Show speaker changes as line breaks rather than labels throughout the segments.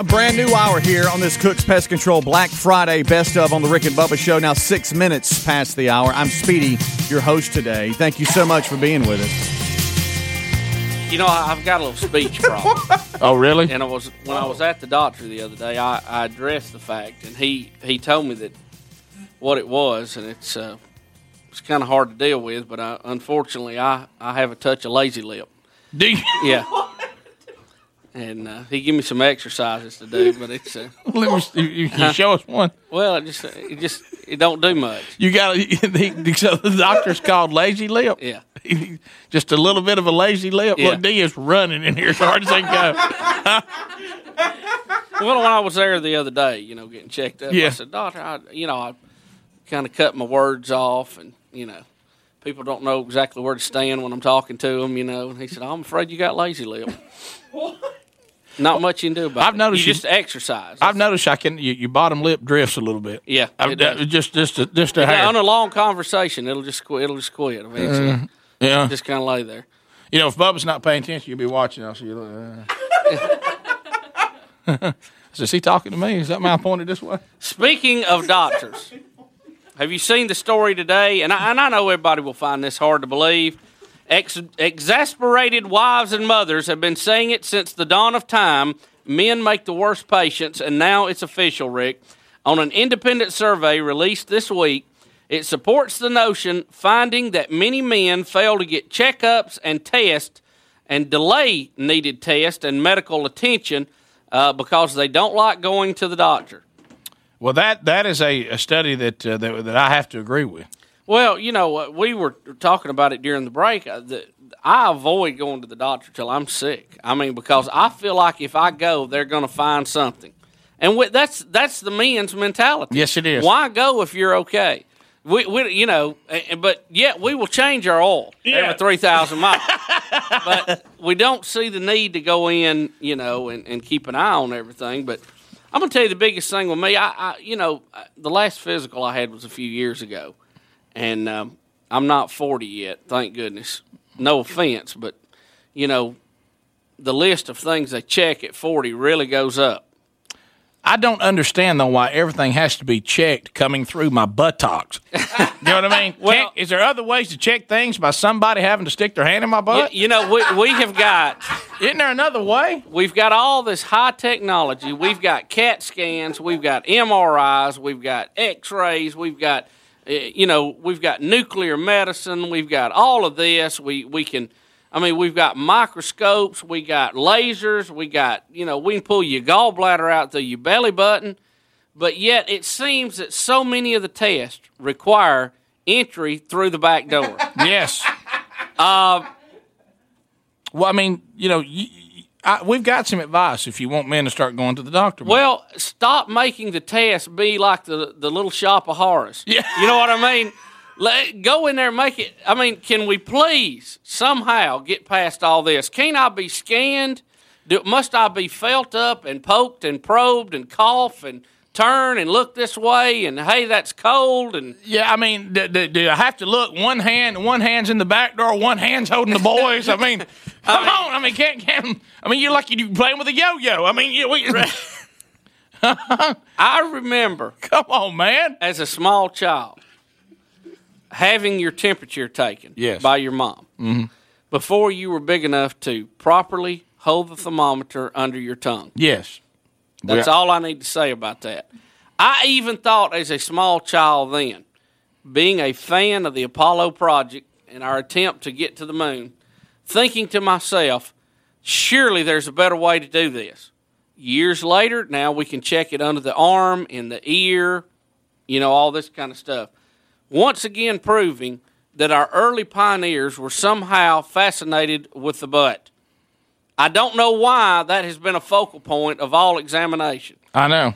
A brand new hour here on this Cook's Pest Control Black Friday Best of on the Rick and Bubba Show. Now six minutes past the hour. I'm Speedy, your host today. Thank you so much for being with us.
You know, I- I've got a little speech problem,
Oh, really?
and I was when I was at the doctor the other day, I, I addressed the fact, and he he told me that what it was, and it's uh, it's kind of hard to deal with, but I, unfortunately, I I have a touch of lazy lip.
Do you,
Yeah. And uh, he gave me some exercises to do, but it's uh,
let me, you, you can show us one.
well, it just it just it don't do much.
You got the, so the doctor's called lazy lip.
Yeah.
Just a little bit of a lazy lip.
Yeah.
Look, D is running in here as hard as they go.
Well, when I was there the other day, you know, getting checked up,
Yeah.
I said, "Doctor, I, you know, I kind of cut my words off, and you know, people don't know exactly where to stand when I'm talking to them, you know." And he said, "I'm afraid you got lazy lip. Not much you can do about
I've
it.
noticed
you
you-
just exercise.
I've noticed I can. You, your bottom lip drifts a little bit.
Yeah,
I've,
it does.
uh, just just a, just a hair.
yeah, on a long conversation, it'll just quit. It'll just quit eventually.
yeah.
just kind of lay there.
you know, if Uh-huh. Bubba's not paying attention, you'll be watching. I'll see you. later. So Is he talking to me? Is that my pointed this way?
Speaking of doctors, have you seen the story today? And I, and I know everybody will find this hard to believe. Ex- exasperated wives and mothers have been saying it since the dawn of time. Men make the worst patients, and now it's official, Rick. On an independent survey released this week, it supports the notion finding that many men fail to get checkups and tests and delay needed tests and medical attention uh, because they don't like going to the doctor.
Well, that that is a, a study that, uh, that that I have to agree with.
Well, you know, uh, we were talking about it during the break. Uh, the, I avoid going to the doctor till I'm sick. I mean, because I feel like if I go, they're going to find something, and wh- that's that's the men's mentality.
Yes, it is.
Why go if you're okay? We, we you know, a- but yet we will change our oil
Yeah.
every three thousand miles. but we don't see the need to go in, you know, and, and keep an eye on everything. But I'm gonna tell you the biggest thing with me. I, I you know, uh, the last physical I had was a few years ago, and um, I'm not 40 yet. Thank goodness. No offense, but you know, the list of things they check at 40 really goes up.
I don't understand though why everything has to be checked coming through my buttocks. you know what I mean?
Well-
Can't- is there other ways to check things by somebody having to stick their hand in my
You,
butt?
you know, we, we have got.
Isn't there another way?
We've got all this high technology. We've got CAT scans. We've got MRIs. We've got X-rays. We've got, uh, you know, we've got nuclear medicine. We've got all of this. We we can, I mean, we've got microscopes. We got lasers. We got, you know, we can pull your gallbladder out through your belly button. But yet, it seems that so many of the tests require entry through the back door.
Yes. Um,
uh,
well, I mean, you know, y y I we've got some advice if you want men to start going to the doctor. more.
Well, stop making the test be like the the little shop of horrors.
Yeah.
you know what I mean. Let, go in there and make it. I mean, can we please somehow get past all this? Can I be scanned? Do, must I be felt up and poked and probed and cough and turn and look this way and hey, that's cold and
yeah, I mean, do, do, do I have to look one hand, one hand's in the back door, one hand's holding the boys? I mean, come on. I mean, can't, can't, I mean, you're like you're playing with a yo-yo. I mean, you, we,
I remember
come on, man.
as a small child having your temperature taken
Yes.
by your mom
Mm-hmm.
before you were big enough to properly hold the thermometer under your tongue.
Yes.
That's
Yeah.
all I need to say about that. I even thought as a small child then, being a fan of the Apollo project and our attempt to get to the moon, thinking to myself, surely there's a better way to do this. Years later, now we can check it under the arm, in the ear, you know, all this kind of stuff. Once again, proving that our early pioneers were somehow fascinated with the butt. I don't know why that has been a focal point of all examination.
I know.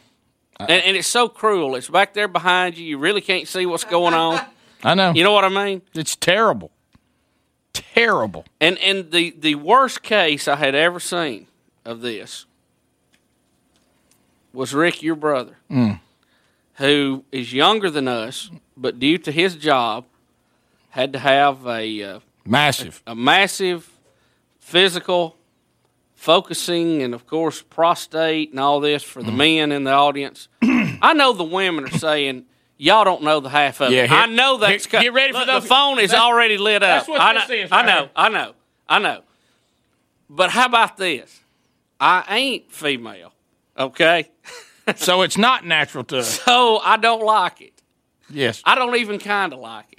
And, and it's so cruel. It's back there behind you. You really can't see what's going on.
I know.
You know what I mean?
it's terrible. Terrible.
And and the, the worst case I had ever seen of this was Rick, your brother, who is younger than us, but due to his job, had to have a uh,
Massive.
a massive physical focusing and of course prostate and all this for the
Mm-hmm.
men in the audience. I know the women are saying y'all don't know the half of
Yeah,
it.
here-
I know that's
here-
co-
get ready for
Look,
those-
The phone is
that's-
already lit
that's
up.
what
I know,
this is
I
right
know,
here.
I know, I know. But how about this? I ain't female, okay?
so it's not natural to us.
So I don't like it.
Yes.
I don't even kind of like it.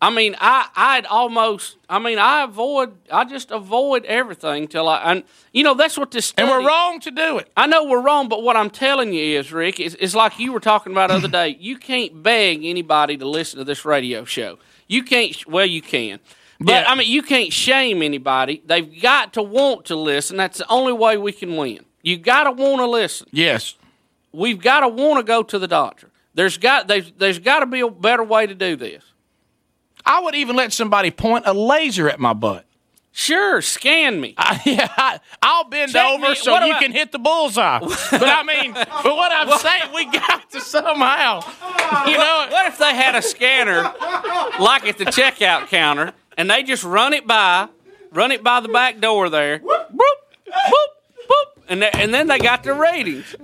I mean, I I'd almost. I mean, I avoid. I just avoid everything till I. And you know that's what this.
and we're
study-
wrong to do it.
I know we're wrong, but what I'm telling you is, Rick, is it's like you were talking about the other day. You can't beg anybody to listen to this radio show. You can't. sh- Well, you can. But
Yeah.
I mean, you can't shame anybody. They've got to want to listen. That's the only way we can win. You got to want to listen
Yes.
we've got to want to go to the doctor. There's got there's, there's got to be a better way to do this.
I would even let somebody point a laser at my butt.
Sure, scan me.
I, yeah, I, I'll bend
Check
over
me-
so
what
you
about-
can hit the bullseye. but I mean, but what I'm saying, we got to somehow, you know.
What if they had a scanner like at the checkout counter and they just run it by, run it by the back door there, boop, boop, boop, and they, and then they got their ratings.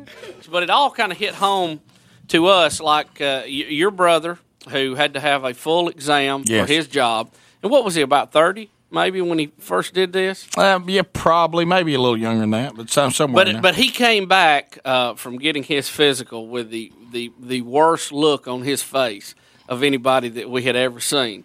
But it all kind of hit home to us, like uh, y- your brother who had to have a full exam
Yes.
for his job. And what was he about thirty? Maybe when he first did this.
Um, yeah, probably, maybe a little younger than that, but some, somewhere. in
But
there.
but he came back uh, from getting his physical with the, the the worst look on his face of anybody that we had ever seen,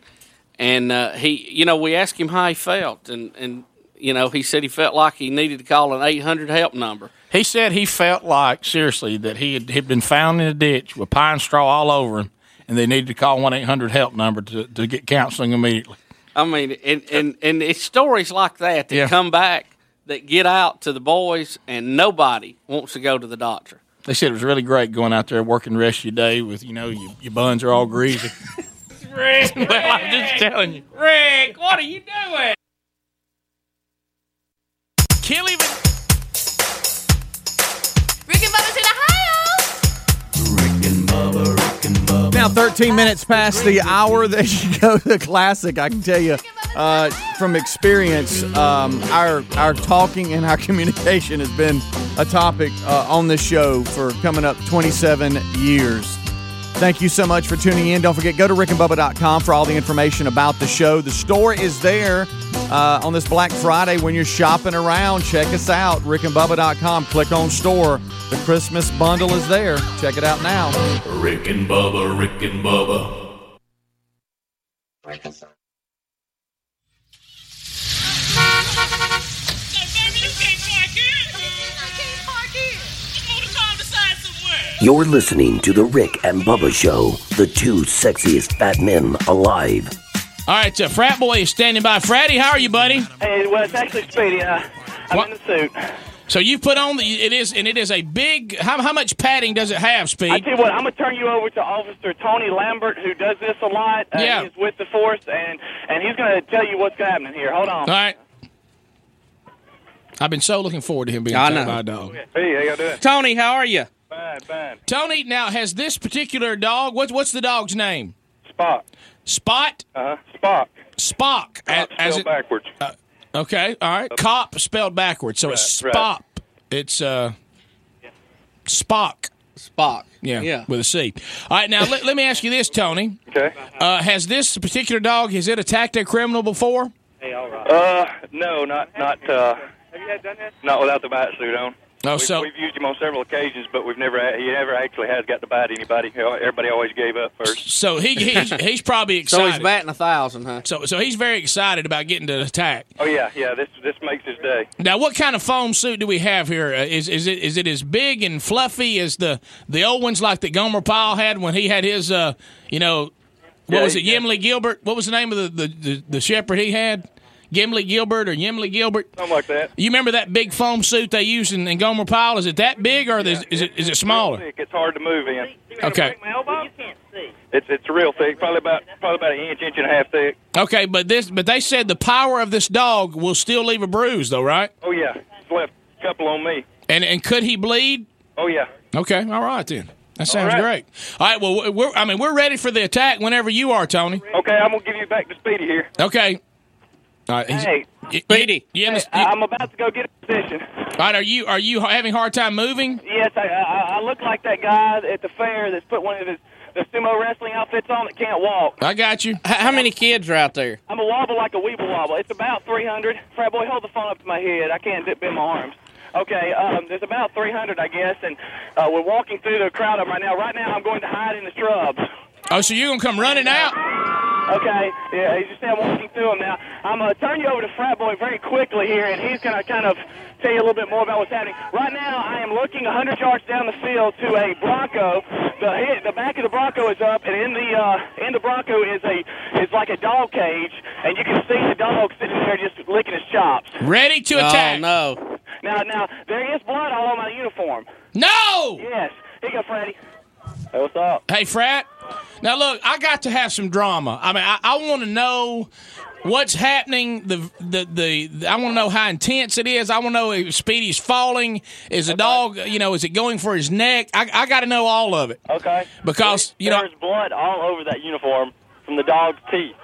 and uh, he you know we asked him how he felt and and you know he said he felt like he needed to call an eight hundred help number.
He said he felt like seriously that he had he'd been found in a ditch with pine straw all over him, and they needed to call one eight hundred help number to, to get counseling immediately.
I mean, and and and it's stories like that that
Yeah.
come back that get out to the boys, and nobody wants to go to the doctor.
They said it was really great going out there working the rest of your day with you know your, your buns are all greasy. well, I'm just telling you,
Rick, what are you doing?
kill even.
Rick and Bubba's in Ohio.
Now, 13 minutes past the hour that you go to the classic, I can tell you uh, from experience, um, our our talking and our communication has been a topic uh, on this show for coming up 27 years. Thank you so much for tuning in. Don't forget, go to rickandbubba.com for all the information about the show. The store is there uh, on this Black Friday when you're shopping around. Check us out, rickandbubba.com. Click on store. The Christmas bundle is there. Check it out now.
Rick and Bubba, Rick and Bubba.
You're listening to The Rick and Bubba Show, the two sexiest fat men alive.
All right, uh, frat boy is standing by. Fratty, how are you, buddy?
Hey, well, it's actually Speedy. Uh, I'm
What?
in a suit.
So you put on the it is and it is a big. How, how much padding does it have,
I
Speed?
tell you what, I'm gonna turn you over to Officer Tony Lambert, who does this a lot. Uh,
Yeah.
He's with the force, and and he's gonna tell you what's happening here. Hold on.
All right. I've been so looking forward to him being
I
attacked
know.
by a dog.
Hey, how y'all doing?
Tony, how are you?
Fine, fine.
Tony, now has this particular dog? What's what's the dog's name?
Spock.
Spot
Uh huh. Spock.
Spock. a- as it-
backwards.
okay, all right. Cop spelled backwards, so it's
Right,
Spop.
right.
It's uh, Spock.
Spock.
Yeah,
yeah.
with a C. All right, now let, let me ask you this, Tony.
okay.
Uh, has this particular dog has it attacked a criminal before?
Uh, no, not not. Uh, Have you done this? Not without the bite suit on.
Oh,
We've,
so
we've used him on several occasions, but we've never had- he never actually has got to bite anybody. Everybody always gave up first.
so he he's, he's probably
So
excited.
he's batting a thousand, huh?
So so he's very excited about getting to attack.
Oh yeah, yeah. This this makes his day.
Now, what kind of foam suit do we have here? Uh, is is it is it as big and fluffy as the the old ones like that Gomer Pyle had when he had his uh you know what
Yeah,
was it
he-
Yimley Gilbert? What was the name of the the, the, the shepherd he had? Gimli Gilbert or Yimley Gilbert?
Something like that.
You remember that big foam suit they used in, in Gomer Pyle? Is it that big or is, is it is it smaller?
Thick. It's hard to move in.
Okay,
It's it's real thick, probably about probably about an inch, inch and a half thick.
okay, but this but they said the power of this dog will still leave a bruise though, right?
Oh yeah, it's left a couple on me.
And and could he bleed?
Oh yeah,
Okay, all right then. That sounds
right.
great. All right, well, we're, I mean, we're ready for the attack whenever you are, Tony.
okay. I'm gonna give you back to Speedy here.
Okay. All right, he's-
Hey,
You-
Speedy.
You, you in the-
I- I'm about to go get a position.
all right, are you are you having a hard time moving?
Yes, I, I, I look like that guy at the fair that's put one of his the sumo wrestling outfits on that can't walk.
I got you.
How, how many kids are out there?
I'm a wobble like a weeble wobble. It's about 300. Frat boy, hold the phone up to my head. I can't dip in my arms. Okay, um, there's about 300, I guess, and uh, we're walking through the crowd of 'em right now. Right now, I'm going to hide in the shrubs.
Oh, so you're gonna come running out?
Okay, yeah, he's just now walking through them now. I'm going to turn you over to Frat Boy very quickly here, and he's going to kind of tell you a little bit more about what's happening. Right now, I am looking 100 yards down the field to a Bronco. The head, the back of the Bronco is up, and in the uh, in the Bronco is a is like a dog cage, and you can see the dog sitting there just licking his chops.
Ready to attack?
Oh no!
Now, now there is blood all on my uniform.
No!
Yes, here you go, Freddie. Hey, what's up?
Hey, frat. Now look, I got to have some drama. I mean, I, I want to know what's happening. The, the the I want to know how intense it is. I want to know if Speedy's falling. Is the dog? You know, is it going for his neck? I, I got to know all of it
Okay.
because you know.
there's blood all over that uniform from the dog's teeth.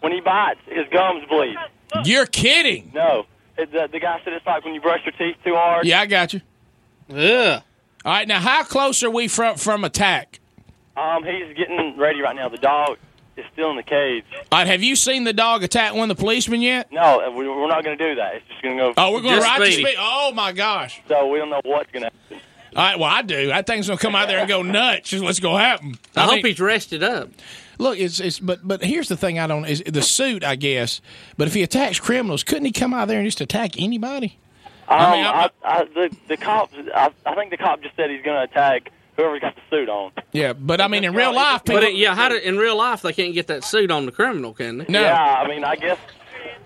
When he bites, his gums bleed.
You're kidding.
No, it, the, the guy said it's like when you brush your teeth too hard.
Yeah, I got you.
Ugh.
All right, now how close are we from from attack?
Um, he's getting ready right now. The dog is still in the cage.
All right, have you seen the dog attack one of the policemen yet?
No, uh, we, we're not going to do that. It's just going to go.
Oh, we're going to
Just
ride to
Speedy.
Speedy. Oh my gosh.
So we don't know what's going to happen.
All right, well I do. That thing's gonna come out there and go nuts. Just What's gonna happen?
I,
mean-
hope he's rested up.
Look, it's it's but but here's the thing I don't is the suit I guess. But if he attacks criminals, couldn't he come out there and just attack anybody?
Um,
I
I
mean, I-
I, the, the cop, I, I think the cop just said he's going to attack whoever's got the suit on.
Yeah, but I mean in real life, people,
But it, yeah, how do, in real life they can't get that suit on the criminal, can they?
no.
Yeah, I mean, I guess,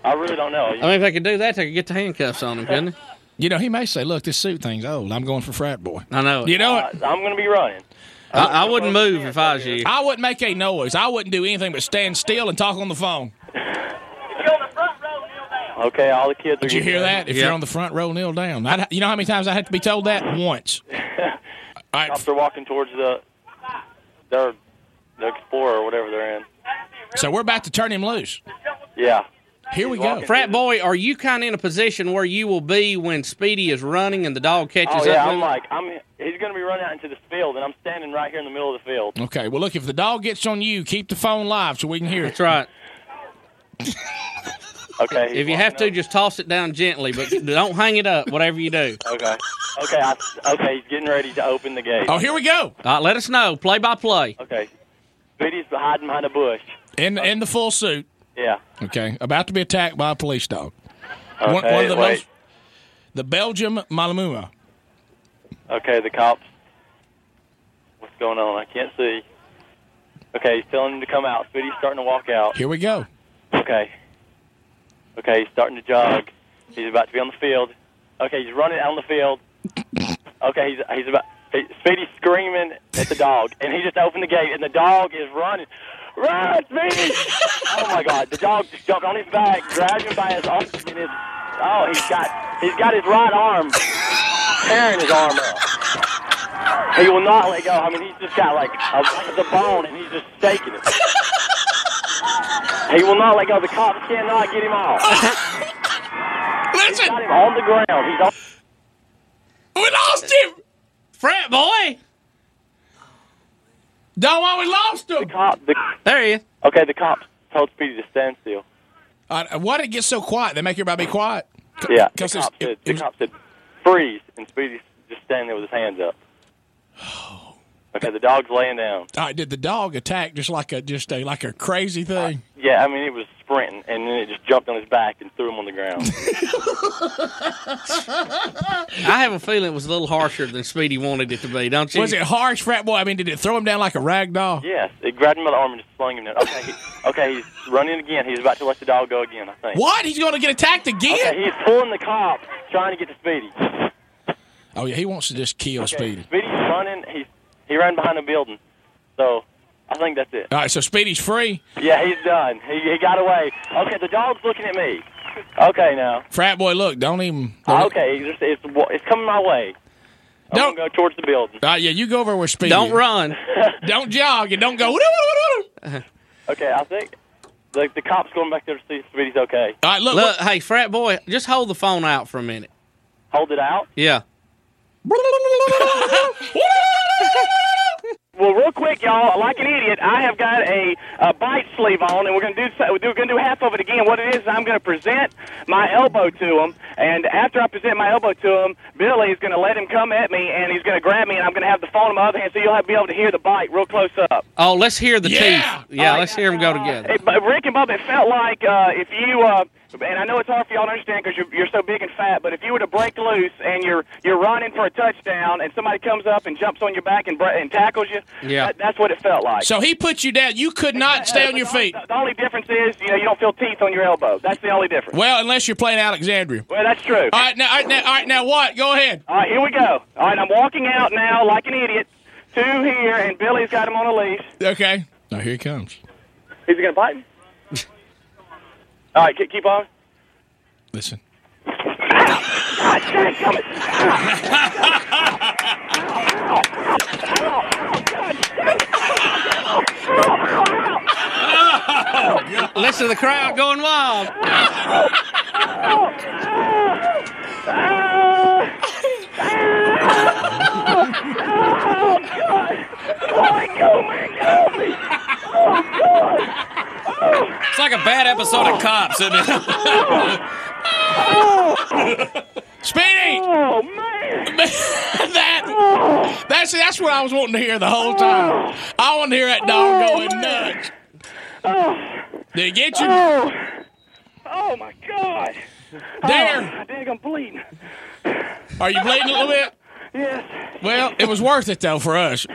I really don't know.
I mean, if they could do that, they could get the handcuffs on him, couldn't they?
You know, he may say, "Look, this suit thing's old. I'm going for frat boy."
I know. it.
You know,
Uh,
what?
I'm going to be running.
I, I wouldn't move if I was you.
I wouldn't make a noise. I wouldn't do anything but stand still and talk on the phone.
Okay, all the kids are
Did you hear that? If
Yeah.
you're on the front row, kneel down. I'd, you know how many times I had to be told that? Once. All right.
Cops are walking towards the their the explorer or whatever they're in.
So we're about to turn him loose.
Yeah.
Here we go.
Frat boy, are you kind of in a position where you will be when Speedy is running and the dog catches
Oh yeah,
up?
I'm like I'm. He's gonna be running out into this field, and I'm standing right here in the middle of the field.
Okay. Well, look, if the dog gets on you, keep the phone live so we can hear it.
That's right.
Okay. he's
If you
walking
have to,
up.
just toss it down gently, but don't hang it up. Whatever you do,
Okay. Okay. I, okay. He's getting ready to open the gate.
Oh, here we go.
All right, let us know play by play.
Okay. Speedy's hiding behind a bush.
In in the full suit.
Yeah.
Okay, about to be attacked by a police dog.
Okay.
one, one of the
wait.
most, the Belgium Malamuma.
Okay. The cops. What's going on? I can't see. Okay. He's telling him to come out. Speedy's starting to walk out.
Here we go.
Okay. Okay, he's starting to jog. He's about to be on the field. Okay, he's running out on the field. Okay, he's he's about. He, Speedy's screaming at the dog, and he just opened the gate, and the dog is running. Run, Speedy! oh my God! The dog just jumped on his back, grabbed him by his arm, and his oh, he's got he's got his right arm, tearing his arm up. He will not let go. I mean, he's just got like a, the bone, and he's just shaking it. He will not let go. The cops cannot get him off.
Listen,
Got him on the ground. He's on.
we lost him.
Frat boy,
Dom, we lost him.
Cop, the,
there he is.
okay, the cops told Speedy to stand still.
Uh, why did it get so quiet? They make everybody be quiet. C-
Yeah, the
Cause
cop,
it's-
said,
it-
the
it-
cop said, freeze, and Speedy's just standing there with his hands up. Okay, the dog's laying down.
all right, did the dog attack just like a just a like a crazy thing?
Yeah, I mean, it was sprinting, and then it just jumped on his back and threw him on the ground.
I have a feeling it was a little harsher than Speedy wanted it to be, don't you?
Was it harsh, frat boy? I mean, did it throw him down like a rag doll?
yes, it grabbed him by the arm and just slung him down. Okay, he, okay, he's running again. He's about to let the dog go again, I think.
What? He's going to get attacked again?
Okay, he's pulling the cop, trying to get to Speedy.
Oh yeah, he wants to just kill Speedy.
Speedy's running. He he ran behind a building, so I think that's it.
All right, so Speedy's free.
Yeah, he's done. He, he got away. Okay, the dog's looking at me. Okay, now.
Frat boy, look, don't even.
Oh,
don't-
Okay, it's it's, it's coming my way. I'm
Don't-
gonna go towards the building.
All right, Ah, yeah, you go over where Speedy.
Don't
is.
run.
Don't jog and don't go. "Woo-woo-woo-woo-woo."
Okay, I think
the, the cops going back there to see if Speedy's okay.
All right, look,
Look, hey, frat boy, just hold the phone out for a minute.
Hold it out.
Yeah.
Well, real quick, y'all, like an idiot, I have got a, a bite sleeve on, and we're gonna do so- we're gonna do half of it again. What it is, is I'm gonna present my elbow to him, and after I present my elbow to him, Billy is gonna let him come at me, and he's gonna grab me, and I'm gonna have the phone in my other hand, so you'll have to be able to hear the bite real close up.
Oh, let's hear the
Yeah. Oh,
teeth. Yeah, let's hear them go together.
It, but Rick and Bubba, it felt like uh, if you uh, and I know it's hard for y'all to understand because you're, you're so big and fat, but if you were to break loose and you're you're running for a touchdown, and somebody comes up and jumps on your back and, bre- and tackles you,
Yeah.
that, that's what it felt like.
so he put you down. You could not stay on your feet.
The only difference is, you know, you don't feel teeth on your elbow. That's the only difference.
Well, unless you're playing Alexandria.
Well, that's true.
All right, now, all right, now, all right, now what? Go ahead.
All right, here we go. All right, I'm walking out now like an idiot. Two here, and Billy's got him on a leash.
Okay. Now here he comes.
Is he going to bite me? All right, keep, keep on.
Listen.
God, Jack, come on.
Listen to the crowd going wild.
It's like a bad episode of Cops, isn't it?
Speedy! Oh, man! that, that's, that's what I was wanting to hear the whole time. I want to hear that dog
Oh,
going nuts. Did it get you?
Oh, oh my God.
There!
I think I'm bleeding.
Are you bleeding a little bit?
Yes.
Well, it was worth it, though, for us.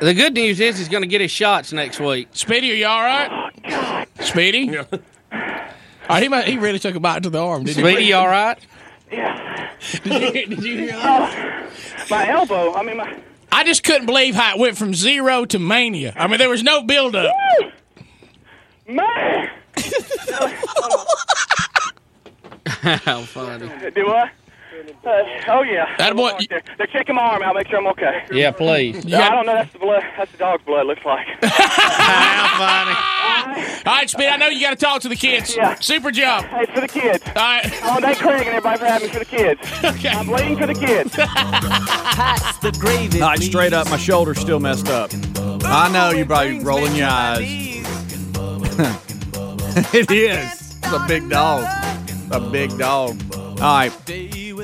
The good news is he's going to get his shots next week.
Speedy, are you all right? Speedy? All right, he, might, he really took a bite to the arm, didn't
Speedy, you all right?
he? Did you hear that?
My elbow, I mean, my.
I just couldn't believe how it went from zero to mania. I mean, there was no buildup.
Man!
How funny.
Do I? Uh, oh, yeah.
That boy-
Right there. They're checking my arm out, make sure I'm okay.
Yeah, please.
You got-
I don't know. That's the blood. That's the dog's blood. Looks like.
How funny.
All right, Speed, I know you got to talk to the kids.
Yeah.
Super job. All
hey, for the kids.
right.
I want to thank Craig and everybody for having me for the kids.
Okay.
I'm bleeding for the kids.
All right, straight up, my shoulder's still messed up. I know you're probably rolling your eyes. It is. It's a big dog. A big dog. All right,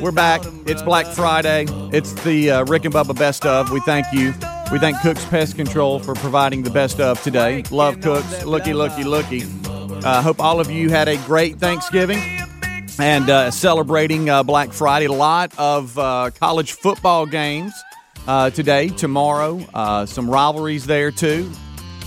we're back. It's Black Friday. It's the uh, Rick and Bubba Best of. We thank you. We thank Cooks Pest Control for providing the best of today. Love Cooks. Looky, looky, looky. Uh, hope all of you had a great Thanksgiving and uh, celebrating uh, Black Friday. A lot of uh, college football games uh, today, tomorrow. Uh, some rivalries there too.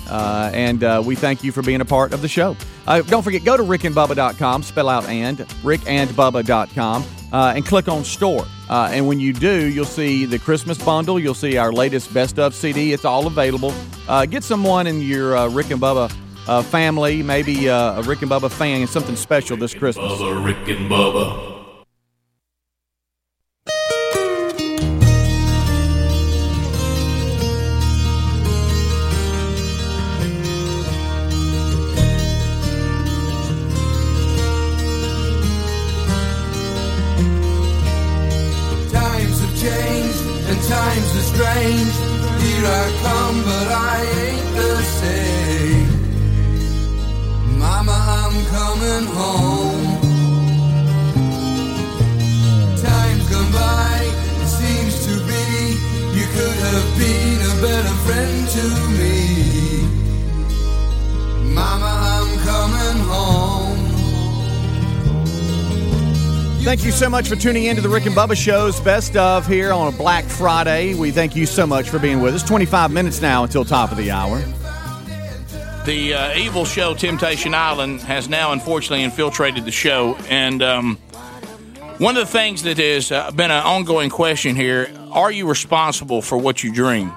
Uh, and uh, we thank you for being a part of the show. Uh, don't forget, go to rickandbubba.com, spell out and, rickandbubba.com, uh, and click on store. Uh, and when you do, you'll see the Christmas bundle. You'll see our latest best of CD. It's all available. Uh, get someone in your uh, Rick and Bubba uh, family, maybe uh, a Rick and Bubba fan, and something special this Christmas.
Bubba, Rick and Bubba.
Times have changed and times are strange. Here I come, but I ain't the same. Mama, I'm coming home. Time gone by, it seems to be. You could have been a better friend to me. Mama, I'm coming home.
Thank you so much for tuning in to the Rick and Bubba Show's Best of here on a Black Friday. We thank you so much for being with us. 25 minutes now until top of the hour.
The uh, evil show Temptation Island has now unfortunately infiltrated the show. And um, one of the things that has uh, been an ongoing question here are you responsible for what you dream?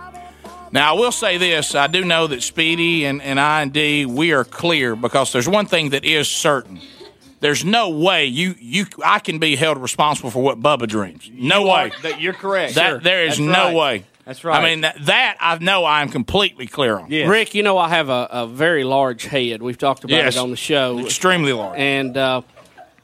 Now, I will say this I do know that Speedy and, and I and D, we are clear because there's one thing that is certain. There's no way you, you I can be held responsible for what Bubba dreams. No way.
That, you're correct.
That there is no way.
That's right.
I mean that, that I know I'm completely clear on.
Rick, you know I have a, a very large head. We've talked about
Yes.
it on the show.
Extremely large.
And uh,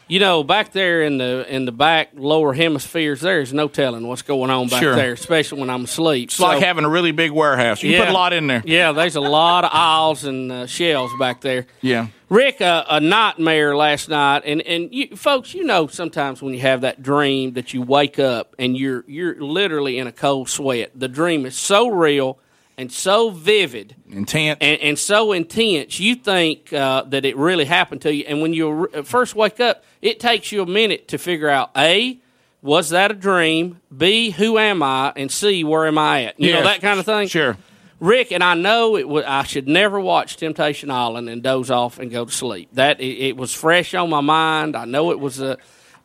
you know, back there in the in the back lower hemispheres, there's no telling what's going on back
Sure.
there, especially when I'm asleep.
It's like having a really big warehouse. You put a lot in there.
Yeah, there's a lot of aisles and uh, shelves back there.
Yeah.
Rick, uh, a nightmare last night, and and you folks, you know, sometimes when you have that dream that you wake up and you're you're literally in a cold sweat. The dream is so real and so vivid,
intense,
and, and so intense. You think uh, that it really happened to you, and when you r- first wake up, it takes you a minute to figure out a was that a dream, b who am I, and c where am I at? You know
Yeah.
that kind of thing.
Sure.
Rick and I know it. wa- I should never watch Temptation Island and doze off and go to sleep. That it, it was fresh on my mind. I know it was a.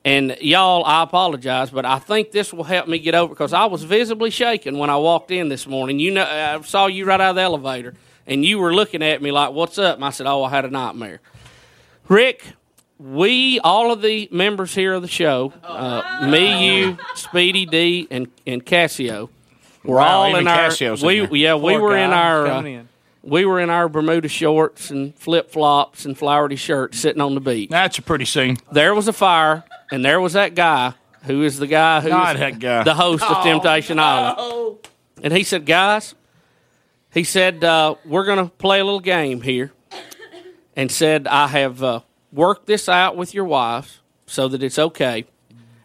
And y'all, I apologize, but I think this will help me get over because I was visibly shaken when I walked in this morning. You know, I saw you right out of the elevator, and you were looking at me like, "What's up?" And I said, "Oh, I had a nightmare." Rick, we all of the members here of the show, uh, me, you, Speedy D, and and Cassio, we're
Wow,
all
even
in our
Cassio's in
we
there.
yeah we
Poor
were in
guy,
our uh,
coming in.
we were in our Bermuda shorts and flip flops and flowery shirts sitting on the beach.
That's a pretty scene.
There was a fire, and there was that guy who is the guy who
God,
is
that guy.
the host of
Oh,
Temptation Island. And he said, guys, he said, uh, we're going to play a little game here. And said, I have uh, worked this out with your wives so that it's okay.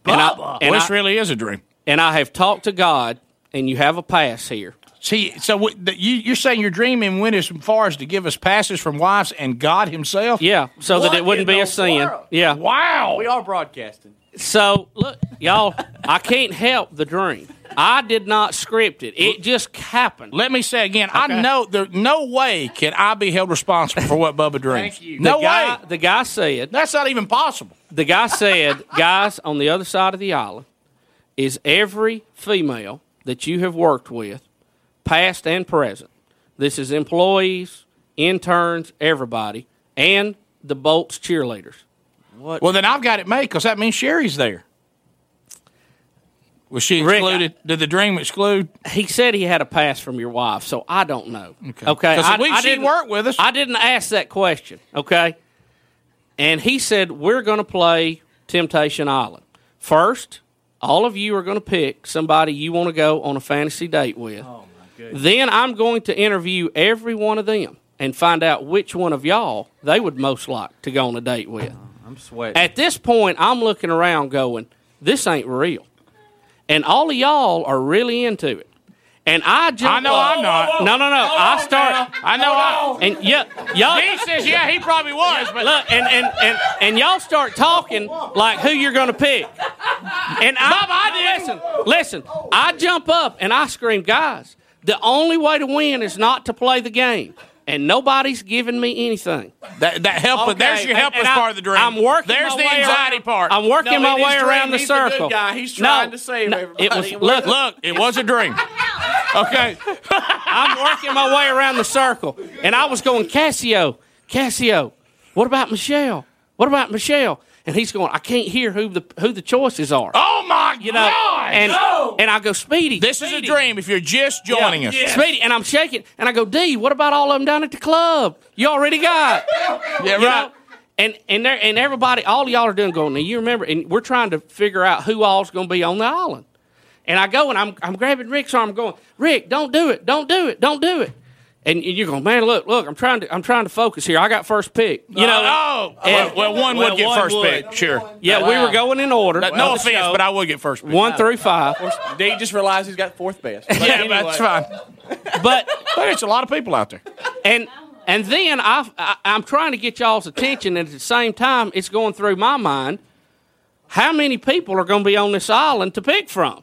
And I,
Well, this really is a dream.
And I have talked to God, and you have a pass here.
See, so what, the, you, you're saying your dream and went as far as to give us passes from wives and God Himself?
Yeah, so that it wouldn't be a sin. Yeah.
Wow.
We are broadcasting.
So look, y'all, I can't help the dream. I did not script it. It just happened.
Let me say again. I know there no way can I be held responsible for what Bubba dreams. Thank you. No
the guy,
way.
The guy said
that's not even possible.
The guy said, guys, on the other side of the island is every female that you have worked with, past and present. This is employees, interns, everybody, and the Bolts cheerleaders.
What?
Well, then I've got it made because that means Sherry's there. Was she excluded? Did the dream exclude?
He said he had a pass from your wife, so I don't know. Okay. Okay.
'Cause
I,
we-
I
she
didn't
worked with us.
I didn't ask that question. Okay. And he said, We're going to play Temptation Island. First, all of you are going to pick somebody you want to go on a fantasy date with.
Oh,
Then I'm going to interview every one of them and find out which one of y'all they would most like to go on a date with.
Uh-huh.
I'm sweating.
At this point, I'm looking around going, this ain't real. And all of y'all are really into it. And I just.
I know I'm not.
No, no, no. I start.
I know not.
And yeah, y'all.
He says, yeah, he probably was, but
Look, and, and, and, and y'all start talking like who you're going to pick. And I, listen, listen, I jump up and I scream, guys, the only way to win is not to play the game. And nobody's giving me anything.
That, that help,
Okay,
there's your
and-
helpless
and I-
part of the dream.
I'm working
There's
my
the
way
anxiety
around-
part.
I'm working
No,
my
in his
way
dream,
around the
he's the good
circle.
guy. He's trying
No,
to save
no, It
everybody.
was look, look.
Look, it was a dream. Okay.
I'm working my way around the circle, and I was going Cassio, Cassio. What about Michelle? What about Michelle? And he's going. I can't hear who the who the choices are.
Oh my
You know,
God!
and and I go Speedy.
this is a
Speedy."
dream. If you're just joining us,
Speedy, and I'm shaking, and I go, D, what about all of them down at the club? You already got. yeah, right. And and there and everybody, all y'all are doing going. Now you remember, and we're trying to figure out who all's going to be on the island. And I go and I'm I'm grabbing Rick's arm, going, Rick, don't do it, don't do it, don't do it. And you're going, man, look, look, I'm trying to I'm trying to focus here. I got first pick. You know,
oh,
and-
well, well, one
Well,
would get
one
first
would.
pick, sure.
yeah, we were going in order.
But no offense, but I would get first pick.
one through five.
Or Dave just realized he's got fourth best. But
yeah,
anyway.
that's fine.
But
But it's a lot of people out there.
and and then I've, I, I'm trying to get y'all's attention, and at the same time, it's going through my mind how many people are going to be on this island to pick from.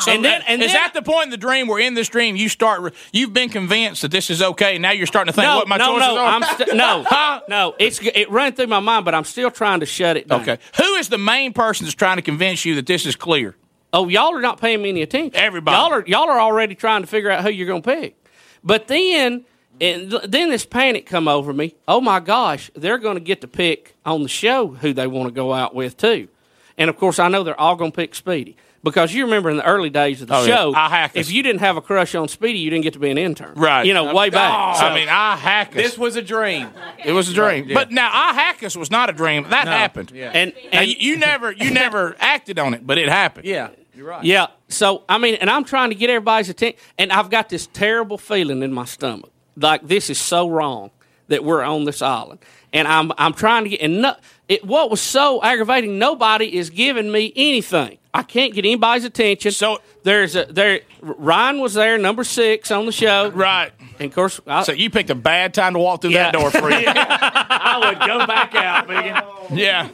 So
And then- and
is
then-
that the point in the dream where in this dream you start? re- You've been convinced that this is okay. and Now you're starting to think
no,
what my
no,
choices
no,
are.
I'm st- no,
Huh?
no. It's it ran through my mind, but I'm still trying to shut it down.
Okay. Who is the main person that's trying to convince you that this is clear?
Oh, y'all are not paying me any attention.
Everybody.
y'all are y'all are already trying to figure out who you're going to pick. But then, and th- then this panic come over me. Oh my gosh, they're going to get to pick on the show who they want to go out with too. And of course, I know they're all going to pick Speedy. Because you remember in the early days of the
Oh, yeah.
show,
I hacked
if
us.
you didn't have a crush on Speedy, you didn't get to be an intern.
Right.
You know, way back.
Oh, I mean, I hack us.
This was a dream.
It was a dream.
Yeah.
But now I Hackus was not a dream. That
No.
happened.
Yeah.
And-
Now,
and-
you, you never you never acted on it, but it happened.
Yeah, you're right.
Yeah. So I mean, and I'm trying to get everybody's attention, and I've got this terrible feeling in my stomach, like this is so wrong that we're on this island, and I'm I'm trying to get and no, it, what was so aggravating, nobody is giving me anything. I can't get anybody's attention. So there's a there. Ryan was there, number six on the show,
right?
And of course, I,
So you picked a bad time to walk through that door for you.
I would go back out, Megan.
yeah.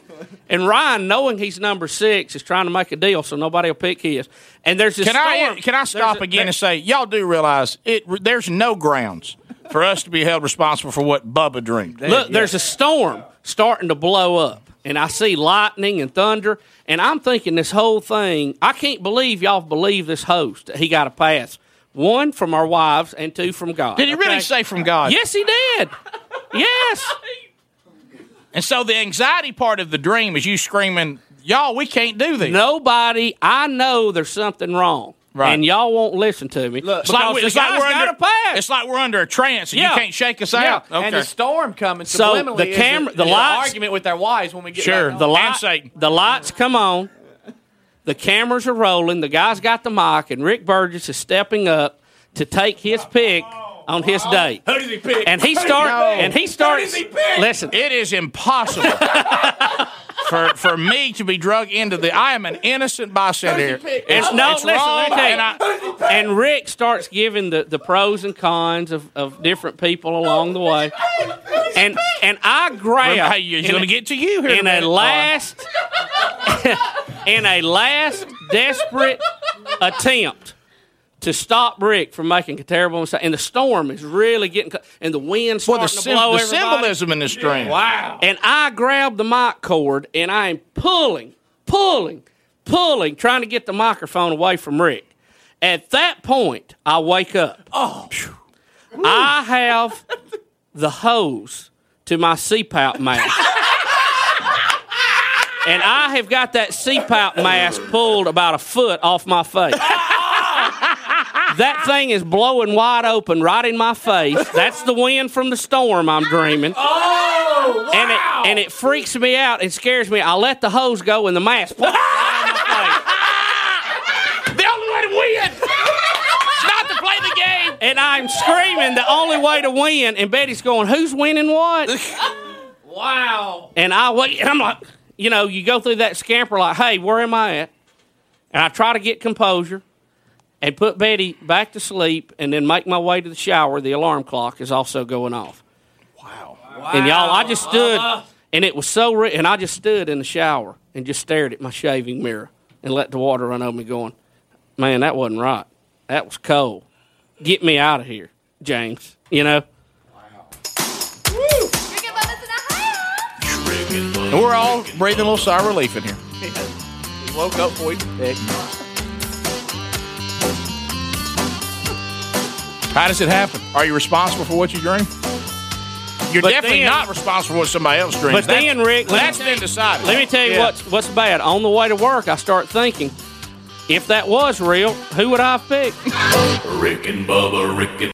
And Ryan, knowing he's number six, is trying to make a deal so nobody will pick his. And there's this
Can
storm.
I can I stop
There's a-
again and say y'all do realize it? There's no grounds for us to be held responsible for what Bubba dreamed.
Look, there's a storm starting to blow up, and I see lightning and thunder, and I'm thinking this whole thing. I can't believe y'all believe this host. that He got a pass. One from our wives, and two from God.
Did he really
okay?
say from God?
Yes, he did. yes.
And so the anxiety part of the dream is you screaming, "Y'all, we can't do this."
Nobody, I know there's something wrong,
Right.
and y'all won't listen to me. Look,
It's like, we- it's like we're under
a pass.
It's like we're under a trance, and
Yeah.
you can't shake us
Yeah.
out.
And the storm coming
So,
subliminally
the camera-
is a,
the
is an
lights-
argument with their wives when we get
Sure.
back
The
home.
light, the lights come on. The cameras are rolling. The guy's got the mic, and Rick Burgess is stepping up to take his pick on his date.
Who does he pick?
And he
Who does
start-
pick?
and he
Who
starts-
does he pick?
Listen,
It is impossible for for me to be drug into the. I am an innocent bystander. here.
it's no.
it's
listen,
wrong,
let me tell you.
and I-
and Rick starts giving the, the pros and cons of, of different people along the way, and and I grab.
Hey, it's
in
going to
a-
get to you here
in a
minute.
last in a last desperate attempt to stop Rick from making a terrible mistake. And the storm is really getting, co- and the wind's
Boy,
starting
the,
to
sym-
blow
the
everybody.
symbolism in this dream.
Wow.
And I grab the mic cord and I am pulling, pulling, pulling, trying to get the microphone away from Rick. At that point, I wake up. Oh, I have the hose to my CPAP mask. and I have got that CPAP mask pulled about a foot off my face. That thing is blowing wide open right in my face. That's the wind from the storm I'm dreaming
Oh,
and it and it freaks me out and scares me. I let the hose go and the mask. pops out of my face.
The only way to win is not to play the game.
And I'm screaming the only way to win. And Betty's going, "Who's winning what?"
wow.
And I wait. And I'm like, you know, you go through that scamper like, "Hey, where am I at?" And I try to get composure and put Betty back to sleep, and then make my way to the shower. The alarm clock is also going off. Wow! And y'all, I just stood, and it was so. Re- and I just stood in the shower and just stared at my shaving mirror and let the water run over me, going, "Man, that wasn't right. That was cold. Get me out of here, James." You know.
Rick and Bubba's in Ohio.
And we're all breathing a little sigh of relief in here.
He woke up for you.
How does it happen? Are you responsible for what you dream? You're
But
definitely
then-
not responsible for what somebody else dreams.
But then, Rick, let me
that's been decided.
Let me tell you
Yeah.
what's what's bad. On the way to work, I start thinking, if that was real, who would I have picked?
Rick and Bubba, Rick and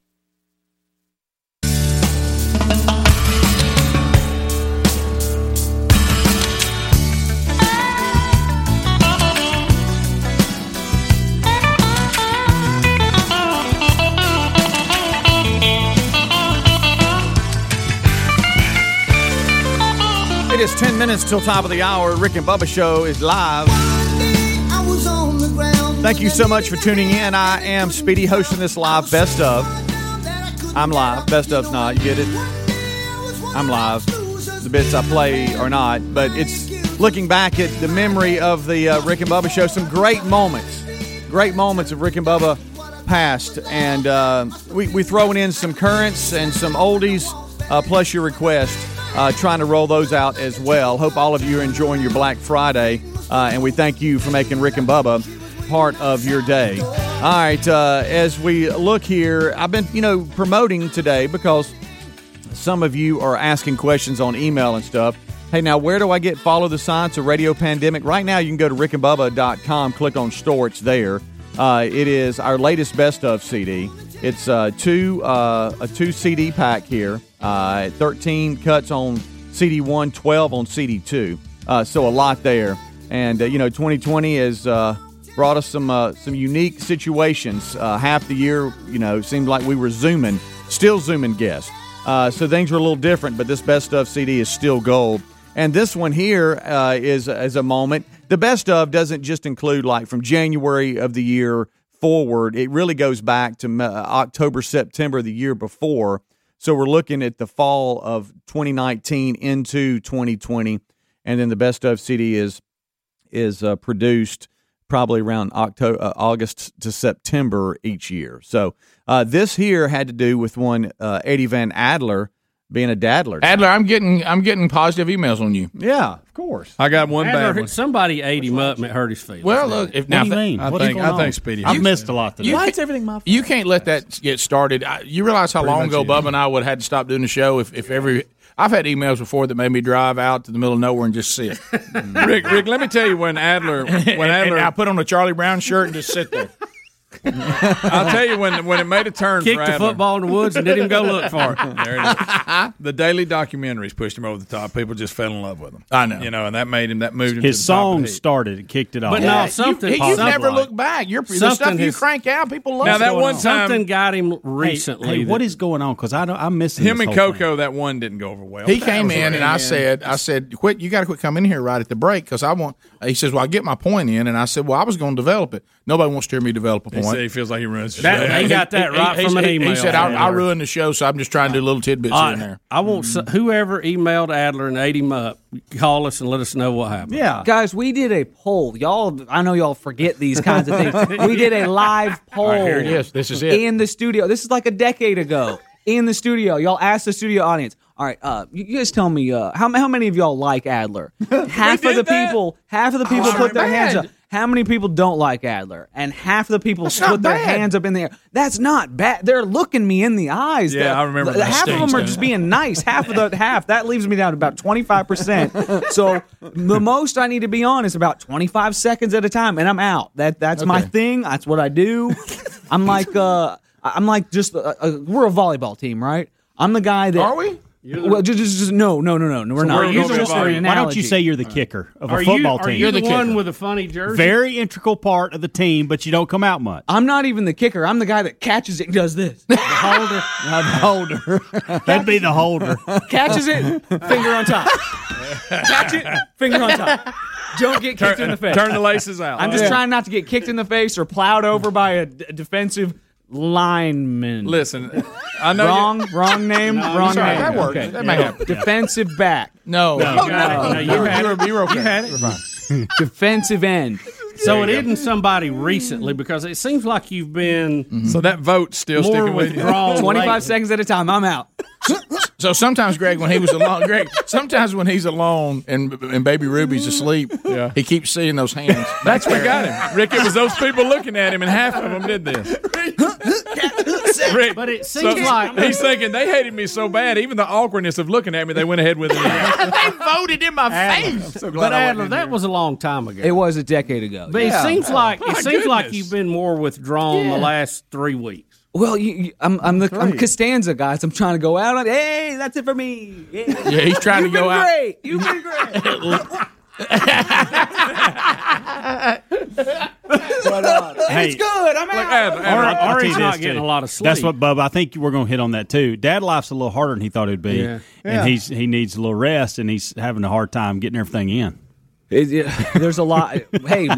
It is 10 minutes till top of the hour. Rick and Bubba Show is live. Thank you so much for tuning in. I am Speedy hosting this live best of. I'm live. Best of's not. You get it? I'm live. The bits I play are not, but it's looking back at the memory of the uh, Rick and Bubba show. Some great moments, great moments of Rick and Bubba past, and uh, we we throwing in some currents and some oldies, uh, plus your request. Uh, trying to roll those out as well. Hope all of you are enjoying your Black Friday, uh, and we thank you for making Rick and Bubba part of your day. All right, uh, as we look here, I've been, you know, promoting today because some of you are asking questions on email and stuff. Hey, now, where do I get Follow the Science of Radio Pandemic? Right now, you can go to rickandbubba.com, click on store, it's there. Uh, it is our latest best of CD. It's uh, two uh, a two CD pack here, uh, 13 cuts on CD 1, 12 on CD 2. Uh, so a lot there. And, uh, you know, 2020 is. Uh, brought us some uh, some unique situations. Uh, half the year, you know, seemed like we were zooming, still zooming guests. Uh, so things were a little different, but this best of CD is still gold. And this one here uh, is is a moment. The best of doesn't just include like from January of the year forward. It really goes back to uh, October, September the year before. So we're looking at the fall of 2019 into 2020, and then the best of CD is is uh, produced probably around October, uh, August to September each year. So uh, this here had to do with one uh, Eddie Van Adler being a daddler.
Adler, I'm getting I'm getting positive emails on you.
Yeah, of course.
I got one
Adler,
bad one.
Somebody ate him up and it hurt his feelings.
Well, look, if
what do you
now-
mean?
I
What's
think-
going
I think
on?
Speedy-
I've
You-
missed a lot today.
You can't- You can't let that get started. I, you realize how
Pretty
long
much
ago
is.
Bubba and I would have had to stop doing the show if, if every. I've had emails before that made me drive out to the middle of nowhere and just sit.
Rick, Rick, let me tell you when Adler, when
And- and
Adler,
I put on a Charlie Brown shirt and just sit there.
I'll tell you when when it made a turn.
Kicked
for
the
Adler.
football
in the woods and didn't even go look for it.
There it is. The daily documentaries pushed him over the top. People just fell in love with him. I know, you know, and that made him. That moved him.
His
to the top of
song
the heap.
started, it kicked it off.
But
Yeah,
no,
you-
something-
You, you never
something-
look back. You're, the
Something
stuff you
has-
crank out, people love.
Now,
it.
that one time-
Um,
Something got him
Hey,
recently.
hey, what
that-
is going on? Because I don't, I'm missing
him
this
and
whole
Coco. That one didn't go over well.
He
That
came
was
in
a-
and I said, I said, quit. You got to quit coming in here right at the break because I want. He says, well, I get my point in, and I said, well, I was going to develop it. Nobody wants to hear me develop a
He
point.
said he feels like he ruins. the
That-
show.
he got that
He-
right
he-
from an
he-
email.
He said, I, I
Adler.
ruined the show, so I'm just trying to do little tidbits here and there.
I want so- whoever emailed Adler and ate him up, call us and let us know what happened.
Yeah.
Guys, we did a poll. Y'all, I know y'all forget these kinds of things. We did a live poll.
right, here it is. This is it.
In the studio. This is like a decade ago. In the studio. Y'all asked the studio audience. All right, uh, you you guys tell me uh, how, how many of y'all like Adler? Half of the people, half of the people
That's
put their
not
hands
Oh, bad.
up. How many people don't like Adler? And half the people
That's
put
not
their
bad.
hands up in the air. That's not bad. They're looking me in the eyes.
Yeah,
The-
I remember
the-
that
Half of
stage,
them are
yeah.
just being nice. Half of the half that leaves me down to about twenty five percent. So the most I need to be on is about twenty five seconds at a time, and I'm out. That that's my
Okay.
thing. That's what I do. I'm like uh, I'm like just uh, uh, we're a volleyball team, right? I'm the guy that
Are we?
Well, just, just, just no, no, no, no, no. We're
thing.
not.
We're using
Just
this-
for an
Why don't
analogy.
you say you're the kicker of
Are
a
you-
football
are
team?
you the, one with a funny jersey?
Very integral part of the team, but you don't come out much.
I'm not even the kicker. I'm the guy that catches it and does this. The holder.
the holder. That'd be the holder.
catches it, finger on top. Catch it, finger on top. Don't get kicked in the face.
Turn the laces out.
I'm just
Yeah.
trying not to get kicked in the face or plowed over by a d- defensive lineman.
Listen, I know.
wrong, wrong name, wrong
it's all right.
name.
That works. That may happen.
Defensive back,
No,
No, you got it. No, you
you, were,
had
you, were, you were okay. We're fine.
defensive end.
So it isn't somebody recently because it seems like you've been
You, so that vote's still
more
sticking with you.
withdrawn.
25
lately.
seconds at a time. I'm out.
So sometimes, Greg, when he was alone, Greg, sometimes when he's alone and and Baby Ruby's asleep,
Yeah.
he keeps seeing those hands.
That's what got him, Rick. It was those people looking at him, and half of them did this. Rick,
But it
so-
seems like-
he's thinking they hated me so bad, even the awkwardness of looking at me, they went ahead with it.
they voted in my face.
But Adler, that was a long time ago.
It was a decade ago.
but it seems like it
My
seems like
goodness.
you've been more withdrawn the last three weeks.
Well, you, you, I'm, I'm the I'm Costanza, guys. I'm trying to go out. on hey, that's it for me. Yeah.
Yeah, he's trying
You've
to
been
go out.
great. You've been great. but, uh,
Hey.
it's good. I'm
Like,
out.
Adler, Adler,
Ari-
I-
Ari's
tell you
not
this,
getting
too.
a lot of
That's
sleep.
what, Bubba. I think we're going to hit on that too. Dad life's a little harder than he thought it'd be,
Yeah.
and he's he needs a little rest, and he's having a hard time getting everything in.
It- it- there's a lot. hey,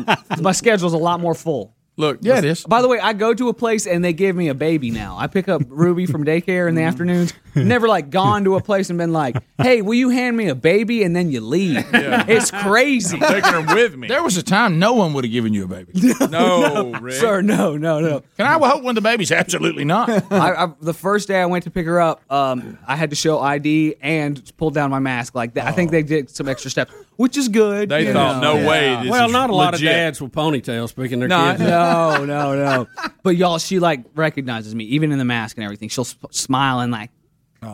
my schedule's a lot more full.
Look, yeah, it is.
By the way, I go to a place and they give me a baby now. I pick up Ruby from daycare
Mm-hmm.
in the afternoons. Never like gone to a place and been like, "Hey, will you hand me a baby?" and then you leave. It's crazy,
Taking them with me.
There was a time no one would have given you a baby.
No, Rick.
sir. No, no, no.
Can I hope when the baby's absolutely not?
I, I, the first day I went to pick her up, um, I had to show ID and pull down my mask. Like that. I think they did some extra steps, which is good.
They
you
thought,
know.
no way. This
well,
is
not a lot
legit.
of dads with ponytails picking their
No,
kids. up.
no, no, no. But y'all, she like recognizes me even in the mask and everything. She'll sp- smile and like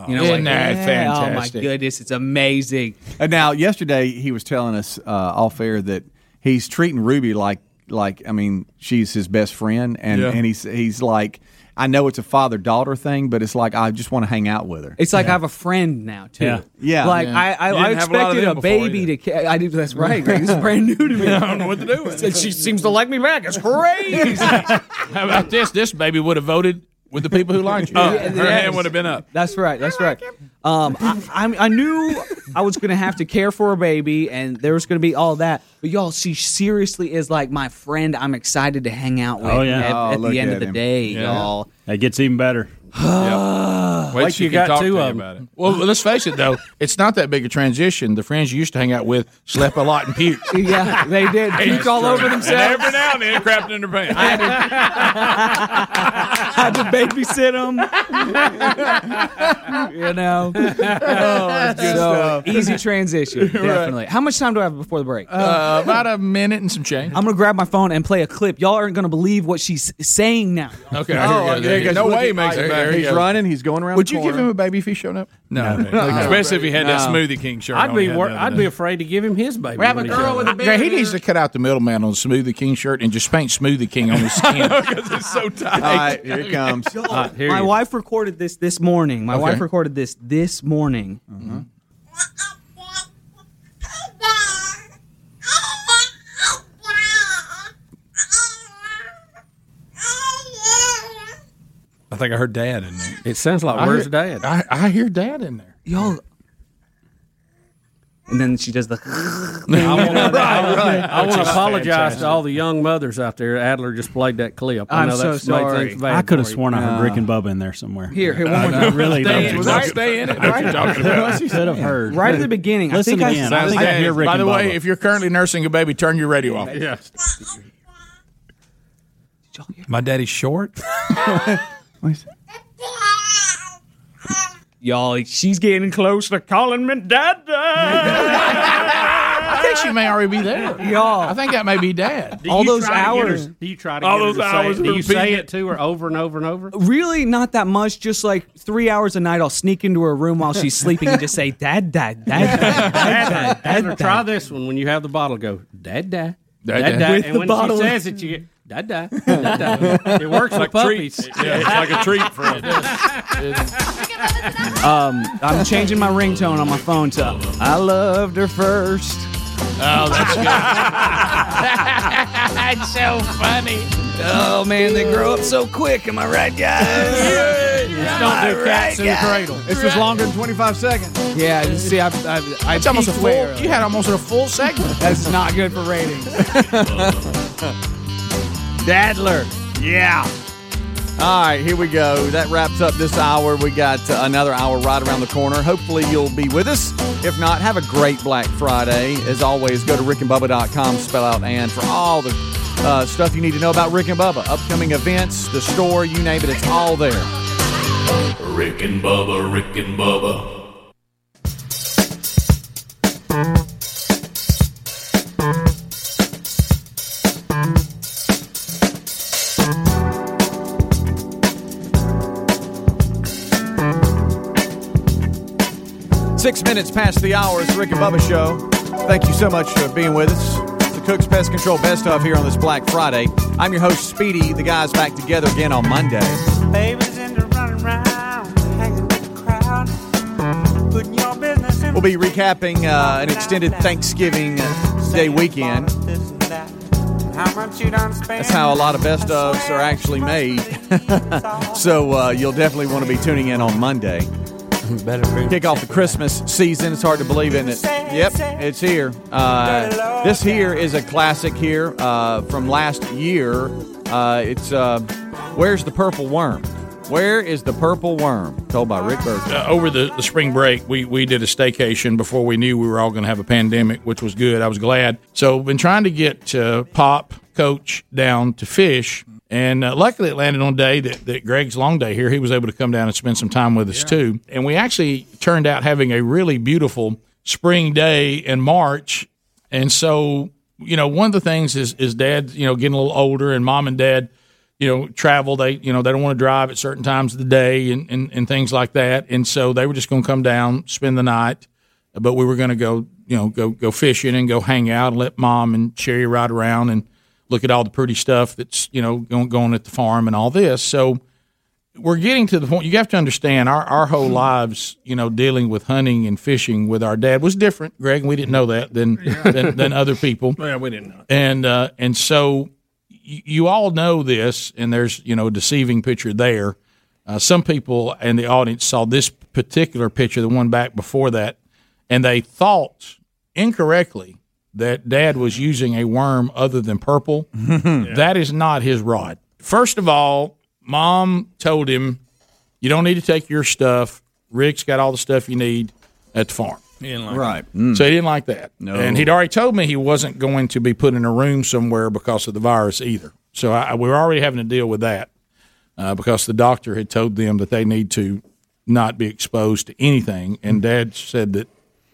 you know,
Isn't
like,
that
yeah, Oh my
fantastic?
goodness, it's amazing.
And Uh, now, yesterday he was telling us uh, off air that he's treating Ruby like like I mean she's his best friend, and
Yeah.
and he's he's like I know it's a father daughter thing, but it's like I just want to hang out with her.
It's like I have a friend now too.
Yeah. Yeah.
Like
Yeah.
I, I,
You
I
didn't have a lot of
expected a,
them before
baby to. Ca- I did. That's right. Greg. This is brand new to me. I don't know what to do. With it. She seems to like me back. It's crazy.
How about this? This baby would have voted with the people who liked you.
Yeah, yes.
been up.
That's right. That's right. Um, I, I, I knew I was going to have to care for a baby, and there was going to be all that. But y'all, she seriously is like my friend. I'm excited to hang out with.
Oh yeah.
At, at the end of the day, y'all.
It gets even better.
Wait till you got two of them. Well, let's face it though, it's not that big a transition. The friends you used to hang out with slept a lot and puked.
Yeah, they did. Puked all over themselves.
Every now and then, crapped in their pants.
I had to babysit them. you know.
Oh, that's good
so,
stuff.
easy transition, definitely. How much time do I have before the break?
Uh, about a minute and some change.
I'm gonna grab my phone and play a clip. Y'all aren't gonna believe what she's saying now.
Oh, Okay. here we go. There you go. No way he makes it back.
He's
There you go.
running. He's going around.
Would
the
you give
corner.
him a baby if he showed up? No,
especially if he had that
No.
Smoothie King shirt.
I'd
on
be
he had the
wor-
other
I'd
day.
be
afraid to give him his baby.
Grab a girl with a baby. He needs to cut out the middleman on Smoothie King shirt and just paint Smoothie King on his skin.
because it's so tight.
All right, here it comes.
my wife recorded this this morning. My
Okay.
wife recorded this this morning.
I think I heard Dad in there.
It sounds like
I
where's
hear-
dad?
I, I hear dad in there.
Y'all. And then she does the.
I want to,
Right, right.
I
Which
want
is
to apologize
fantastic.
to all the young mothers out there. Adler just played that clip. I
I'm
know
so
that's made
sorry.
things bad
I could have
for you.
sworn I heard Rick and Bubba in there somewhere.
Here, here, one more
I
time.
really
Stay
don't.
in it,
think
right?
so.
Stay in it.
I
Right?
talking about. Could have heard.
Right at the beginning. I
Listen
think I-
again.
I
I think
think
I hear Rick
By
and
the way,
Bubba.
if you're currently nursing a baby, turn your radio off. Yeah.
My daddy's short.
Y'all, she's getting close to calling me dad.
I think she may already be there.
Y'all.
I think that may be dad.
Do
All
you
those
try to get her-
hours.
do you try to
All
get her
those
to say
hours
it? Do you say
repeating
it to her over and over and over?
Really, not that much. Just like three hours a night, I'll sneak into her room while she's sleeping and just say, "Dad, dad, dad, dad, dad, dad."
Adler, try this one when you have the bottle. Go dad dad
Dad, dad.
dad dad,
With
and
the
when
bottle.
she says it, you get dad dad dad dad. It works
Like
like puppies.
treats. Yeah, it's like a treat for him.
Um, I'm changing my ringtone on my phone to "I loved her first.
Oh, that's good. that's so funny.
Oh man, they grow up so quick. Am I right, guys?
Don't do cats in the cradle.
This was longer than 25 seconds.
yeah. you See, I, I, I
It's almost a
peaked
full.
way early.
You had almost a full segment.
That's not good for ratings. Dadler.
Yeah. All right, here we go. That wraps up this hour. We got uh, another hour right around the corner. Hopefully, you'll be with us. If not, have a great Black Friday. As always, go to rickandbubba.com, spell out and for all the uh, stuff you need to know about Rick and Bubba, upcoming events, the store, you name it, it's all there.
Rick and Bubba, Rick and Bubba,
Six minutes past the hour. It's the Rick and Bubba Show. Thank you so much for being with us. It's the Cook's Pest Control Best of here on this Black Friday. I'm your host, Speedy. The guys back together again on Monday.
Babies in the running round, hanging with the crowd, putting your business in
We'll be recapping uh, an extended Thanksgiving Day weekend.
that. How much you done spend?
That's how a lot of best ofs are actually made. so uh, you'll definitely want to be tuning in on Monday. Kick off the Christmas season. It's hard to believe, isn't it? Yep, it's here. Uh, this here is a classic here uh, from last year. Uh, it's uh, Where's the Purple Worm? Where is the Purple Worm? Told by Rick Burke.
uh, over the, the spring break, we, we did a staycation before we knew we were all going to have a pandemic, which was good. I was glad. So, been trying to get uh, Pop Coach down to fish. And uh, luckily, it landed on a day that, that Greg's long day here. He was able to come down and spend some time with us, too. And we actually turned out having a really beautiful spring day in March. And so, you know, one of the things is, is dad, you know, getting a little older and mom and dad you know, travel. They, you know, they don't want to drive at certain times of the day and, and, and things like that. And so they were just going to come down, spend the night, but we were going to go, you know, go go fishing and go hang out and let mom and Sherry ride around and look at all the pretty stuff that's you know going, going at the farm and all this. So we're getting to the point. You have to understand our our
Hmm.
whole lives, you know, dealing with hunting and fishing with our dad was different, Greg. and We didn't know that than than, than other people.
Yeah, we didn't know.
And uh, and so you, you all know this, and there's you know a deceiving picture there. Uh, some people in the audience saw this particular picture, the one back before that, and they thought incorrectly that Dad was using a worm other than purple. That is not his rod. First of all, Mom told him, "You don't need to take your stuff. Rick's got all the stuff you need at the farm."
He didn't like
right.
Mm.
So he didn't like that. No. And he'd already told me he wasn't going to be put in a room somewhere because of the virus either. So I, we were already having to deal with that uh, because the doctor had told them that they need to not be exposed to anything. And Dad said that,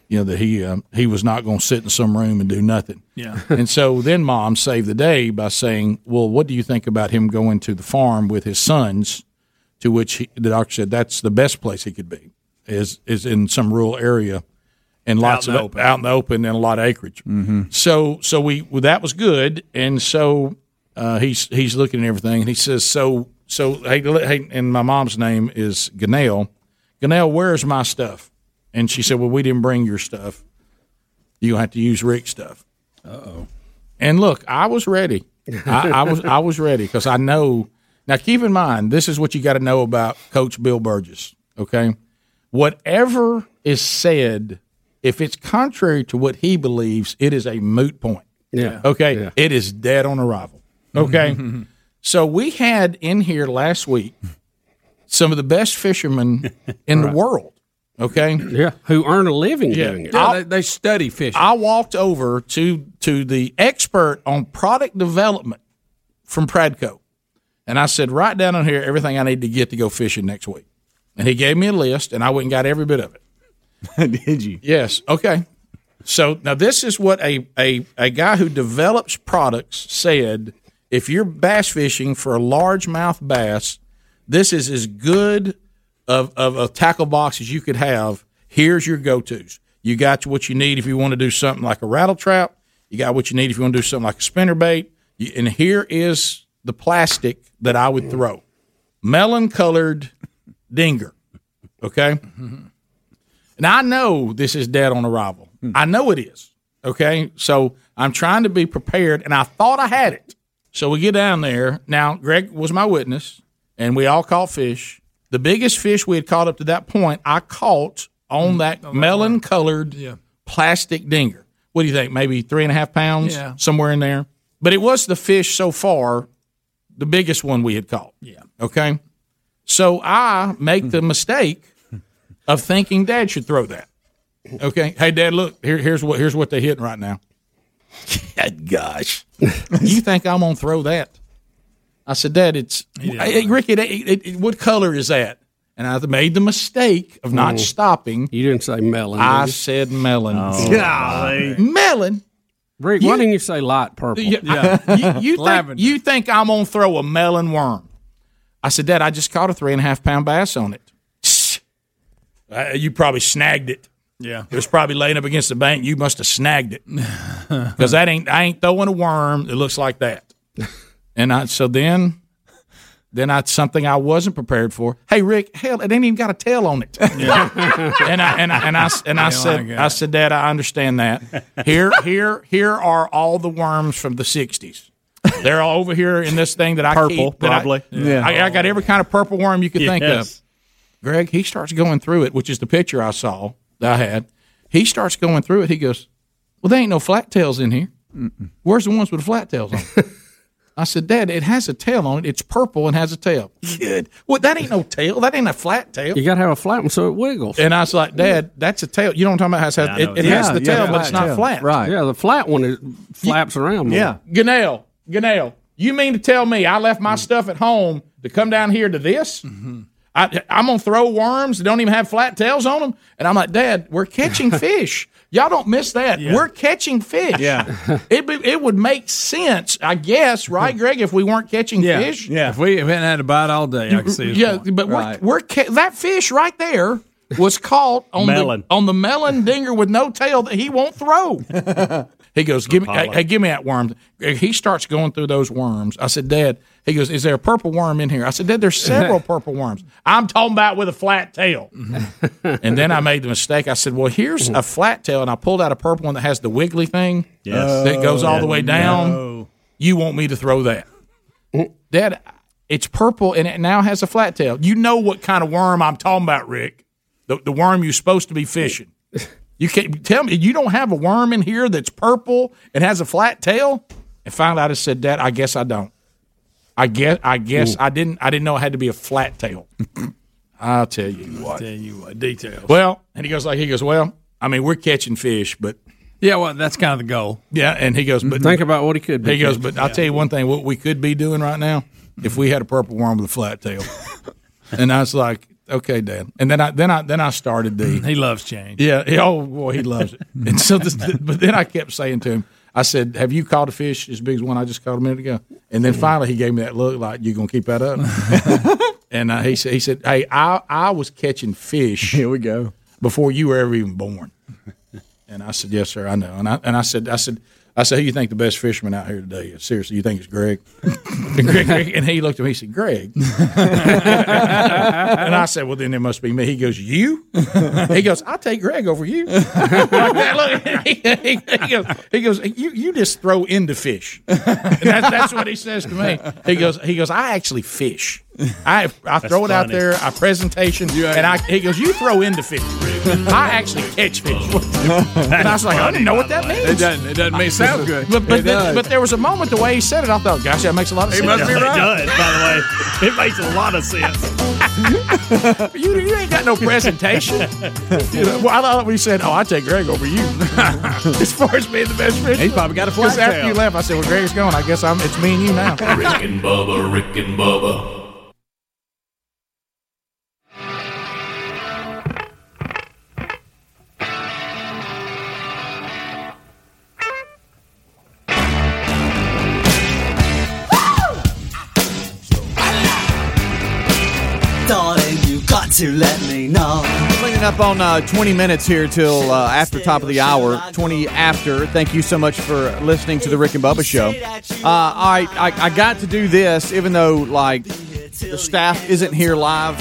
you know, that he um, he was not going to sit in some room and do nothing.
Yeah.
and so then Mom saved the day by saying, "Well, what do you think about him going to the farm with his sons?" To which he, the doctor said, "That's the best place he could be is is in some rural area." and
Out
lots
in the
of
open.
out in the open and a lot of acreage.
Mm-hmm.
So so we well, that was good, and so uh, he's he's looking at everything, and he says, so so hey, le- hey and my mom's name is Ganelle. Ganelle, where's my stuff? And she said, well, we didn't bring your stuff. You gonna have to use Rick's stuff. Uh oh. And look, I was ready. I, I was I was ready because I know. Now keep in mind, this is what you got to know about Coach Bill Burgess. Okay, whatever is said, if it's contrary to what he believes, it is a moot point.
Yeah.
Okay. It is dead on arrival. Okay. so we had in here last week some of the best fishermen in the world. Okay. Yeah. Who earn a living
doing it. Yeah, they-
study fishing. I walked over to to the expert on product development from Pradco, and I said, write down on here everything I need to get to go fishing next week. And he gave me a list, and I went and got every bit of it. Did you? Yes. Okay. So now this is what a, a, a guy who develops products said. If you're bass fishing for a largemouth bass, this is as good of, of a tackle box as you could have. Here's your go tos. You got what you need if you want to do something like a rattle trap. You got what you need if you want to do something like a spinner bait. You, and here is the plastic that I would throw melon colored dinger. Okay. And I know this is dead on arrival. I know it is. Okay. So I'm trying to be prepared, and I thought I had it. So we get down there. Now, Greg was my witness, and we all caught fish. The biggest fish we had caught up to that point, I caught on that melon colored
Yeah.
plastic dinger. What do you think? Maybe three and a half pounds,
Yeah.
somewhere in there. But it was the fish so far, the biggest one we had caught. Yeah. Okay. So I make the mistake of thinking Dad should throw that. Okay. Hey, Dad, look here. Here's what here's what they're hitting right now. Gosh, you think I'm gonna throw that? I said, Dad, it's hey, Ricky. It, it, it- what color is that? And I made the mistake of not
Mm.
stopping.
You didn't say melon.
I
did you?
said melon.
Oh. Golly.
melon.
Rick, why didn't you say light purple?
Yeah. you, you think, you think I'm gonna throw a melon worm? I said, Dad, I just caught a three and a half pound bass on it. Uh, you probably snagged it.
Yeah.
It was probably laying up against the bank. You must have snagged it because that ain't I ain't throwing a worm that looks like that. And I so then, then I something I wasn't prepared for. Hey Rick, hell, it ain't even got a tail on it. and I and I and I and
Yeah, I
I said
got
I, said Dad, I understand that. Here here here are all the worms from the '60s. They're all over here in this thing that I
Purple,
keep, that I-
probably.
yeah, I, I got every kind of purple worm you could think of.
Yes.
Greg, he starts going through it, which is the picture I saw that I had. He starts going through it. He goes, Well, there ain't no flat tails in here. Where's the ones with the flat tails on? it?" I said, Dad, it has a tail on it. It's purple and has a tail. Good. Well, that ain't no tail. That ain't a flat tail.
You got to have a flat one so it wiggles.
And I was like, Dad, that's a tail. You know what I'm talking about? It has,
I know
it, it
that.
has
Yeah,
the
yeah,
tail,
the
but it's
flat
not
tail.
flat.
Right. Yeah,
the flat one is, flaps around.
more.
Yeah. Mm. Ganelle, Ganelle, you mean to tell me I left my stuff at home to come down here to this? I, I'm gonna throw worms that don't even have flat tails on them, and I'm like, Dad, we're catching fish. Y'all don't miss that. We're catching fish. Yeah, it be, it would make sense, I guess, right, Greg? If we weren't catching
Yeah,
fish,
yeah. If we haven't had a bite all day, I can see. his
yeah,
point.
but we're, we're ca- that fish right there was caught on
Melon.
the on the melon dinger with no tail that he won't throw. he goes, give me, hey, hey, give me that worm. He starts going through those worms. I said, Dad. He goes, is there a purple worm in here? I said, Dad, there's several purple worms. I'm talking about with a flat tail. Mm-hmm. and then I made the mistake. I said, well, here's a flat tail, and I pulled out a purple one that has the wiggly thing.
Yes. Oh,
that goes all the way down.
No.
You want me to throw that? Dad, it's purple and it now has a flat tail. You know what kind of worm I'm talking about, Rick. The, the worm you're supposed to be fishing. You can't tell me you don't have a worm in here that's purple and has a flat tail. And finally, I just said, Dad, I guess I don't. I guess I guess
Ooh.
I didn't. I didn't know it had to be a flat tail. I'll tell you what.
Tell you what details.
Well, and he goes like he goes. Well, I mean, we're catching fish, but
yeah, well, that's kind of the goal.
Yeah, and he goes, but
Think
about what he could.
be
He goes,
catching.
but I'll tell you one thing: what we could be doing right now if we had a purple worm with a flat tail. and I was like, okay, Dad. And then I then I then I started the.
He loves change.
Yeah. he- oh boy, he loves it. And so, this, but then I kept saying to him, I said, "Have you caught a fish as big as one I just caught a minute ago?" And then finally, he gave me that look like, "You gonna keep that up?" and uh, he said, "He said, hey, I I was catching fish. Here we go. Before you were ever even born." And I said, "Yes, sir, I know." And I and I said, I said. I said, who you think the best fisherman out here today is? Seriously, you think it's Greg? and, Greg, Greg- and he looked at me. He said, "Greg." and I said, "Well, then it must be me." He goes, "You?" He goes, "I'll take Greg over you." Like that, look. he, he goes, he goes, "You you just throw into fish." And that's, that's what he says to me. He goes, he goes, "I actually fish. I I
That's
throw it out
funny.
there. I presentation, and I he goes, you throw into fish. I actually catch fish." and I was like, "I didn't know what that means."
It doesn't. It doesn't make sound good.
But but, the, but there was a moment the way he said it, I thought, "Gosh, that makes a lot of
He
sense."
must be right.
It does, by the way. It makes a lot of sense.
you, you ain't got no presentation. You know, well, I thought we said, "Oh, I take Greg over you." as far as being the best fisherman,
He's probably got a flat
'Cause After
tail.
you left, I said, "Well, Greg's gone. I guess I'm. It's me and you now."
Rick and Bubba, Rick and Bubba,
Darling, you got to let me know.
Cleaning up on uh, 20 minutes here till uh, after top of the hour, 20 after. Thank you so much for listening to the Rick and Bubba show. Uh, all right, I, I got to do this, even though like the staff isn't here live.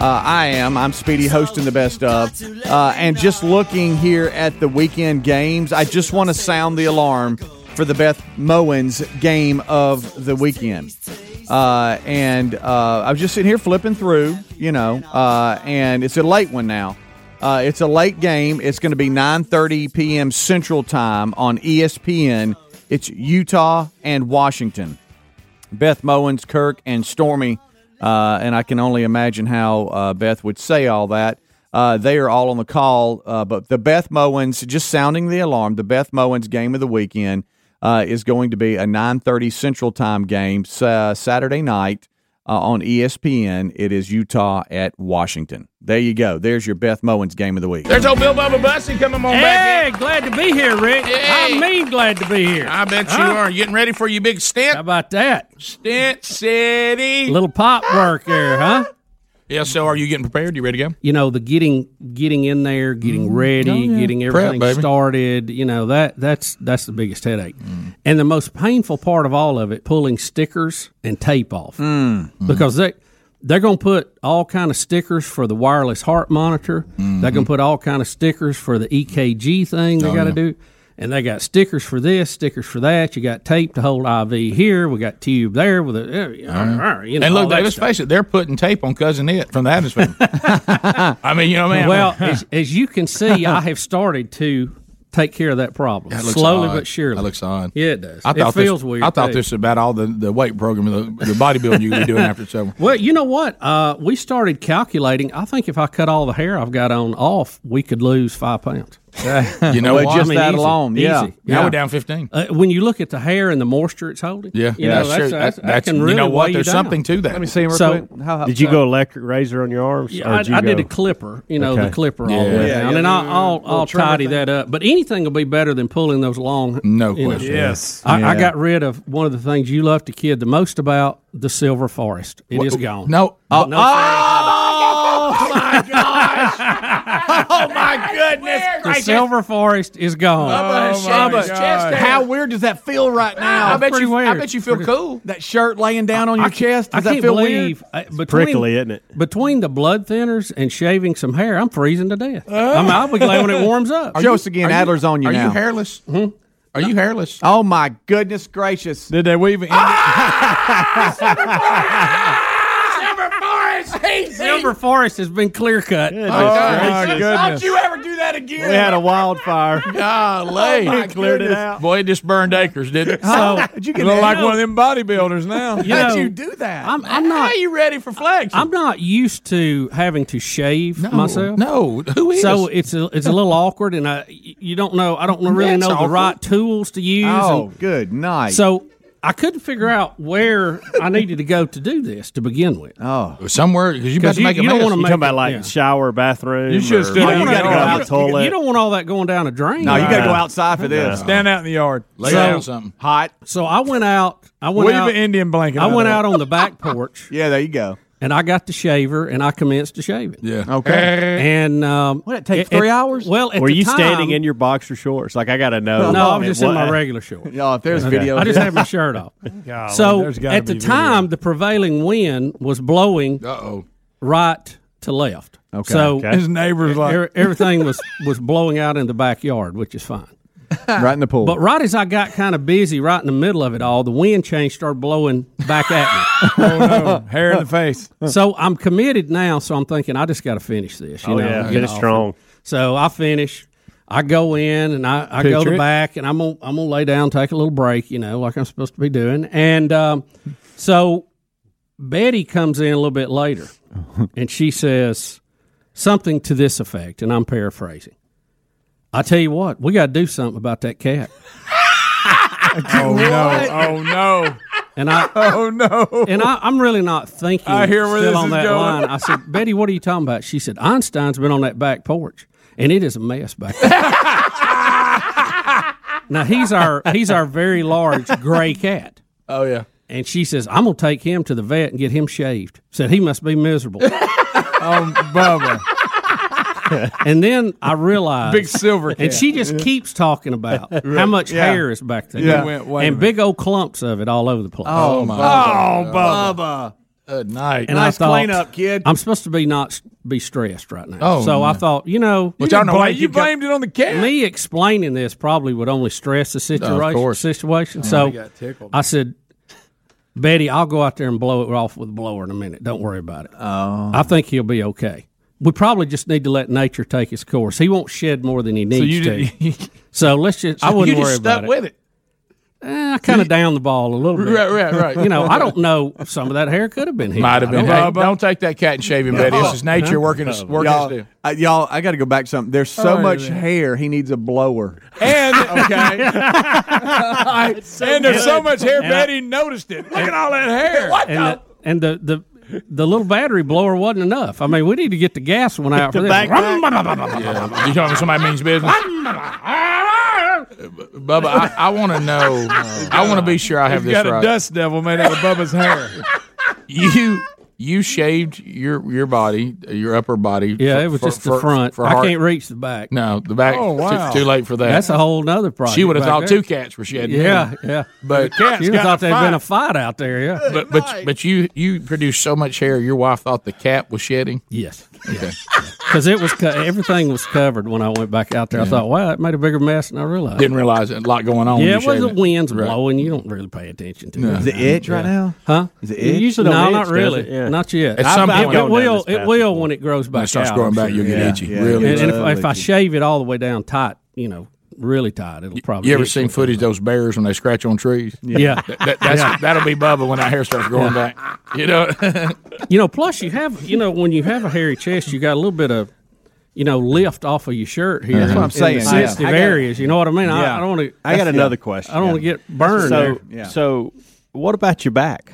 Uh, I am. I'm Speedy hosting the best of, uh, and just looking here at the weekend games. I just want to sound the alarm for the Beth Mowens game of the weekend. Uh, and uh, I was just sitting here flipping through, you know, uh, and it's a late one now. Uh, it's a late game. It's going to be 9:30 p.m. Central Time on E ESPN. It's Utah and Washington. Beth Mowens, Kirk, and Stormy. Uh, and I can only imagine how uh, Beth would say all that. Uh, they are all on the call. Uh, but the Beth Mowens, just sounding the alarm, the Beth Mowens game of the weekend uh, is going to be a 9.30 Central Time game sa- Saturday night uh, on ESPN. It is Utah at Washington. There you go. There's your Beth Mowens game of the week.
There's old Bill Bubba Bussy coming on back.
Hey, glad to be here, Rick. I mean, glad to be here.
I bet you
Huh?
are getting ready for your big stint. How
about that?
Stint City.
Little pop work there, huh?
Yeah. So, are you getting prepared? You ready to go?
You know the getting getting in there, getting ready,
Oh, yeah.
getting
Prep,
everything
baby.
started. You know that that's that's the biggest headache, and the most painful part of all of it, pulling stickers and tape off,
Mm.
because they they're going to put all kind of stickers for the wireless heart monitor. They're
Mm-hmm.
going to put all kind of stickers for the EKG thing. They
Oh,
got to
yeah.
do. And they got stickers for this, stickers for that. You got tape to hold IV here. We got tube there with a. uh, you know,
Uh-huh. and
all
look,
that
they- let's face it, they're putting tape on Cousin It from the Adams family. I mean, you know what I mean?
Well, as, as you can see, I have started to take care of that problem
That looks
slowly
odd.
but surely.
That looks odd.
Yeah, it does.
I
it
thought
feels
this,
weird.
I thought
too.
this was about all the, the weight program, the, the bodybuilding you could be doing after summer.
Well, you know what? Uh, we started calculating. I think if I cut all the hair I've got on off, we could lose five pounds.
You know
Well,
what? I
just
mean,
that
easy.
alone,
Easy.
yeah.
Now we're down 15.
Uh, when you look at the hair and the moisture it's holding,
Yeah.
you
Yeah, that's
know, that's,
true.
that's,
That-
that
that's-
can
you
really
know what?
weigh
There's
down.
something to that. Let me see him real
So-
quick. How- how-
Did you go electric razor on your arms?
Yeah,
or
I,
you
I did
go-
a clipper, you know, the
Okay.
clipper all the
Yeah.
way
Yeah,
down,
yeah,
and I'll, I'll,
little
I'll
trimmer
tidy
thing.
that up. But anything will be better than pulling those long.
No
you know.
question. Yes.
I, I
Yeah.
got rid of one of the things you loved to kid the most about the silver forest. It
Wha-
is gone.
No. uh,
oh, no,
Oh my
gosh!
Oh my goodness!
the silver Oh, forest is gone.
Oh,
How weird does that feel right now?
I bet Pretty you- I weird.
bet you feel
Pretty-
cool. That shirt laying down on your chest.
I
Does
can't
that feel
believe
weird?
I- between,
prickly, isn't it?
Between the blood thinners and shaving some hair, I'm freezing to death. I
Uh.
mean, I'll be glad when it warms up.
Show us again. Adler's on you
are you Hmm?
now.
hairless? Are you hairless?
Oh my goodness gracious!
Did they weave it?
Ah!
Silver
Oh,
Forest, he,
Silver Forest has been clear cut. Oh,
Don't you ever do that again?
We had a wildfire.
Golly.
Oh, my Cleared it goodness. out.
Boy, it just burned acres, didn't it?
So-
Did
You
you
get
look
that-
like
you know-
one of them bodybuilders now.
You How'd know- you
do that?
I'm, I'm not.
you ready for flex?
I'm not used to having to shave myself.
No, who is?
So it's a, it's a little awkward, and I you don't know. I don't really
That's
know
awkward.
the right tools to use.
Oh,
and-
good night.
so I couldn't figure out where I needed to go to do this to begin with.
Oh,
somewhere because
you you, you don't want to
You
make
talking about
it-
like
yeah.
shower, bathroom?
You should've
or-
stood
You
up.
don't
You
wanna
gotta
go
go
out
out.
the toilet.
You don't want all that going down a drain.
No, you got to go
No.
outside for this.
Stand out in the yard. Lay
So-
down something.
Hot.
So I went out. I went
Wave
out.
an Indian blanket.
I went
of
out on the back porch
Yeah, there you go.
and I got the shaver and I commenced to shave it.
Yeah.
Okay.
And um,
What, it take three hours?
Well, at
Were
the
you
time-
standing in your boxer shorts? Like I gotta know.
No, I was just in my
What-
regular shorts.
Y'all, if there's
Okay.
video,
I just had my shirt off. so at the time, the prevailing wind was blowing
Uh-oh.
right to left.
Okay.
So
Okay.
His neighbor's like,
er- everything was was blowing out in the backyard, which is fine.
right in the pool.
But right as I got kind of busy, right in the middle of it all, the wind change started blowing back at me.
Oh, hair in the face.
so I'm committed now. So I'm thinking I just got to finish this. You
Oh
know,
yeah,
get
finish
off.
strong.
So I finish. I go in and I, I go
Picture
to
it.
back and I'm gonna, I'm gonna lay down, take a little break, you know, like I'm supposed to be doing. And um, so Betty comes in a little bit later and she says something to this effect, and I'm paraphrasing. I tell you what, we got to do something about that cat.
Oh no! Oh no!
And I
Oh no!
and I, I'm really not thinking.
I hear where
still
this
on
is
that
going.
line. I said, Betty, what are you talking about? She said, Einstein's been on that back porch, and it is a mess back there. now he's our he's our very large gray cat,
Oh yeah!
and she says, I'm gonna take him to the vet and get him shaved. Said he must be miserable.
Um, Bubba,
and then I realized.
big silver.
and she just keeps talking about how much
Yeah.
hair is back there,
Yeah. Wait, wait a
and big old clumps of it all over the place.
Oh my!
Oh,
God.
Bubba.
Good night.
And
Nice
I thought,
cleanup, kid.
I'm supposed to be not be stressed right now.
Oh,
so I
no.
thought, you know,
Which I don't know why you
got-
blamed it on the cat.
me explaining this probably would only stress the situation.
course. Oh,
situation. so I said, Betty, I'll go out there and blow it off with a blower in a minute. Don't worry about it. Oh. I think he'll be okay. We probably just need to let nature take its course. He won't shed more than he needs
you
to.
didn't-
so let's just. I wouldn't
you
worry
just
about
stuck
it.
with it.
Eh, I kind of down the ball a little bit.
Right, right, right.
You know, I don't know. Some of that hair could have been here.
Might have been.
Bubba.
Hey, don't take that cat and shave him, Betty. This is nature working. us- Working. us
Y'all,
do.
I, y'all, I got to go back to something. There's so
Oh,
much
yeah.
hair, he needs a blower.
And
Okay,
and there's so much hair.
And I-
Betty noticed it. Look at all that hair.
What
and
the?
the, and the the the little battery blower wasn't enough. I mean, we need to get the gas one out for this.
You talking somebody means business? Bubba, I, I want to know. I want to be sure I have this right.
devil made out of Bubba's hair.
You you shaved your your body, your upper body.
Yeah,
for-
it was
for-
just the
for-
front.
for
I
heart-
can't reach the back.
No, the back.
Oh, wow.
too, too late for that.
That's a whole nother problem.
she would have thought two cats were shedding.
Yeah,
hair.
yeah.
but
She would have thought there'd been a fight out there. Yeah.
But but but you you produced so much hair. Your wife thought the cat was shedding.
Yes. Because it was co- everything was covered when I went back out there. I thought, wow, it made a bigger mess than I realized.
Didn't realize it. A lot going on. when
yeah,
you
it was the
shaved
winds
Right.
blowing. You don't really pay attention to
is
it,
it itch right now?
huh?
Is it
You
itch?
usually
no,
don't
not
itch, does
really,
it? Yeah.
not yet.
At some
I- I-
point-
it will.
Down this
It
path
will when it grows back.
When it starts
out,
growing
I'm
back,
sure.
you'll get
Yeah,
itchy.
yeah.
Really.
And, and
Really
if, if I
itchy.
shave it all the way down tight, you know, really tight, it'll probably.
You ever
itch
seen
with it.
footage of those bears when they scratch on trees?
Yeah.
That, that, that's, That'll be Bubba when our hair starts growing back. You know,
you know, plus you have, you know, when you have a hairy chest, you got a little bit of, you know, lift off of your shirt here.
That's what
in-
I'm saying,
In the
yeah.
sensitive
I got-
areas. You know what I mean? I, I don't want to.
I got another question.
I don't want to
Yeah.
get burned.
So,
there.
so what about your back?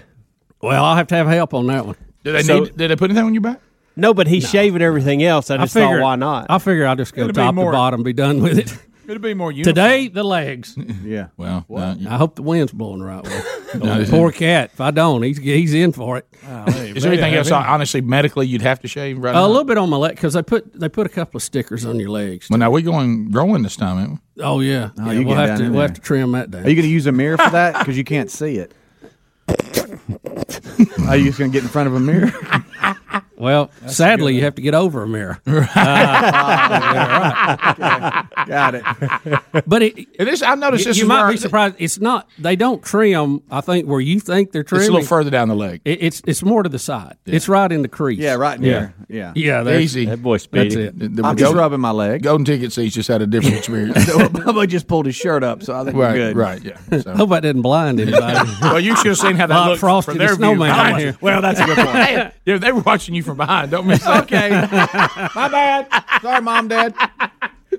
Well, I'll have to have help on that one.
Do they
So-
need? Did they put anything on your back?
No, but he's shaving everything else. I
I
just
figure
thought, why not?
I figure I'll just go
It'd be
top
more-
to bottom, be done with it.
It'd be more uniform.
Today, the legs.
yeah.
Well,
I hope the wind's blowing the right way. Oh,
No, it
poor cat. If I don't, he's he's in for it.
Oh,
Is there anything else? Honestly, medically, you'd have to shave right
a
now.
little bit on my leg because they put they put a couple of stickers on your legs.
Well, now we're going growing this time, ain't we?
Oh yeah,
Oh,
Yeah,
you get
we'll have
down
to
in
we'll
there.
have to trim that down.
Are you going to use a mirror for that? Because you can't see it. Are you just going to get in front of a mirror?
well, sadly, you have to get over a mirror. Uh,
Got it.
But it,
it is. I noticed
you,
this
you
is
might
where-
be surprised. It's not. They don't trim. I think where you think they're
a
trimming.
little further down the leg.
It, it's it's more to the side. It's right in the crease. Yeah,
right
in there.
Yeah.
Yeah. that's-
easy.
That's it.
The- the-
I'm just
Golden-
rubbing my leg.
Golden ticket seats just had a different experience.
Bubba just pulled his shirt up, so I think we're
right,
good.
right, yeah. So.
Hope I didn't blind anybody.
well, you should have seen how that
Bob
looked
Frosty
from
the
their view.
Snowman
Behind
over
you.
here. Well, that's a good point.
Hey, yeah, they were watching you from behind. Don't miss that.
Okay. My bad. Sorry, mom, dad.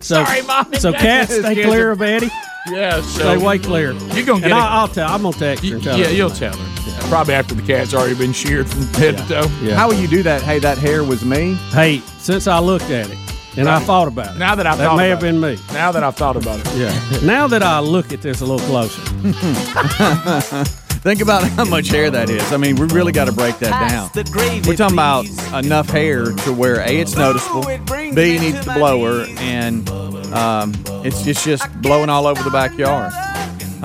So,
Sorry, Mom and
So
Dad.
cats stay
Excuse
clear
me.
of Eddie.
Yeah,
Stay way clear.
You're gonna get
And
a-
I, I'll tell. I'm gonna text her. And tell
yeah,
her.
you'll tell her. Probably after the cat's already been sheared from head to toe.
How will you do that? Hey, that hair was me.
Hey, since I looked at it and I thought about it,
Now that I've
that
thought
may
about
have been me.
Now that I've thought about it.
Yeah. now that I look at this a little closer,
Think about how much hair that is. I mean, we really got to break that down. We're talking about enough hair to where A, it's noticeable, B, you need the blower, and um, it's, it's just blowing all over the backyard.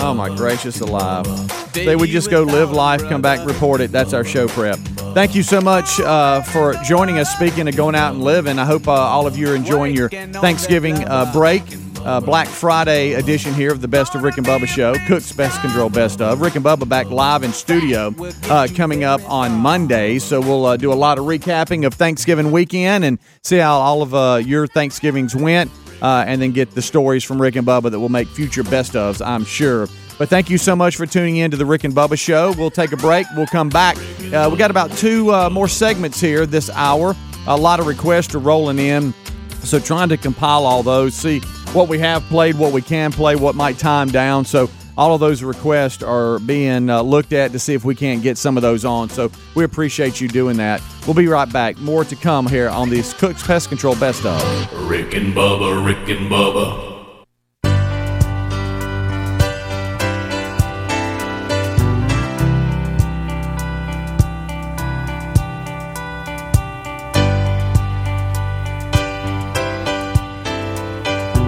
Oh, my gracious alive. They would just go live life, come back, report it. That's our show prep. Thank you so much uh, for joining us. Speaking of going out and living, I hope uh, all of you are enjoying your Thanksgiving uh, break uh, Black Friday edition here of the Best of Rick and Bubba show. Cook's Best Control Best of. Rick and Bubba back live in studio uh, coming up on Monday. So we'll uh, do a lot of recapping of Thanksgiving weekend and see how all of uh, your Thanksgivings went uh, and then get the stories from Rick and Bubba that will make future best ofs, I'm sure. But thank you so much for tuning in to the Rick and Bubba Show. We'll take a break. We'll come back. Uh, we got about two uh, more segments here this hour. A lot of requests are rolling in. So trying to compile all those, see what we have played, what we can play, what might time down. So all of those requests are being uh, looked at to see if we can't get some of those on. So we appreciate you doing that. We'll be right back. More to come here on this Cook's Pest Control Best of.
Rick and Bubba, Rick and Bubba,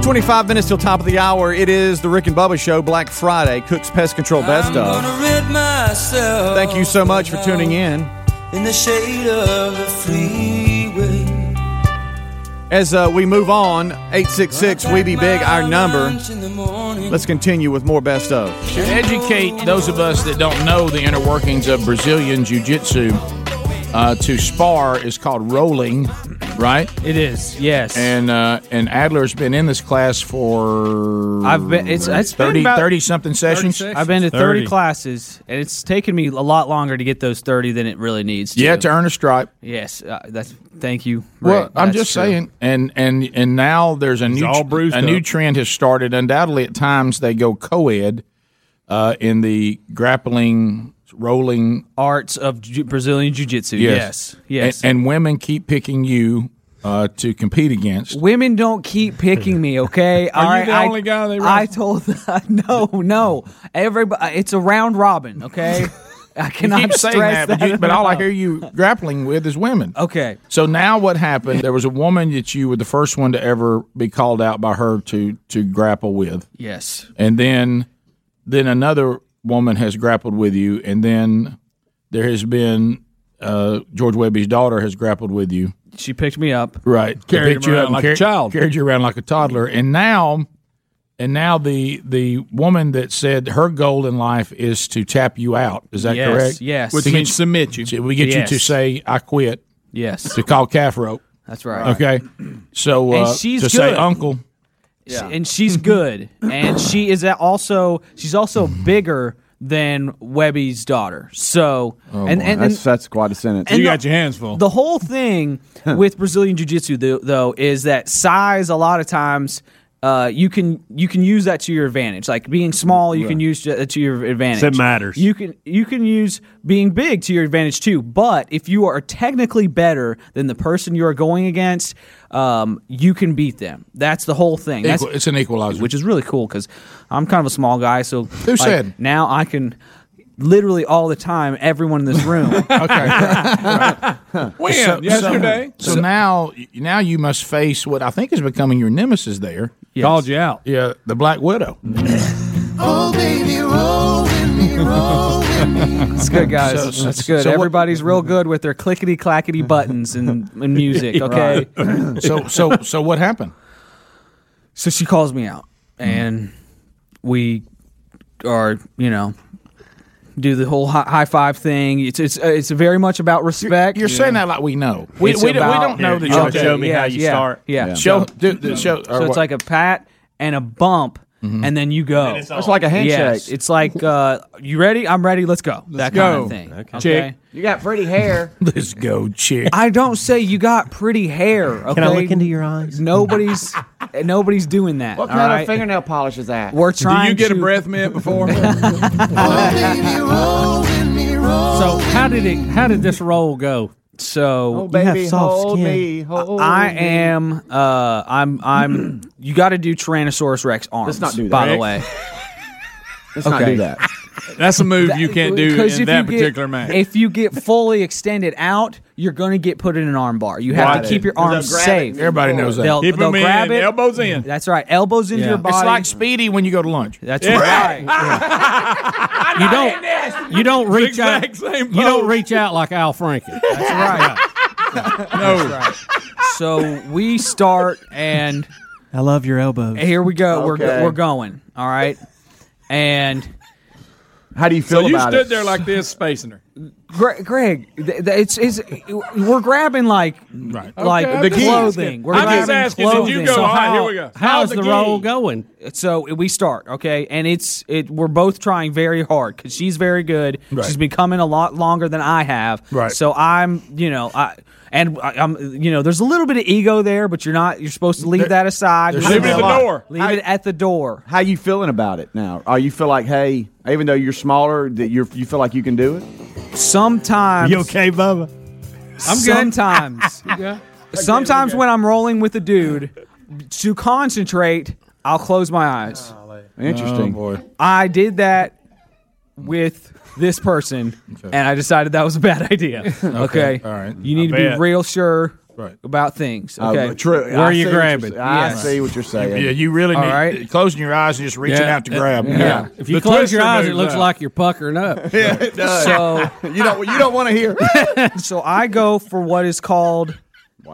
Twenty-five minutes till top of the hour. It is the Rick and Bubba Show, Black Friday, Cook's Pest Control Best of. Thank you so much for tuning in.
In the shade of the freeway.
As uh, we move on, eight six six we be big our number.
Lunch in the morning.
Let's continue with more best of.
To educate those of us that don't know the inner workings of Brazilian Jiu Jitsu, uh, to spar is called rolling, right?
It is, yes.
And uh, and Adler's been in this class for
I've been- it's- it's been
30,
about-
30 something sessions.
I've
I've
been to 30, classes, and it's taken me a lot longer to get those 30 than it really needs to.
Yeah, to earn a stripe.
Yes, uh, that's thank you.
Well,
Ray.
I'm
That's
just
true.
saying, and and and now there's a
He's
new
all bruised
a new
up.
trend has started. Undoubtedly, at times they go co-ed uh, in the grappling, rolling
arts of ju- Brazilian jiu-jitsu. Yes. Yes.
And, and women keep picking you uh, to compete against.
Women don't keep picking me, okay?
Are you the
I,
only guy they
I told no, no.
uh,
Everybody, it's a round robin, okay? I cannot
you keep
stress
saying that, but, you- but all I
enough.
hear you grappling with is women.
Okay.
So now what happened? There was a woman that you were the first one to ever be called out by her to to grapple with.
Yes.
and then then another woman has grappled with you, and then there has been uh, George Webby's daughter has grappled with you.
She picked me up,
right?
Carried
Picked
him
you
around
up and
like a
carri-
child.
carried you around like a toddler, and now. And now the the woman that said her goal in life is to tap you out. Is that
Yes,
correct?
yes.
To
Which
get
means
you-
submit you.
to- We get
Yes.
you to say I quit.
Yes.
To call calf rope.
That's right.
Okay. So uh,
And she's
to say
good.
uncle.
and she's good, and she is a- also she's also bigger than Webby's daughter. So,
Oh,
and,
boy,
and,
that's,
and-
that's quite a sentence.
and the- The whole thing with Brazilian jiu-jitsu tho- though is that size a lot of times uh, you can you can use that to your advantage. Like being small, you can
Right.
use that to your advantage.
It matters.
You can you can use being big to your advantage too. But if you are technically better than the person you are going against, um, you can beat them. That's the whole thing. That's-
Equal- it's an equalizer.
which is really cool because I'm kind of a small guy. So
Who said?
now I can. Literally all the time, everyone in this room.
When?
yesterday.
So, now, now you must face what I think is becoming your nemesis. There
called you out.
Yeah, the Black Widow.
Oh, baby, roll with me, roll with me.
That's good, guys.
So- so-
That's good.
so what-
Everybody's real good with their clickety clackety buttons and, and music. Okay.
Right. so so so what happened?
So she calls me out, and we are, you know, do the whole hi- high five thing. It's it's uh, it's very much about respect.
You're saying that like we know. We,
It's
we, don't, we
about-
don't know that.
Okay, yeah, yeah, Yeah.
Show. Do, do- show
So it's like a pat and a bump,
Mm-hmm.
and then you go.
it's It's on. like a handshake.
Oh. Yes, it's like uh, you ready? I'm ready. Let's go. that kind of thing. Okay.
You got pretty hair.
Let's go, chick.
I don't say you got pretty hair. Okay?
Can I look into
your eyes? Nobody's nobody's doing that.
What
all
kind
right?
of fingernail polish is that?
We're trying. to-
mint before?
Oh,
So how did it? How did this roll go?
So
you have soft skin.
Oh, hold
I am. Uh, I'm. I'm. you got to do Tyrannosaurus Rex
Let's
arms.
not do that.
By the
Rick.
way,
Let's not do that.
That's a move you
That-
can't do
because
in
if
that
you get-
particular match.
If you get fully extended out, you're going to get put in an arm bar. You have
Got
to
it.
keep your
They'll
arms
grab it
safe.
and Everybody knows that.
They'll,
Keep 'em
they'll
in,
grab it.
elbows in.
That's right. Elbows into
Yeah.
your
It's
body.
like Speedy when you go to lunch.
That's
Yeah.
right.
You don't. You don't reach out.
exact same
You don't
pose.
reach out like Al Franken.
no. So we start and
I love your elbows.
here we go.
Okay.
We're we're going. All right. And
How do you
So you stood there like this, spacing her.
Greg, Greg th- th- it's, it's we're grabbing like right. like
Okay, I'm
the
just
clothing.
asking.
We're
I'm
grabbing
just asking, did you
clothing.
go, all right, here we go. How's the
roll
gi?
going? So we start, okay, and it's it. We're both trying very hard because she's very good.
Right.
She's been coming a lot longer than I have.
Right.
So I'm, you know, I. And I, I'm, you know, there's a little bit of ego there, but you're not. You're supposed to leave that aside.
there's
You're
Leave it at
supposed
the
to-
door.
Leave it at the door.
How you feeling about it now? Are you feel like, hey, even though you're smaller, that you you feel like you can do it?
Sometimes.
You okay, Bubba?
I'm Sometimes. Sometimes when I'm rolling with a dude, to concentrate, I'll close my eyes.
Interesting.
Oh, boy.
I did that with this person, and I decided that was a bad idea. Okay.
all right.
You need
I
to
bet.
be real sure
Right.
about things.
Uh,
Okay.
true. Where I are you see what you're grabbing? saying. I see
what you're saying.
Yeah, you really need
All right.
closing your eyes and just reaching
Yeah.
out to grab.
Yeah.
If you close your eyes, it looks
like.
like you're puckering up.
Yeah, it does.
So
you don't you don't want to hear.
so I go for what is called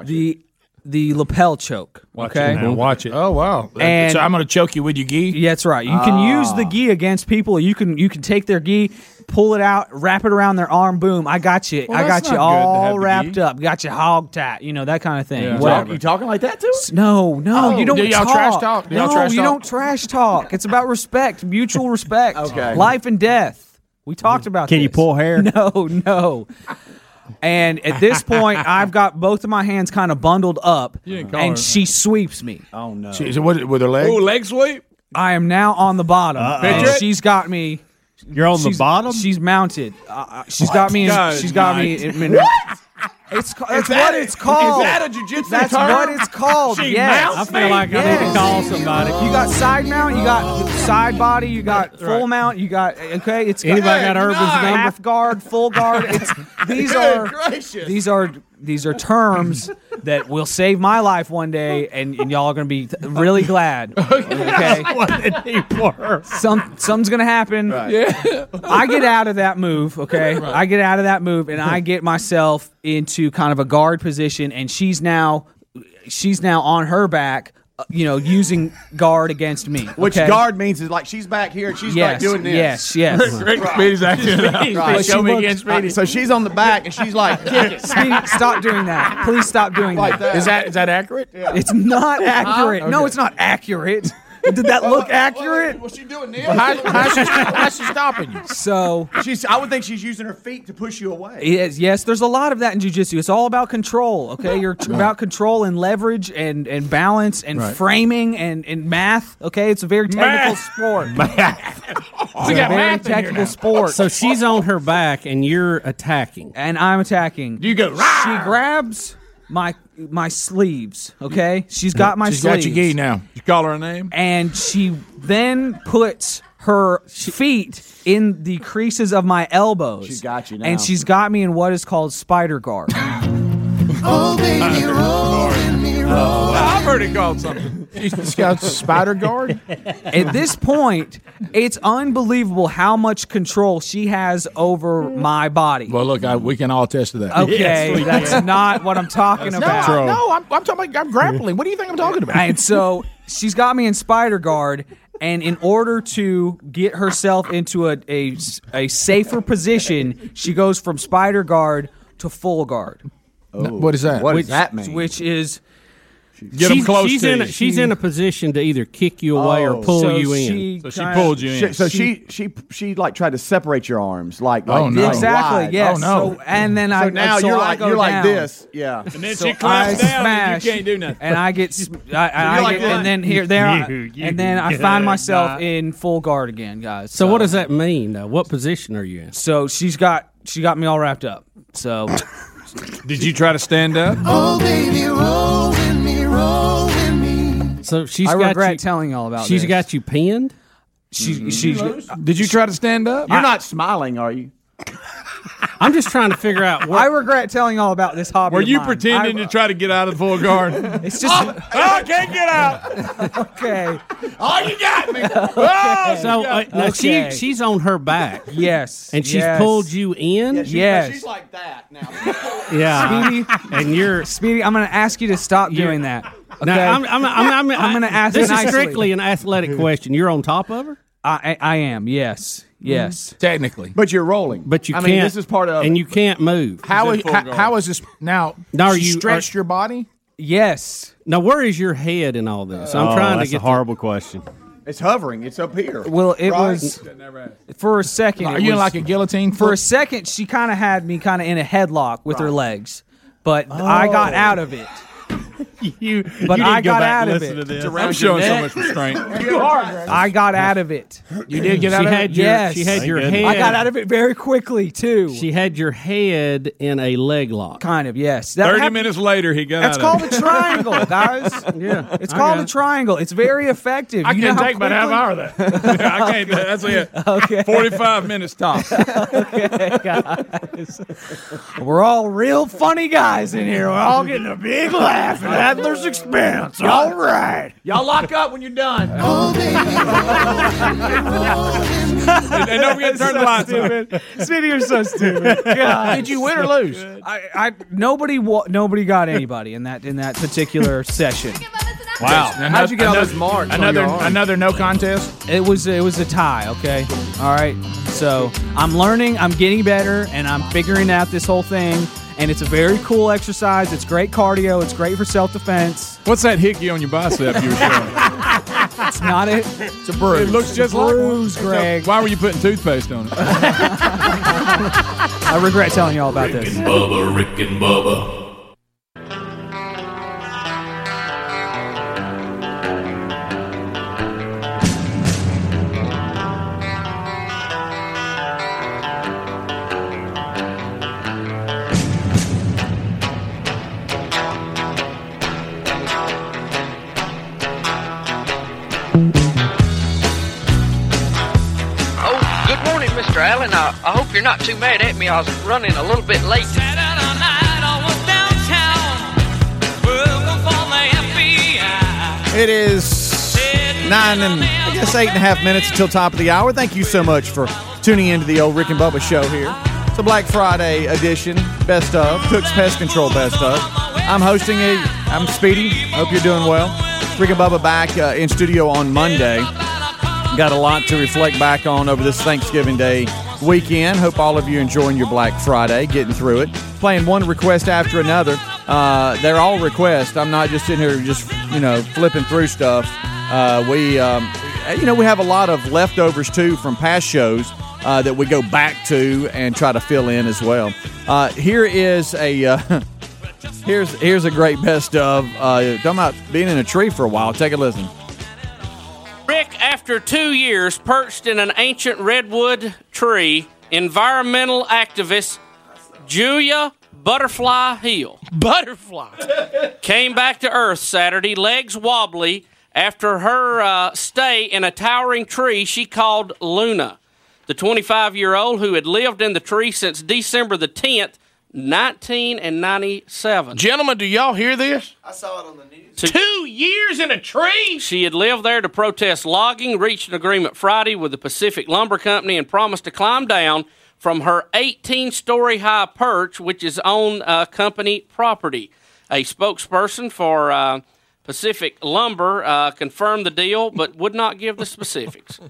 the the lapel choke. okay.
watch it. Oh wow!
And-
so I'm going to choke you with your gi.
Yeah, that's right. You can
Oh.
Ah.
use the gi against people. You can you can take their gi, pull it out, wrap it around their arm. Boom! I got you.
Well,
I
that's
got you
not good to have
all
the
wrapped up. Got you hog tight. You know that kind of thing.
Yeah.
Well,
Talk- you
talking like that too?
No, no,
Oh,
you don't
do y'all
talk.
trash talk? Do y'all
no,
trash
you
talk?
don't trash talk. It's about respect, mutual respect.
Okay.
Life and death. We talked about
Can you
this.
pull hair?
No, no. And at this point, I've got both of my hands kind of bundled up,
You didn't call
and
her.
she sweeps me.
Oh no!
She, so what with her leg?
Oh, leg sweep.
I am now on the bottom. and
Picture it.
she's got me.
You're on the
she's-
bottom?
She's mounted. Uh, uh, she's got me. In,
Guys,
she's got
Mike.
me. In, in, It's ca- that's what it's called.
Is that a jujitsu
That's
term?
what it's called.
She
yes.
mounts I feel me. like I need
yes.
to call somebody.
You got side mount. You got side body. You got full mount. You got okay. It's
Anybody got Urban's number?
half guard, full guard. It's these are these are these are terms that will save my life one day, and, and y'all are gonna be th- really glad. Okay, some something's gonna happen.
Yeah.
I get out of that move, okay? I get out of that move and I get myself into kind of a guard position and she's now she's now on her back, uh, you know, using guard against me.
Which
okay?
guard means is like she's back here and she's
Yes,
like doing this.
yes, yes. Rick- Rick
Speedy's acting
out. Right.
She
Show me
looks-
again, Speedy.
So she's on the back and she's like, kick it.
Speedy, stop doing that. Please stop doing
Like
that.
that. Is that-
is that accurate?
It's not accurate.
Huh?
No,
Okay.
it's not accurate. Did that look accurate?
What's she doing,
Neil? How- how's she- how's she stopping you? So-
she's. I would think she's using her feet to push you away.
Yes, yes, there's a lot of that in jujitsu. It's all about control, okay? You're tr- about control and leverage and, and balance and
Right.
framing and, and math, okay? It's a very technical
Math.
sport. Math. It's a very technical sport.
So she's on her back and you're attacking.
And I'm attacking.
You go.
She grabs my my sleeves. Okay, she's got my
She's got
sleeves.
your gi now. You call her a name,
and she then puts her feet in the creases of my elbows. She's got you
now.
and she's got me in what is called spider guard.
Oh baby, rolling me, rolling.
Oh, I've heard it called something. She's got spider guard.
At this point, it's unbelievable how much control she has over my body.
Well, look, I, we can all attest to that.
Okay, that's not what I'm talking
No,
about.
I- no,
I'm, I'm talking about I'm
grappling. What do you think I'm talking about?
And so she's got me in spider guard, and in order to get herself into a, a, a safer position, she goes from spider guard to full guard.
Oh. What is that? What does
Which-
that mean?
Which is
She's- she's in a, she's in a position to either kick you away or pull you in.
oh. She, so she, she she like tried to separate your arms, like, like
Oh, no.
like
Exactly.
wide.
Yes. Oh, So, and then
So
I
now
so
you're
I
like
go
you're like
down.
this, yeah.
And then she climbs down and you can't do nothing. And I get, sm- I, I, I
You're like
get-
that.
and then here, there, I-
You- you
and then I
get
find
it.
myself in full guard again, guys.
So what does that mean? Though? What position are you in?
So she's got she got me all wrapped up. So
did you try to stand up?
Oh baby, rolling me, rolling me.
So she's
I
got
regret
you,
telling y'all about
She's
this.
got you pinned.
She
Mm-hmm.
Mm-hmm.
she's
Did you try to stand up?
You're not smiling, are you?
I'm just trying to figure out. What,
I regret telling all about this hobby.
Were
of
you
mine.
pretending
I-
to try to get out of the full guard?
It's just
I Oh, can't get out.
okay.
Oh, you got me.
So uh, now
Oh, Okay.
she she's on her back.
Yes,
and she's
yes.
pulled you in.
Yeah, she- Yes. she's
like that now.
Yeah.
Speedy,
and you're
Speedy. I'm going to ask you to stop doing that. Okay,
Now, I'm, I'm, I'm, I'm,
going to ask.
This
nicely.
is strictly an athletic question. You're on top of her. Mm-hmm.
I I, I am. Yes. Yes.
Technically,
but you're rolling.
But you
I
can't.
mean, this is part of
and
it.
you can't move.
How is how, how is this now?
Now are
she
you-
stretched your body?
Yes.
Now where is your head in all this? I'm
Oh,
trying
that's
to get
a horrible question.
It's hovering. It's up here.
Well, it was for a second.
Are
it
you
was-
like a guillotine?
For a second, she kind of had me kind of in a headlock with her legs, but I got
Oh.
out of it.
you,
but
you
I
didn't go
got
back
out
and
of
listen to
it.
this. I'm Around showing your so neck. much restraint.
you are. Greg. I got out of it.
You did get She out of had it? your-
yes.
she had Thank your goodness.
I
head-
got out of it very quickly too.
She had your head in a leg lock.
Kind of, yes.
Thirty
happened-
minutes later, he got.
That's
out of
called
it.
a triangle, guys.
yeah,
It's
I
called
got
a
it.
triangle. It's very effective.
I
You
can
know how
take about half
quickly-
hour of that. Yeah, I can't. That's it.
Okay.
Forty-five minutes tops.
okay, guys. We're all real funny guys in here. We're all getting a big laugh at Adler's expense. All right.
Y'all lock up when you're done. Oh
and, and don't forget to turn the lights on.
Smitty, you're so stupid.
Did you win or lose?
I, I nobody wa- nobody got anybody in that in that particular session.
Wow.
How'd you get all
Another-
those marks? on
Another
your arm?
another no contest.
It was it was a tie. Okay, all right. So I'm learning, I'm getting better, and I'm figuring out this whole thing. And it's a very cool exercise. It's great cardio. It's great for self defense.
What's that hickey on your bicep you were showing?
It's not it.
It's a bruise. It looks just like bruise,
Greg.
Why were you putting toothpaste on it?
I regret telling y'all about this.
Bubba, Rick and Bubba.
Oh, good morning, Mr. Allen. I, I hope you're not too mad at me. I was running a little bit late.
It is nine and I guess eight and a half minutes until top of the hour. Thank you so much for tuning into the old Rick and Bubba show here. It's a Black Friday edition, best of Cook's Pest Control, best of. I'm hosting it. I'm Speedy. Hope you're doing well. Rick and Bubba back uh, in studio on Monday. Got a lot to reflect back on over this Thanksgiving Day weekend. Hope all of you enjoying your Black Friday, getting through it, playing one request after another. Uh, they're all requests. I'm not just sitting here just you know flipping through stuff. Uh, we, um, you know, we have a lot of leftovers too from past shows uh, that we go back to and try to fill in as well. Uh, here is a. Uh, Here's here's a great best of uh, talking about being in a tree for a while. Take a listen.
Rick, after two years perched in an ancient redwood tree, environmental activist Julia Butterfly Hill
Butterfly.
came back to Earth Saturday, legs wobbly, after her uh, stay in a towering tree she called Luna. The 25 year old who had lived in the tree since December the 10th, 1997.
Gentlemen, do y'all hear this?
I saw it on the news. Two years in a tree? She had lived there to protest logging, reached an agreement Friday with the Pacific Lumber Company, and promised to climb down from her 18 story high perch, which is on uh, company property. A spokesperson for uh, Pacific Lumber uh, confirmed the deal, but would not give the specifics.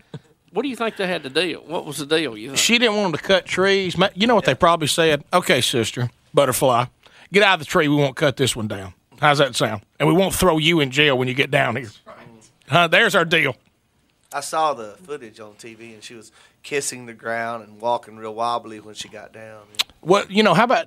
What do you think they had to deal? What was the deal? You think?
She didn't want them to cut trees. Ma- You know what they probably said? Okay, sister, butterfly, get out of the tree. We won't cut this one down. How's that sound? And we won't throw you in jail when you get down here. Huh, there's our deal.
I saw the footage on TV, and she was kissing the ground and walking real wobbly when she got down.
What you know? How about?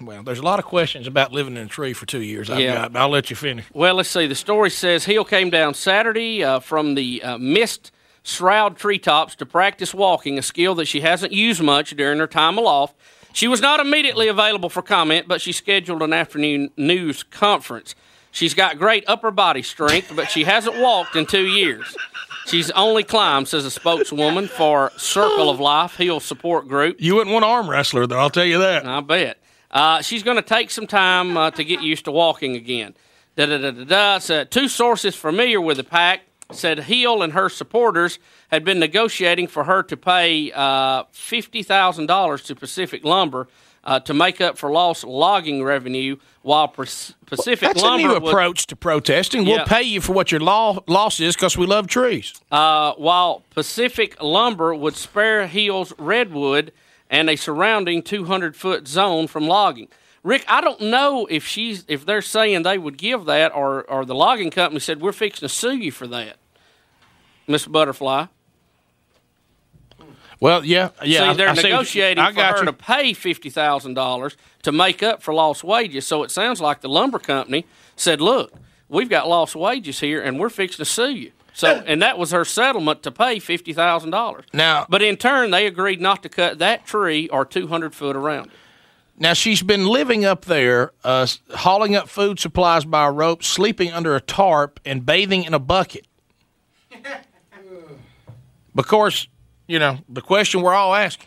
Well, there's a lot of questions about living in a tree for two years. I've
Yeah.
got, but I'll let you finish.
Well, let's see. The story says Hill came down Saturday uh, from the uh, mist shroud treetops to practice walking, a skill that she hasn't used much during her time aloft. She was not immediately available for comment, but she scheduled an afternoon news conference. She's got great upper body strength, but she hasn't walked in two years. She's only climbed, says a spokeswoman for Circle of Life Hill Support Group.
You wouldn't want an arm wrestler, though. I'll tell you that.
I bet. Uh, she's going to take some time uh, to get used to walking again. Da da da da da. So, two sources familiar with the pack said Hill and her supporters had been negotiating for her to pay uh, fifty thousand dollars to Pacific Lumber. Uh, to make up for lost logging revenue, while Pas- Pacific
That's a
Lumber
new
would-
approach to protesting. We'll
Yeah.
pay you for what your law, loss is because we love trees.
uh, while Pacific Lumber would spare Hills Redwood and a surrounding 200 foot zone from logging. Rick, I don't know if she's if they're saying they would give that, or or the logging company said we're fixing to sue you for that, Miss Butterfly.
Well, yeah, yeah.
See, they're
I- I see-
negotiating
I
for
got
her
you.
to pay fifty thousand dollars to make up for lost wages. So it sounds like the lumber company said, "Look, we've got lost wages here, and we're fixing to sue you." So, and that was her settlement to pay fifty thousand dollars.
Now,
but in turn, they agreed not to cut that tree or two hundred foot around. it.
Now she's been living up there, uh, s- hauling up food supplies by a rope, sleeping under a tarp, and bathing in a bucket. Of course, you know the question we're all asking.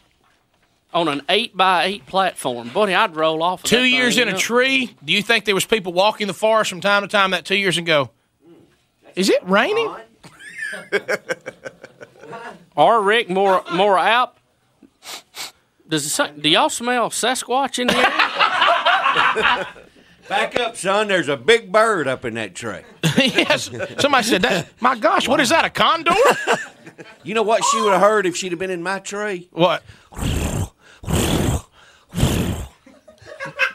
On an eight by eight platform, buddy, I'd roll off. Of
Two
that
years
thing,
in a
you know.
tree. Do you think there was people walking the forest from time to time that two years and go, "Is it raining?"
Or Rick, more more out. Does it, sa- do y'all smell Sasquatch in the air?
Back up, son. There's a big bird up in that tree.
yes. Somebody said that. My gosh, what is that? A condor?
you know what she would have heard if she'd have been in my tree?
What?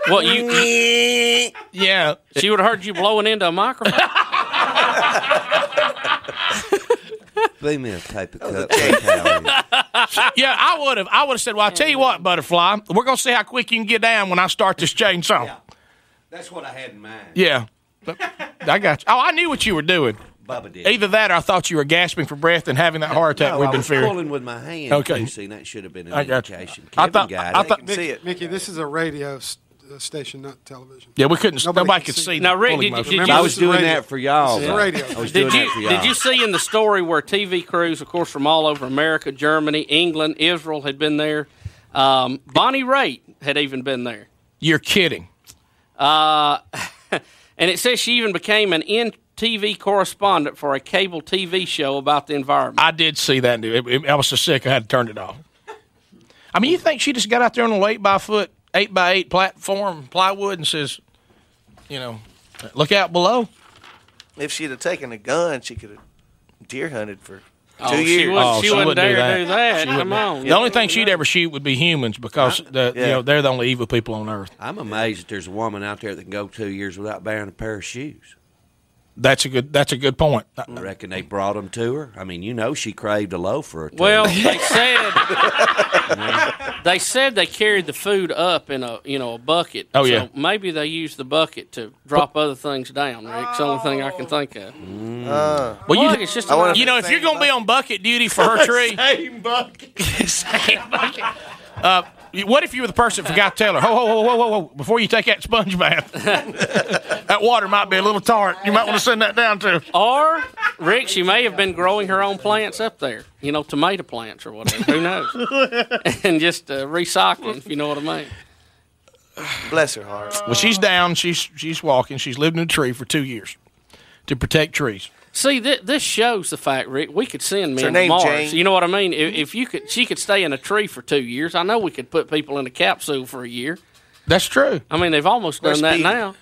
What you? you
yeah,
she would have heard you blowing into a microphone.
Leave me a paper cup. I'll tell you.
yeah, I would have. I would have said, "Well, I tell you what, butterfly, we're gonna see how quick you can get down when I start this chainsaw."
That's what I had in mind.
Yeah. I got you. Oh, I knew what you were doing.
Bubba did.
Either that or I thought you were gasping for breath and having that heart attack
No,
we've
I
been
was
fearing.
pulling with my hand.
Okay.
Okay. See, that should have been an
I got you.
indication.
I
Kevin
thought-
got
I
it.
thought-
Mickey, Mickey, this is a radio s- uh, station, not television.
Yeah, we couldn't. Nobody, could see.
Now,
the
Rick,
pulling
did-
motion.
did you- I was doing that for y'all,
This is though. radio. I
was
did
doing
you
that for y'all.
did you see in the story where TV crews, of course, from all over America, Germany, England, Israel had been there. Um, Bonnie Raitt had even been there.
You're kidding.
Uh, and it says she even became an NTV correspondent for a cable TV show about the environment.
I did see that. dude. It- it- I was so sick I had to turn it off. I mean, you think she just got out there on a eight by foot, eight by eight platform plywood and says, you know, look out below.
If she'd have taken a gun, she could have deer hunted for two
Oh, she
years.
wouldn't- Oh, she she wouldn't
Wouldn't
dare do that.
She wouldn't.
Come on.
The only thing she'd ever shoot would be humans because the, you
Yeah.
know they're the only evil people on earth.
I'm amazed that there's a woman out there that can go two years without wearing a pair of shoes.
That's a good. That's a good point.
I reckon they brought them to her. I mean, you know, she craved a loaf for a
Well, they said they said they carried the food up in a you know a bucket.
Oh,
so
yeah.
Maybe they used the bucket to drop other things down. Rick. It's the only thing I can think of.
Mm.
Uh,
Uh,
well, you,
Look, it's just a-
you know, if you're going to be on bucket duty for her tree, same bucket, same bucket. Uh, you- what if you were the person that forgot to tell her? Ho, ho, ho, ho, ho, ho! Before you take that sponge bath, that water might be a little tart. You might want to send that down to.
Or Rick, she may have been growing her own plants up there. You know, tomato plants or whatever. Who knows? and just uh, recycling, if you know what I mean.
Bless her heart.
Well, she's down. She's she's walking. She's lived in a tree for two years to protect trees.
See, th- this shows the fact, Rick. We could send
It's her
men to
name,
Mars.
Jane.
You know what I mean? If, if you could, she could stay in a tree for two years. I know we could put people in a capsule for a year.
That's true.
I mean, they've almost done
Where's
that
Speedy?
now.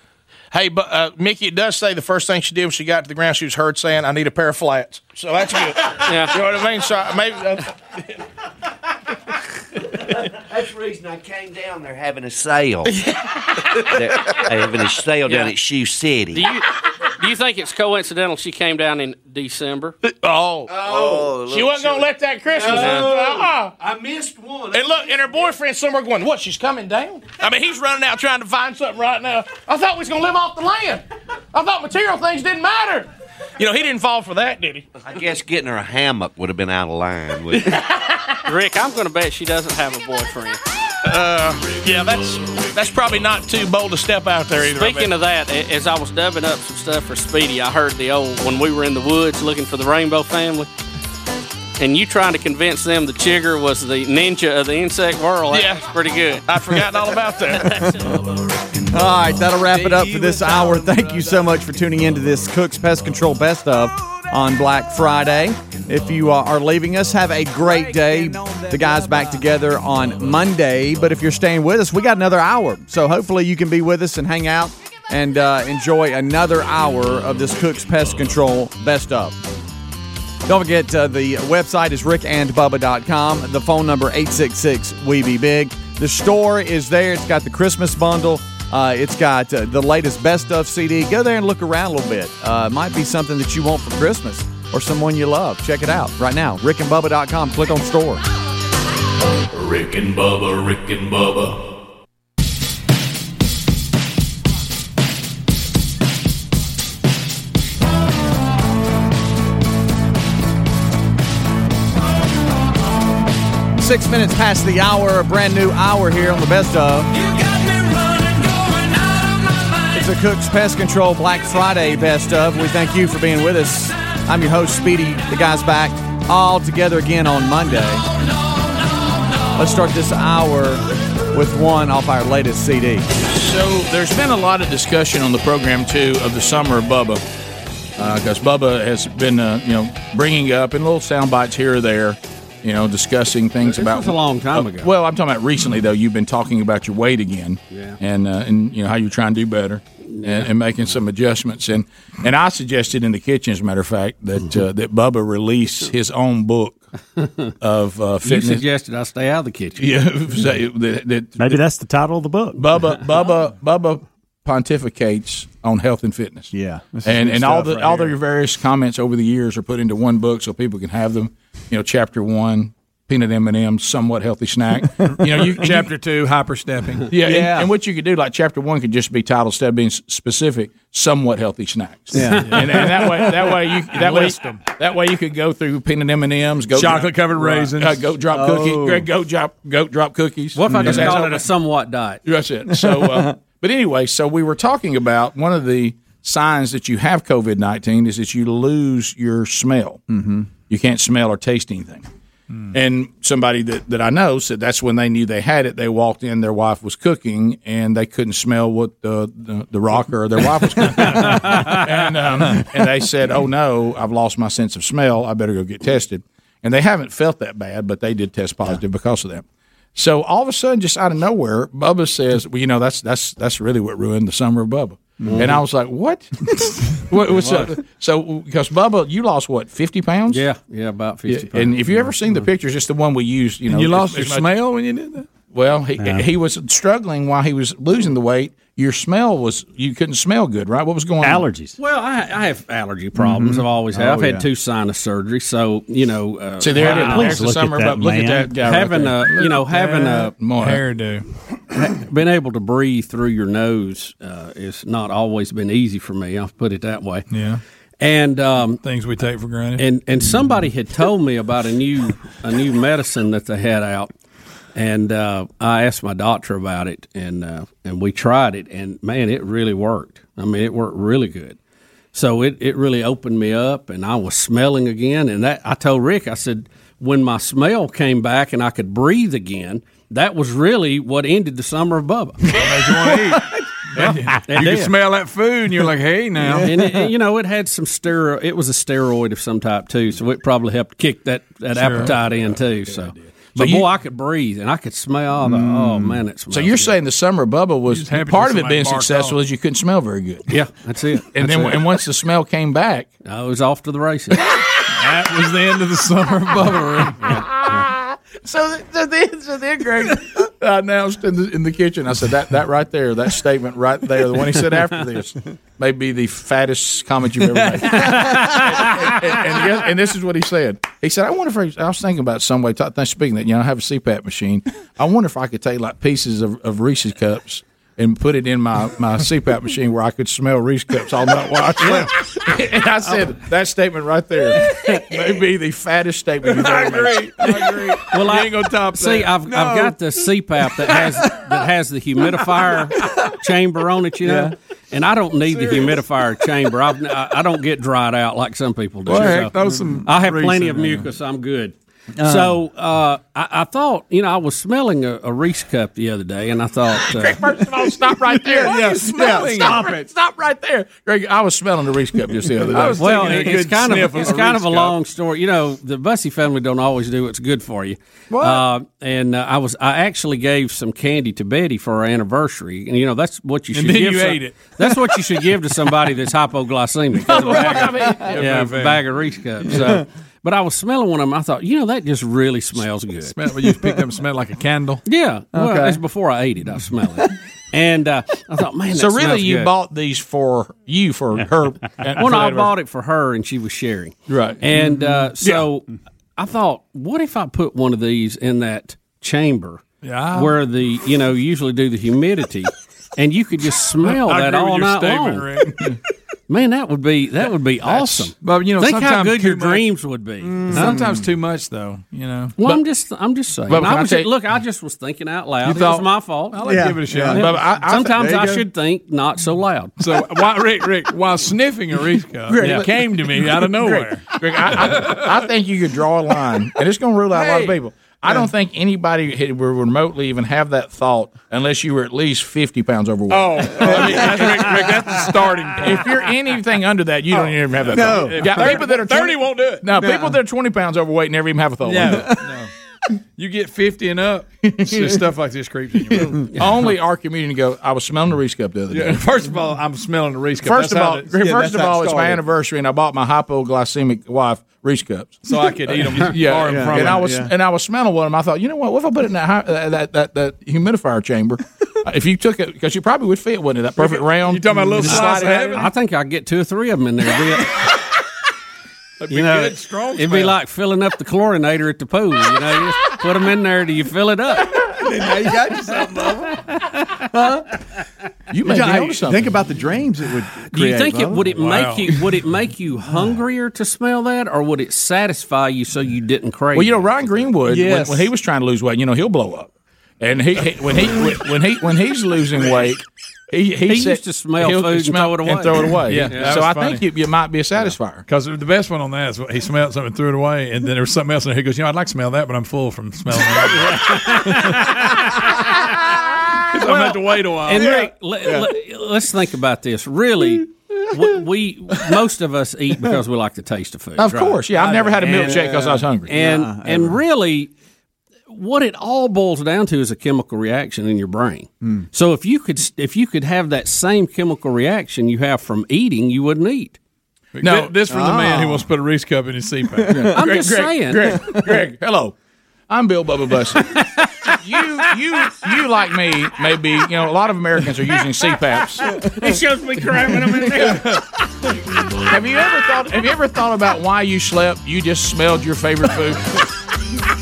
Hey, but uh, Mickey, it does say the first thing she did when she got to the ground, she was heard saying, "I need a pair of flats." So Oh, that's good.
yeah.
You know what I mean? So maybe.
That's the reason I came down there having a sale. They're having a sale down
Yeah.
at Shoe City.
Do you do you think it's coincidental she came down in December?
Oh,
Oh,
She wasn't going to let that Christmas.
No.
Uh-uh.
I missed one.
And look, and her boyfriend's somewhere going, "What? She's coming down." I mean, he's running out trying to find something right now. I thought we was going to live off the land. I thought material things didn't
uh,
matter. You know, he didn't fall for that, did he?
I guess getting her a hammock would have been out of line. Wouldn't it?
Rick, I'm going to bet she doesn't have a boyfriend.
Uh, yeah, that's that's probably not too bold a step out there either. I
Speaking
bet.
of that, a- as I was dubbing up some stuff for Speedy, I heard the old when we were in the woods looking for the Rainbow Family, and you trying to convince them the chigger was the ninja of the insect world. That
Yeah.
was pretty good.
I'd forgotten all about
All right, that'll wrap it up for this hour. Thank you so much for tuning into this Cook's Pest Control Best of on Black Friday. If you uh, are leaving us, have a great day. The guys back together on Monday, but if you're staying with us, we got another hour. So hopefully you can be with us and hang out and uh, enjoy another hour of this Cook's Pest Control Best of. Don't forget, uh, the website is rickandbubba.com. The phone number, 866 We Be Big. The store is there. It's got the Christmas bundle. Uh, it's got uh, the latest Best of CD. Go there and look around a little bit. Uh, it might be something that you want for Christmas or someone you love. Check it out right now. rickandbubba.com. Click on store.
Rick and Bubba, Rick and Bubba.
Six minutes past the hour, a brand new hour here on the Best of. It's a Cook's Pest Control Black Friday Best of. We thank you for being with us. I'm your host, Speedy. The guy's back all together again on Monday. Let's start this hour with one off our latest CD.
So there's been a lot of discussion on the program too of the summer of Bubba, because Bubba has been uh, you know bringing up in little sound bites here or there, you know discussing things about
was a long time
Uh,
ago.
well, I'm talking about recently though. You've been talking about your weight again,
Yeah.
and uh, and you know how you're trying to do better. And, and making some adjustments, and and I suggested in the kitchen, as a matter of fact, that uh, that Bubba release his own book of uh,
You
fitness.
suggested I stay out of the kitchen.
Yeah, say that, that,
Maybe that's the title of the book.
Bubba Bubba Bubba pontificates on health and fitness. Yeah,
this is
and
good
and all
stuff
the
right
all
here.
their various comments over the years are put into one book so people can have them. You know, chapter one. Peanut M and M's, somewhat healthy snack. You know, you,
Chapter two, hyper stepping.
yeah, And, and what you could do, like chapter one, could just be titled instead of being s- specific, somewhat healthy snacks.
Yeah.
and, and that way, that way you that
List
way that way you could go through peanut M and M's,
Chocolate covered raisins.
uh, goat drop
Oh.
cookie, goat- goat drop goat drop cookies.
What if I just
That's
call
how-
it a somewhat diet?
That's it. So, uh, but anyway, so we were talking about one of the signs that you have COVID nineteen is that you lose your smell. Mm-hmm. You can't smell or taste anything. And somebody that, that I know said that's when they knew they had it. They walked in, their wife was cooking, and they couldn't smell what the the, the rocker or their wife was cooking. and, um, and they said, "Oh no, I've lost my sense of smell. I better go get tested." And they haven't felt that bad, but they did test positive because of that. So all of a sudden, just out of nowhere, Bubba says, "Well, you know, that's that's that's really what ruined the summer of Bubba."
Mhm.
And I was like, "What? what what's
What?
up?" So because Bubba, you lost what fifty pounds? Yeah,
yeah, about 50
And if you ever seen the pictures, it's the one we used. You know,
you lost
as-
your
as much-
smell when you did that.
Well, he
Yeah.
he was struggling while he was losing the weight, your smell was you couldn't smell good, right? What was going
Allergies. Well, I, I have allergy problems.
Mhm.
I've always had.
Oh,
I've
yeah.
had two sinus surgeries, so you know. Uh,
See, there it is. There's the Look at summer, that but look at man. that guy right
Having
there.
a, you know,
Look
having a
at that hairdo.
ha- being able to breathe through your nose uh, is not always been easy for me. I'll put it that way.
Yeah.
And um,
things we take for granted.
And and somebody had told me about a new a new medicine that they had out, and uh, I asked my doctor about it, and uh, and we tried it, and man, it really worked. I mean, it worked really good. So it, it really opened me up, and I was smelling again. And that I told Rick, I said, when my smell came back and I could breathe again, that was really what ended the summer of Bubba.
you can smell that food, and you're like, "Hey, now."
and, it, and, you know, it had some steroid. It was a steroid of some type too, so it probably helped kick that that
Sure.
appetite in too. So,
So
but
you-
boy, I could breathe and I could smell. The, Oh man, it
Mm. So you're saying the summer of Bubba was
happy
part
to
of it
somebody
being
barked
successful is you couldn't smell very good.
Yeah, that's it.
And
That's
then
it.
and once the smell came back,
I was off to the races.
that was the end of the summer of
so, so then, so then, Greg, I announced in the in the kitchen. I said that that right there, that statement right there, the one he said after this, may be the fattest comment you've ever made. and, and- and guess- and this is what he said. He said, "I wonder if I, I was thinking about some way. t- Speaking of that, you know, I have a CPAP machine. I wonder if I could take like pieces of, of Reese's cups." And put it in my, my CPAP machine where I could smell Reese's cups all night while I slept. And I said, that statement right there may be the fattest statement you've ever made.
Well, I
ain't gonna top
see.
that.
I've
No.
I've got the CPAP that has that has the humidifier chamber on it, you know, and I don't need the humidifier chamber. I've, I I don't get dried out like some people do.
Well,
so
heck, throw some
I have
grease
plenty
in
of
there.
mucus. I'm good.
Um,
so uh, I, I thought, you know, I was smelling a, a Reese cup the other day, and I thought, uh,
First of all, stop right there.
What are you smelling?
Stop it. Stop right there. Greg, I was smelling the Reese cup just the other day.
well, it- it's kind of it's kind of a long story. You know, the Bussy family don't always do what's good for you. Uh, and uh, I was I actually gave some candy to Betty for her anniversary, and you know that's what you
And
should
then
give.
you
some-
ate it.
That's what you should give to somebody that's hypoglycemic. yeah,
Yeah,
a
fair.
bag of Reese cups. So, but I was smelling one of them. I thought, you know, that just really smells good.
Smell, well, you picked up and smelled like a candle.
Yeah, well,
Okay.
it's before I ate it. I smell it, and uh, I thought, man.
So
that
really
smells
you
good.
bought these for you for her.
Well, no, I bought it for her, and she was sharing.
Right.
And
Mm-hmm.
uh, so I thought, what if I put one of these in that chamber
Yeah.
where the you know usually do the humidity, and you could just smell
I
that
agree with
all
your
night
statement,
long. Man, that would be that would be awesome.
But you know,
think how
sometimes
good
too
your
much-
dreams would be.
Mm,
Huh?
Sometimes too much, though. You know.
Well, I'm just I'm just saying.
But can
I
I
was,
tell you-
look, I just was thinking out loud.
You
it
thought-
was my fault.
I'll Yeah. give it a shot.
Yeah.
But I- I-
Sometimes
there you
I
go.
should think not so loud.
So while Rick, Rick, while sniffing a Reese cup,
Greg,
it
let-
came to me out of nowhere.
Greg, I, I, I think you could draw a line, and it's going to rule out a lot of people. I don't think anybody had- would remotely even have that thought unless you were at least fifty pounds overweight.
Oh, I mean, that's, Rick, Rick, that's the starting point.
If you're anything under that, you don't even have that.
No.
thought. You got people that are
30
20
won't do it.
No,
No.
people that are twenty pounds overweight never even have a thought. like that.
No, no. You get fifty and up, so stuff like this creeps in your brain.
Only our community go. I was smelling the Reese cup the other day.
Yeah, first of all, I'm smelling the Reese cup.
First
That's
of
how
all,
it-
Greg,
yeah,
first
that's
of
how it
all, it's my
started.
anniversary, and I bought my hypoglycemic wife Reese cups,
So I could eat 'em far and from
and I
it,
was
yeah.
and I was smelling one of them. I thought, you know what? What if I put it in that hi- uh, that, that that humidifier chamber? Uh, if you took it, because you probably would fit, wouldn't it? That perfect round. You
talking about a little slice of heaven?
I think I could get two or three of them in there. It'd be-
It'd
you know,
good, strong
it'd be
smell.
like filling up the chlorinator at the pool. You know, you just put them in there till you fill it up.
now you got yourself,
You
may be
know,
onto something.
Think about the dreams it would. Create,
Do you think it would it
Bubba.
make you would it make you hungrier to smell that, or would it satisfy you so you didn't crave?
Well, you know, Ron Greenwood, when-
Yes.
when, he was trying to lose weight, you know, he'll blow up. And he, he when he when he when he's losing weight, he he,
He
said-
used to smell
he'll
food and throw it away.
throw it away.
Yeah, that
So
was
I
funny.
think you, you might be a satisfier.
Because the best one on that is what he smelled something, threw it away, and then there was something else in there. He goes, "You know, I'd like to smell that, but I'm full from smelling that." I'm gonna have to wait a while.
And
Yeah.
Rick, let,
Yeah.
us think about this. Really, what we most of us eat because we like the taste of food.
Of
right?
course, yeah. I've never had a milkshake 'cause I was hungry.
And
Nuh-uh,
and really, what it all boils down to is a chemical reaction in your brain.
Hmm.
So if you could if you could have that same chemical reaction you have from eating, you wouldn't eat.
No, this from the man
Ah.
who wants to put a Reese cup in his CPAP.
I'm just saying.
Greg, Greg, hello. I'm Bill Bubba Bussy. you you you like me, maybe you know a lot of Americans are using CPAPs.
It shows me cramming them in there.
Have you ever thought? Have you ever thought about why you slept? You just smelled your favorite food.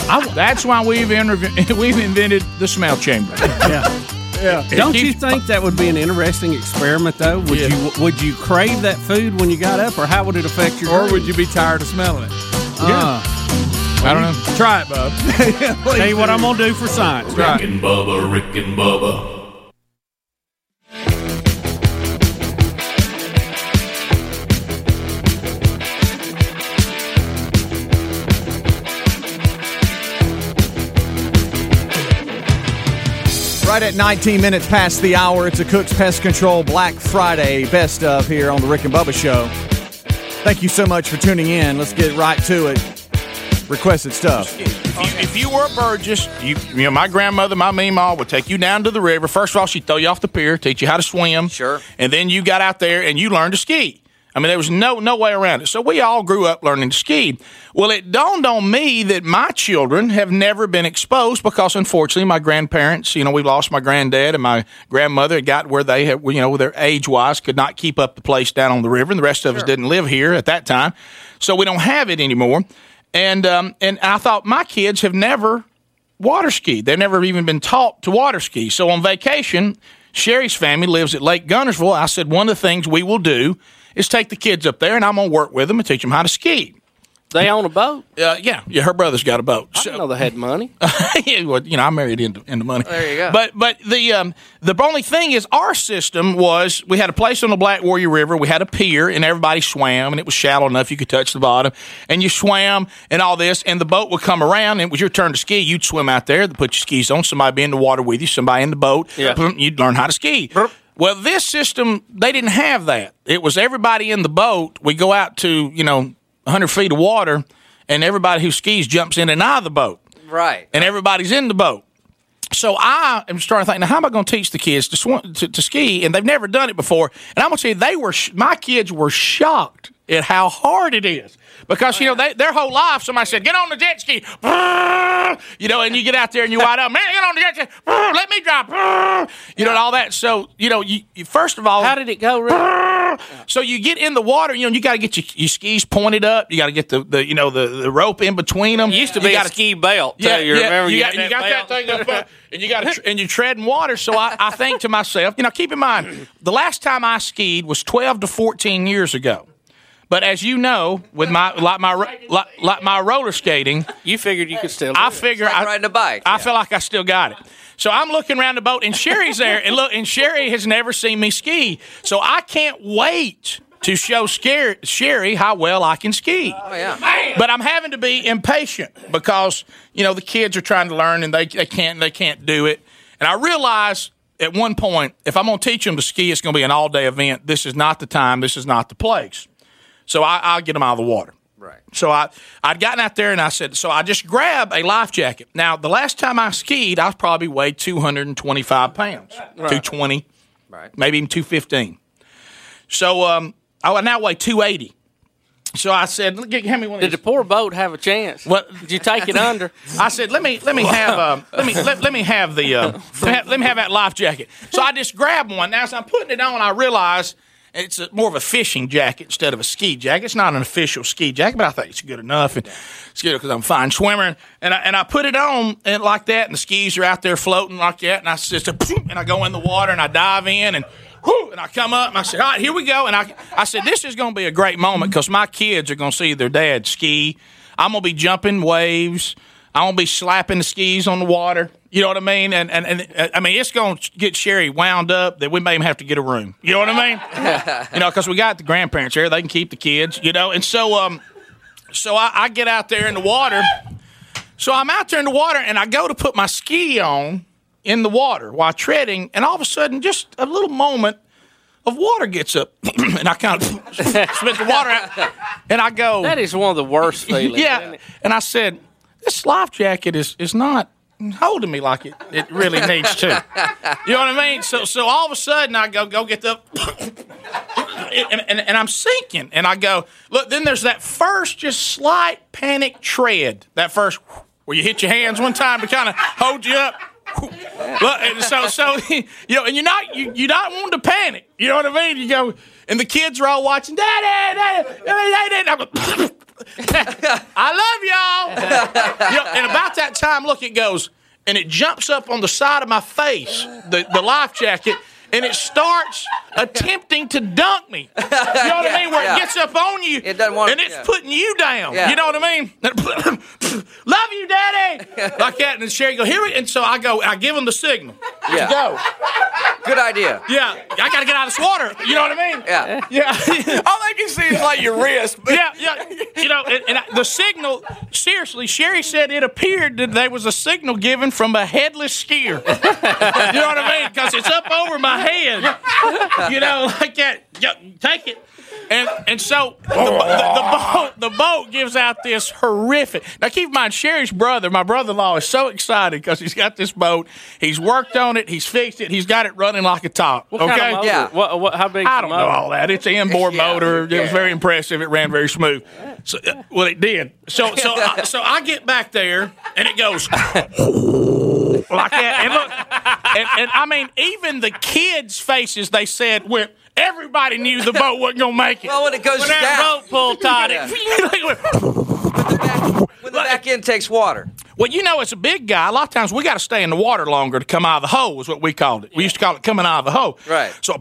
I, that's why we've interv- we've invented the smell chamber.
Yeah.
It
Don't
keeps-
you think that would be an interesting experiment, though? Would you would you crave that food when you got up, or how would it affect your? Or would you be tired of smelling it? Uh,
I don't know.
Try it, bub. Tell you what I'm gonna do for science.
Rick and Bubba, Rick and Bubba.
Right at 19 minutes past the hour, it's a Cook's Pest Control Black Friday best of here on the Rick and Bubba Show. Thank you so much for tuning in. Let's get right to it. Requested stuff.
If you, if you were a Burgess, you, you know, my grandmother, my meemaw would take you down to the river. First of all, she'd throw you off the pier, teach you how to swim. Sure. And then you got out there and you learned to ski. I mean, there was no no way around it. So we all grew up learning to ski. Well, it dawned on me that my children have never been exposed because, unfortunately, my grandparents, you know, we lost my granddad and my grandmother had got where they had, you know, their age wise could not keep up the place down on the river, and the rest of us didn't live here at that time, so we don't have it anymore. And um, and I thought my kids have never water skied. They've never even been taught to water ski. So on vacation, Sherry's family lives at Lake Gunnersville. I said one of the things we will do is take the kids up there, and I'm gonna work with them and teach them how to ski.
They own a boat.
Uh, yeah, yeah. Her brother's got a boat. I
know they had money.
yeah, well, you know, I married into into money.
There you go.
But but the um, the only thing is, our system was we had a place on the Black Warrior River. We had a pier, and everybody swam, and it was shallow enough you could touch the bottom. And you swam and all this, and the boat would come around. And it was your turn to ski. You'd swim out there, put your skis on. Somebody be in the water with you. Somebody in the boat.
Yeah.
Boom, You'd learn how to ski. Well, this system they didn't have that. It was everybody in the boat. We go out to you know 100 feet of water, and everybody who skis jumps in and out of the boat
Right.
and everybody's in the boat. So I am starting to think, now how am I going to teach the kids to, sw- to to ski? And they've never done it before. And I'm going to tell you, they were sh- my kids were shocked at how hard it is because you know they, their whole life somebody said, get on the jet ski, you know, and you get out there and you wide up, man, get on the jet ski, let me drive, you know, and all that. So you know, you, you first of all, how
did it go?
So you get in the water, you know, you got to get your, your skis pointed up, you got to get the, the you know the, the rope in between them.
Used to be a
gotta-
ski belt. too. you remember
you,
you
got,
had
you got that thing up, uh, and you got to, tr- and you tread in water. So I, I think to myself, you know, keep in mind, the last time I skied was twelve to fourteen years ago. But as you know, with my like my ro- like, like my roller skating,
you figured you could still.
I figure I riding a bike. I feel like I still got it. So I'm looking around the boat, and Sherry's there, and look, and Sherry has never seen me ski, so I can't wait to show Scar- Sherry how well I can ski.
Oh, yeah.
But I'm having to be impatient because you know the kids are trying to learn and they they can't they can't do it. And I realize at one point if I'm going to teach them to ski, it's going to be an all day event. This is not the time. This is not the place. So I, I'll get them out of the water. Right. So I I'd gotten out there and I said so I just grab a life jacket. Now the last time I skied, I probably weighed 225 pounds, 220, right, maybe even 215. So um, I now weigh 280. So I said, "Look, "Give me one." Did the
poor boat have a chance?
What
did you take it under?
I said, "Let me, let me have, um, let me, let, let me have the, uh, let, me have, let me have that life jacket." So I just grabbed one. Now, as I'm putting it on, I realize it's a, more of a fishing jacket instead of a ski jacket. It's not an official ski jacket, but I think it's good enough. And it's good because I'm a fine swimmer, and I, and I put it on and like that, and the skis are out there floating like that, and I just and I go in the water and I dive in and. Whew, and I come up and I said, "All right, here we go." And I, I said, "This is going to be a great moment because my kids are going to see their dad ski. I'm going to be jumping waves. I'm going to be slapping the skis on the water. You know what I mean? And and, and uh, I mean, it's going to get Sherry wound up that we may even have to get a room. You know what I mean? you know, because we got the grandparents here; they can keep the kids. You know, and so um, so I, I get out there in the water. So I'm out there in the water, and I go to put my ski on in the water while treading, and all of a sudden, just a little moment of water gets up, and I kind of spit the water out, and I go. That
is one of the worst feelings, isn't
yeah,
it?
and I said, this life jacket is is not holding me like it, it really needs to. You know what I mean? So so all of a sudden I go go get the and, and, and I'm sinking and I go look. Then there's that first just slight panic tread. That first where you hit your hands one time to kind of hold you up. Look, and so so you know, and you're not you you not wanting to panic. You know what I mean? You go, and the kids are all watching. Daddy, daddy, daddy, daddy. And I'm like, I love y'all. You know, and about that time, look, it goes and it jumps up on the side of my face, the, the life jacket, and it starts attempting to dunk me. You know what I mean? Where
Yeah.
it gets up on you it doesn't
wanna-
and it's
yeah.
putting you down.
Yeah.
You know what I mean? love you, daddy. like that. And Sherry go, here we And so I go, I give him the signal.
Yeah.
Go.
Good idea.
Yeah, I got to get out of this water. You know what I mean?
Yeah.
Yeah.
All I can see is like your wrist.
yeah, yeah. You know, and, and I, the signal, seriously, Sherry said it appeared that there was a signal given from a headless skier. you know what I mean? Because it's up over my head. You know, like that. Yeah, take it. And and so the, bo- the, the boat the boat gives out this horrific. Now keep in mind, Sherry's brother, my brother-in-law, is so excited because he's got this boat. He's worked on it. He's fixed it. He's got it running like a top.
What
okay,
kind of motor? Yeah. What, what, how big?
I don't know all that. It's an inboard motor. It was
yeah.
very impressive. It ran very smooth. So, uh, well, it did. So, so, I, so I get back there, and it goes like that. And look, and, and I mean, even the kids' faces. They said where everybody knew the boat wasn't gonna make it.
Well, when it goes
when that
down.
boat pulled tight, it-
When the back end takes water.
Well, you know, as a big guy, a lot of times we got to stay in the water longer to come out of the hole, is what we called it. We used to call it coming out of the hole. Right. So,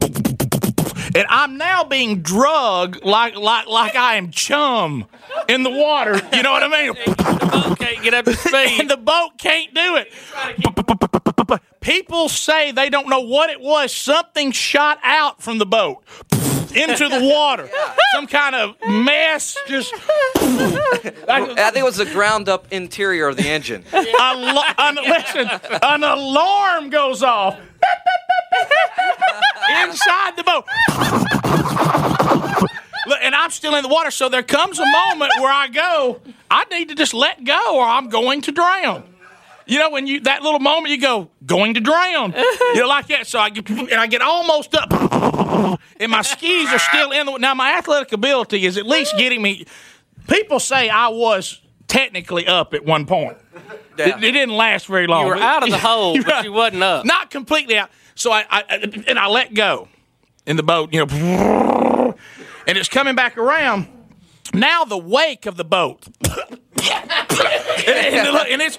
and I'm now being drugged like like like I am chum in the water. You know what I mean? the boat can't get up to speed. and the boat can't do it. People say they don't know what it was. Something shot out from the boat into the water. Some kind of mess just
I think it was the ground up interior of the engine.
Alo- an, listen, an alarm goes off inside the boat. Look, and I'm still in the water, so there comes a moment where I go, I need to just let go, or I'm going to drown. You know, when you that little moment, you go going to drown. You know, like that. So I get and I get almost up, and my skis are still in the. Now my athletic ability is at least getting me. People say I was technically up at one point. It, it didn't last very long.
You were out of the hole, but you wasn't up.
Not completely out. So I, I and I let go in the boat. You know, and it's coming back around. Now the wake of the boat and, and look, and it's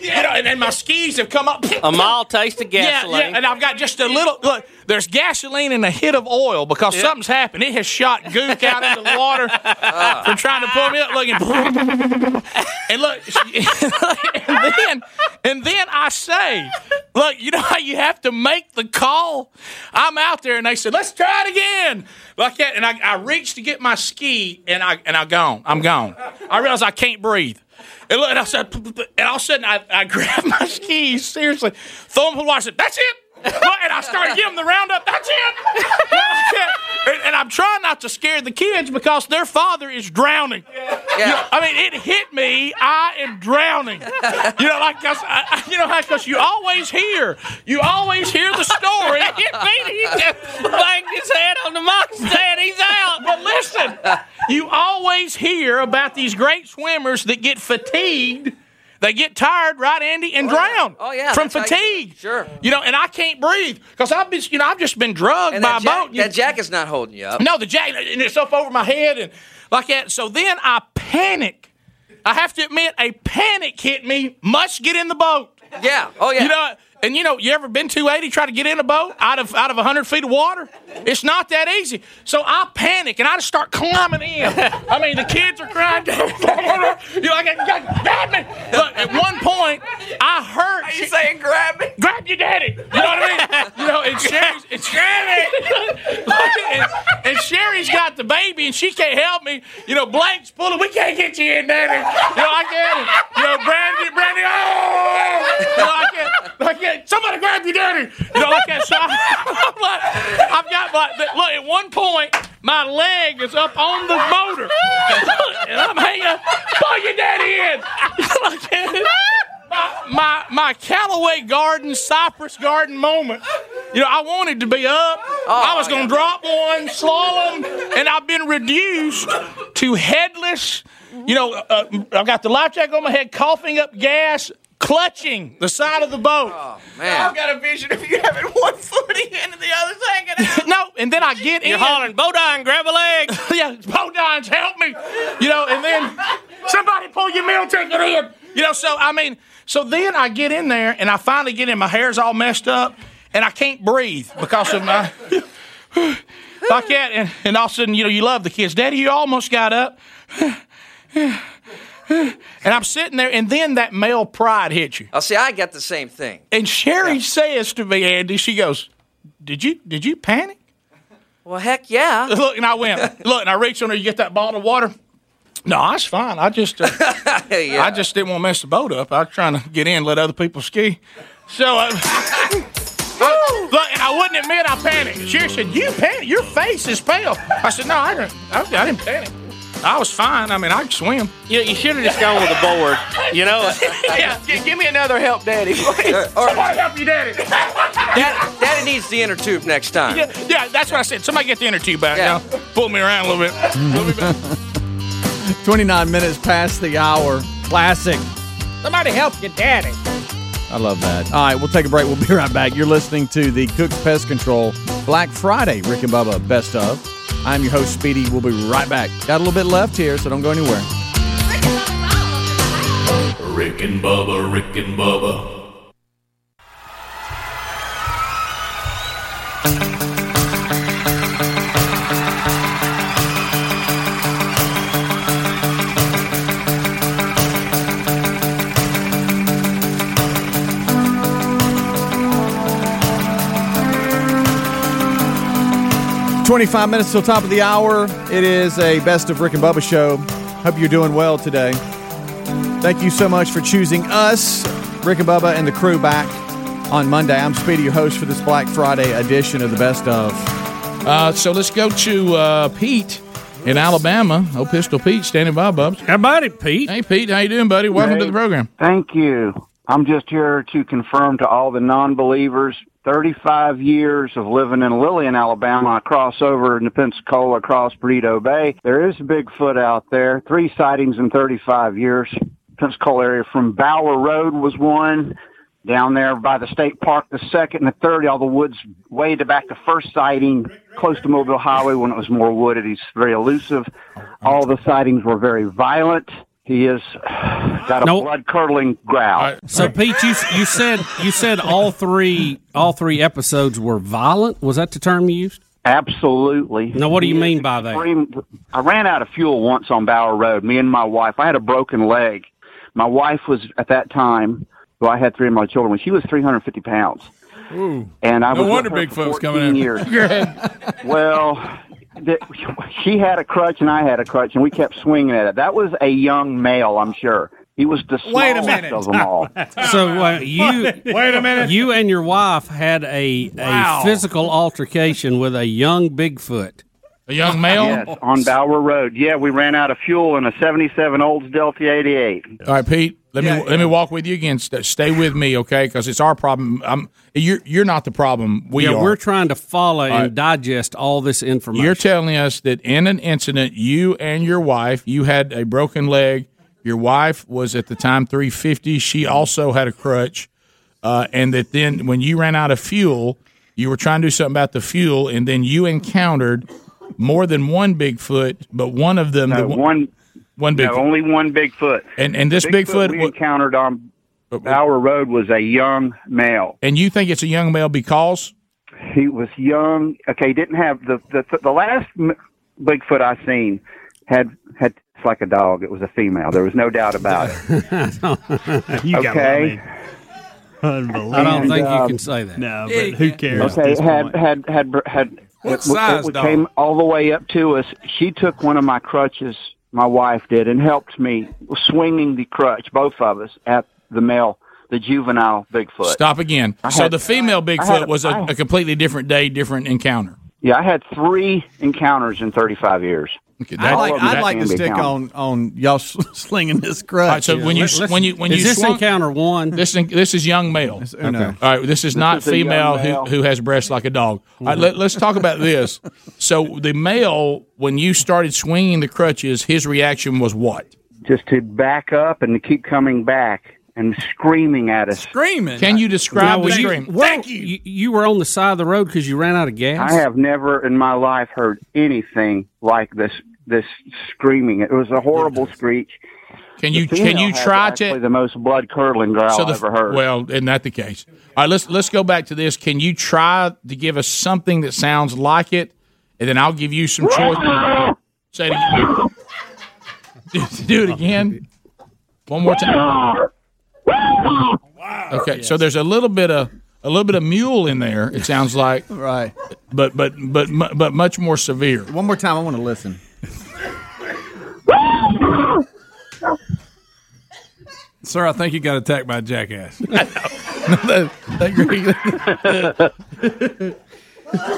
you know, and, and my skis have come up.
A mile taste of gasoline.
Yeah, yeah, and I've got just a little. Look, there's gasoline and a hit of oil because something's happened. It has shot gook out into the water from trying to pull me up. Looking, and look, and then and then I say, look, you know how you have to make the call. I'm out there, and they said, let's try it again, like that. And I, I reached to get my ski, and I and I gone. I'm gone. I realize I can't breathe. And, look, and I said, and all of a sudden I, I grabbed my skis, seriously, throw them to the water. I said, that's it. Look, and I started giving them the roundup. That's it. and, and I'm trying not to scare the kids because their father is drowning. You know, I mean, it hit me. I am drowning. You know, like 'cause I, I- you know, because you always hear, you always hear the story. it hit me. He just banged his head on the mic stand. He's out. But listen, you always hear about these great swimmers that get fatigued. They get tired, right, Andy, and drown
Oh, yeah,
from
that's how you-
fatigue.
sure.
You know, and I can't breathe because I've been, you know, I've just been drugged
And
by
that,
a
jack,
boat. You-
that jacket's not holding you up.
no, the jacket, and it's up over my head and like that. So then I panic. I have to admit, a panic hit me. Must get in the boat.
Yeah. Oh yeah.
You know, and you know, you ever been 280 try to get in a boat out of out of 100 feet of water? It's not that easy. So I panic and I just start climbing in. I mean, the kids are crying. you know, I got, got grab me. Look, at one point, I heard. Are you
saying grab me?
Grab your daddy. You know what I mean? You know, and Sherry's and Sherry, and, and Sherry's got the baby and she can't help me. You know, Blake's pulling. We can't get you in, daddy. You know, I can't. You know, Brandy, Brandy. Oh, you know, I can't. I can't. Somebody grab your daddy. You know, like that. So I'm, I'm like, I've got my but look. At one point, my leg is up on the motor, and I'm hanging. Pull your daddy in. Like that my my Callaway Garden, Cypress Garden moment. You know, I wanted to be up. I was gonna drop one, slalom, and I've been reduced uh, to headless. You know, uh, I've got the life jacket on my head, coughing up gas,
clutching the side of the boat.
I've got a vision of you having one foot in and the other's hanging out.
no, and then I get
You're
in.
hollering,
Bodine, grab a leg. yeah, Bodines, help me. You know, and then somebody pull your meal ticket in. You know, so I mean, so then I get in there and I finally get in. My hair's all messed up and I can't breathe because of my like that. And, and all of a sudden, you know, you love the kids. Daddy, you almost got up. and I'm sitting there, and then that male pride hits you.
Oh, see, I got the same thing.
And Sherry says to me, Andy, she goes, "Did you did you panic?"
Well, heck yeah.
Look, and I went, look, and I reached on her. You get that bottle of water? No, that's fine. I just uh, I just didn't want to mess the boat up. I was trying to get in, let other people ski. So, uh, I, look, and I wouldn't admit I panicked. Sherry said, "You panic? Your face is pale." I said, "No, I didn't. I, I didn't panic." I was fine. I mean, I could swim.
You, you should have just gone with the board. You know,
uh,
yeah, g- give me another help, Daddy. Please.
Somebody help you, Daddy.
Dad, Daddy needs the inner tube next time.
Yeah, yeah, that's what I said. Somebody get the inner tube back.
Yeah.
Now, pull me around a little bit.
29 minutes past the hour. Classic.
Somebody help your daddy.
I love that. All right, we'll take a break. We'll be right back. You're listening to the Cooks Pest Control Black Friday Rick and Bubba Best of. I'm your host, Speedy. We'll be right back. Got a little bit left here, so don't go anywhere.
Rick and Bubba, Rick and Bubba,
Twenty-five minutes till top of the hour. It is a Best of Rick and Bubba show. Hope you're doing well today. Thank you so much for choosing us, Rick and Bubba, and the crew back on Monday. I'm Speedy, your host for this Black Friday edition of the Best of.
Uh, so let's go to uh, Pete in Alabama. Oh, Pistol Pete, standing by, Bubs.
How about it, Pete?
Hey, Pete, how you doing, buddy? Welcome to
Hey.
the program.
Thank you. I'm just here to confirm to all the non-believers, 35 years of living in Lillian, Alabama. I cross over into Pensacola, across Burrito Bay. There is Bigfoot out there. Three sightings in 35 years. Pensacola area from Bowler Road was one. Down there by the state park, the second and the third, all the woods way to back. The first sighting close to Mobile Highway when it was more wooded. He's very elusive. All the sightings were very violent. He is got a
No.
blood curdling growl.
So, Pete, you you said you said all three all three episodes were violent. Was that the term you used?
Absolutely.
Now, what do you mean by that?
Extreme- I ran out of fuel once on Bower Road. Me and my wife. I had a broken leg. My wife was at that time, who I had three of my children. with, She was 350 pounds,
Ooh.
and I
no
was
wonder
with her for
Bigfoot's coming
14
in.
years. well, the, she had a crutch and I had a crutch, and we kept swinging at it. That was a young male, I'm sure. He was the smallest
Wait a minute.
of them all.
So uh, you
Wait a minute.
You and your wife had a
Wow.
a physical altercation with a young Bigfoot,
a young
Yes, on Bower Road. Yeah, we ran out of fuel in a 77 Olds Delta 88.
All right, Pete. Let me let me walk with you again. St- Stay with me, okay? Because it's our problem. I'm, you're you're not the problem. We
yeah,
are.
we're trying to follow
All right.
and digest all this information.
You're telling us that in an incident, you and your wife, you had a broken leg. Your wife was at the time 350. She also had a crutch. Uh, and that then when you ran out of fuel, you were trying to do something about the fuel. And then you encountered more than one Bigfoot, but one of them,
No,
Um, the
one-
one
No,
Bigfoot.
only one Bigfoot.
And- and this Bigfoot
we
wa-
encountered on Bower Road was a young male.
and you think it's a young male because?
He was young. Okay, he didn't have the the the last m- Bigfoot I seen had had it's like a dog. It was a female. There was no doubt about it. okay.
Unbelievable. I don't
And,
think you
um,
can say that. No,
but
who
Okay, had, had had had
What
it,
size
it
dog?
came all the way up to us. She took one of my crutches. My wife did and helped me swinging the crutch, both of us, at the male, the juvenile Bigfoot.
Stop again.
I
so
had-
the female Bigfoot
had a-
was a, a completely different day, different encounter.
Yeah, I had three encounters in 35 years.
I like,
All of them
I'd like to
can be
stick on
counted.
on y'all s- slinging this crutch.
All right, so when you when you when you swung,
encounter one?
This en- this is young male.
Uno.
All right, this is
This
not
is a young
female
male.
who, who has breasts like a dog. All right, let, us talk about this. So the male, when you started swinging the crutches, his reaction was what?
Just to back up and to keep coming back. and screaming at us.
Screaming.
Can you
describe the scream?
Thank you. you. You were on the side of the road because you ran out of gas.
I have never in my life heard anything like this. This screaming. It was a horrible screech.
Can you can you try to
the most blood curdling growl
So the-
I've ever heard?
Well, isn't that the case? All right, let's let's go back to this. Can you try to give us something that sounds like it, and then I'll give you some choices. Say it again. Do- Do it again. One more time. Okay, so there's a little bit of a little bit of mule in there. It sounds like right, but but but mu- but much more severe. One more time, I want to listen.
Sir, I think you got attacked by a jackass.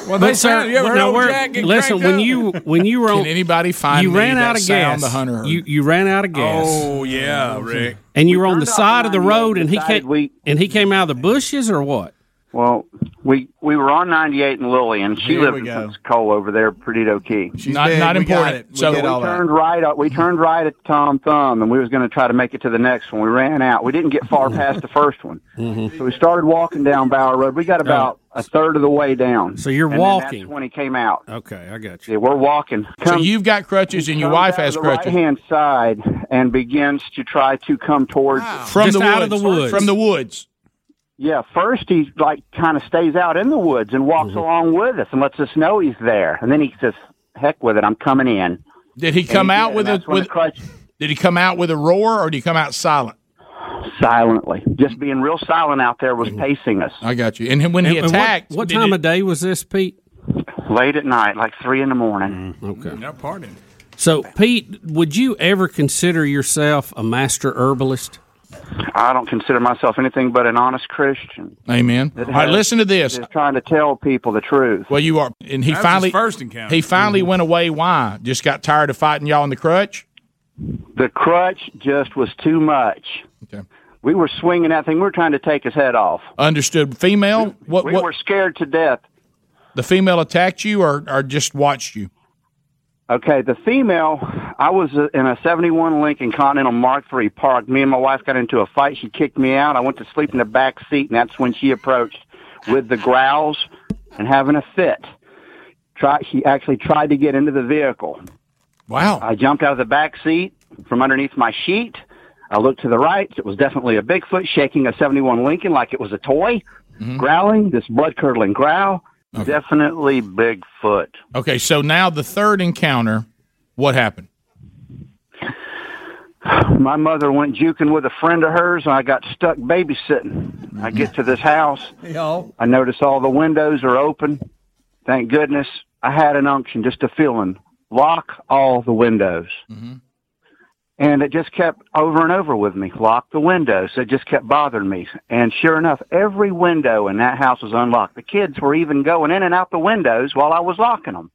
Well,
they sound- you ever heard old Jack get
listen,
cranked
when
up?
you when you were
Can
on,
anybody find
you
me
ran
that
out of
sound
gas.
the hunter heard?
You you ran out of gas.
Oh yeah, Rick.
And you were on the side of the road, and he
decided
came and he came out of the bushes, or what?
Well, we we were on 98 in Lillian. She
Here
lives
we
in
go.
Pensacola over there, Perdido Key.
She's Not- dead. not We got important. it. We So-
we
did all that.
turned right. up- We turned right at Tom Thumb, and we was going to try to make it to the next one. We ran out. We didn't get far past the first one, so we started walking down Bower Road. We got about a third of the way down. So
you're
That's when he came out.
Okay, I got
Yeah, we're walking.
So you've got crutches, and your wife has crutches.
Right hand side, and begins to try to come towards
From Just the out of woods. the woods. From the woods.
Yeah, first he like kind of stays out in the woods and
Mm-hmm.
walks along with us and lets us know he's there, and then he says, "Heck with it, I'm coming in."
Did he
And
come
he
out
did,
with
and
a
that's when
with?
the crutch-
Did he come out with a roar, or did he come out silent?
Silently, just being real silent out there was pacing us.
I got you. And then when he
Mm-hmm. And- and what-
attacked,
what, time of day was this, Pete?
Late at night, like three in the morning.
Mm, okay.
Mm,
Not partying.
So, Pete, would you ever consider yourself a master herbalist?
I don't consider myself anything but an honest Christian.
Amen. All right, listen to this.
Just trying to tell people the truth.
Well, you are, and he finally He finally went away. Why? Just got tired of fighting y'all in the crutch.
The crutch just was too much.
Okay.
We were swinging that thing. We were trying to take his head off.
Understood. Female. What?
we
what?
were scared to death.
The female attacked you, or or just watched you?
Okay, the female, I was uh, in a 71 Lincoln Continental Mark III parked. Me and my wife got into a fight. She kicked me out. I went to sleep in the back seat, and that's when she approached with the growls and having a fit. Try, she actually tried to get into the vehicle.
Wow.
I jumped out of the back seat from underneath my sheet. I looked to the right. It was definitely a Bigfoot shaking a 71 Lincoln like it was a toy, growling, this blood curdling growl. Definitely Bigfoot.
Okay. So now the third encounter. What happened?
My mother went juking with a friend of hers, and I got stuck babysitting. I get to this house. I notice all the windows are open. Thank goodness. I had an unction, just a feeling. Lock all the windows. And it just kept over and over with me. Lock the windows. It just kept bothering me. And sure enough, every window in that house was unlocked. The kids were even going in and out the windows while I was locking them.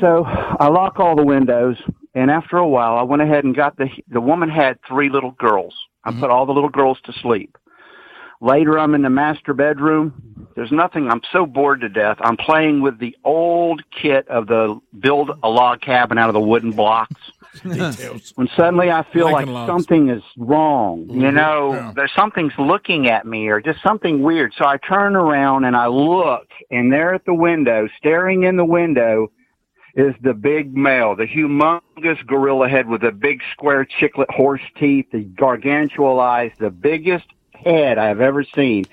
So I lock all the windows, and after a while, I went ahead and got the the woman had three little girls. I put all the little girls to sleep. Later, I'm in the master bedroom. There's nothing. I'm so bored to death. I'm playing with the old kit of the build a log cabin out of the wooden blocks. When suddenly I feel like
Lincoln logs.
something is wrong.
Mm-hmm.
You know, there's something's looking at me or just something weird. So I turn around and I look, and there at the window, staring in the window, is the big male, the humongous gorilla head with the big square chiclet horse teeth, the gargantual eyes, the biggest head I've ever seen.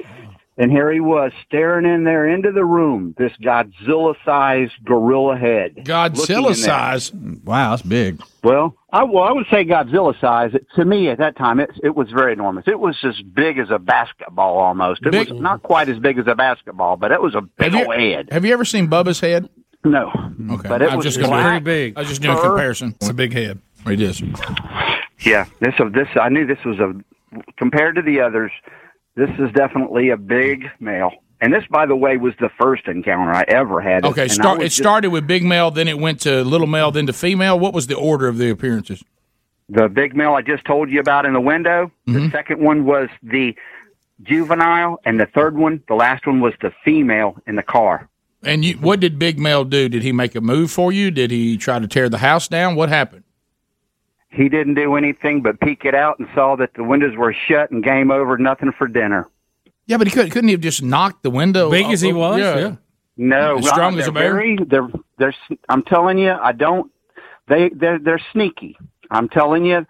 And here he was staring in there into the room, this Godzilla sized gorilla head. looking in there.
Godzilla size.
Wow, that's big. Well, I well I would say Godzilla size. It- To me, at that time, it it was very enormous. It was as big as a basketball almost. It was not quite as big as a basketball, but it was a
Have
big
you-
old head.
Have you ever seen Bubba's head?
No.
Okay.
But it
I
was
just gonna-
black,
I was just doing a
fur.
comparison. It's a big head. It is.
Yeah, this of this I knew this was a compared to the others. This is definitely a big male. And this, by the way, was the first encounter I ever had.
Okay,
And I
start,
was
it
just-
started with big male, then it went to little male, then to female. What was the order of the appearances?
the big male I just told you about in the window.
Mm-hmm.
The second one was the juvenile, and the third one, the last one, was the female in the car.
And you, what did big male do? Did he make a move for you? Did he try to tear the house down? What happened?
He didn't do anything but peek it out and saw that the windows were shut and game over, nothing for dinner.
Yeah, but he couldn't. Couldn't he have just knocked the window? Big as he was, yeah.
No,
As strong
Ron,
as a
Oh, they're
bear?
very- They're they're. s- I'm telling you, I don't. They they're they're sneaky. I'm telling you,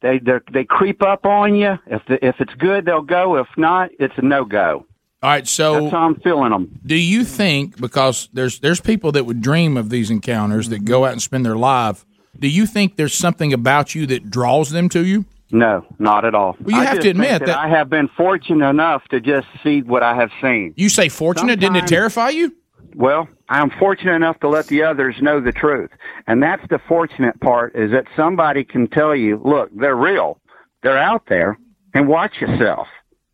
they they they creep up on you. If the, if it's good, they'll go. If not, it's a no go.
All right, so
that's how I'm feeling them.
Do you think because there's there's people that would dream of these encounters that go out and spend their life? Do you think there's something about you that draws them to you?
No, not at all.
Well, you
I
have
just
to
think
admit that-
I have been fortunate enough to just see what I have seen.
You say fortunate? Didn't it terrify you?
Well, I'm fortunate enough to let the others know the truth, and that's the fortunate part is that somebody can tell you, look, they're real, they're out there, and watch yourself.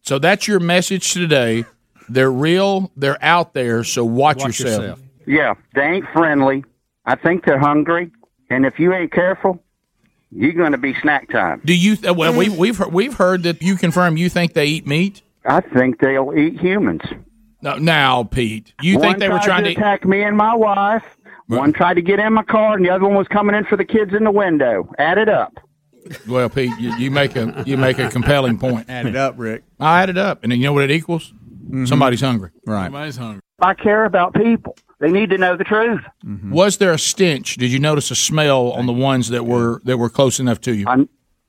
So that's your message today. They're real. They're out there. So watch, yourself.
Yeah, they ain't friendly. I think they're hungry, and if you ain't careful, you're going to be snack time.
Do you? uh, Well, we, we've heard, we've heard that you confirm you think they eat meat.
I think they'll eat humans.
No, now, Pete, you
One
think they were
tried
trying
to
to?
attack me and my wife? One tried to get in my car, and the other one was coming in for the kids in the window. Add it up.
Well, Pete, you, you make a you make a compelling point. Add it up, Rick. I add it up, and then you know what it equals? Somebody's hungry. Right. Somebody's hungry.
I care about people. They need to know the truth.
Was there a stench? Did you notice a smell on the ones that were that were close enough to you?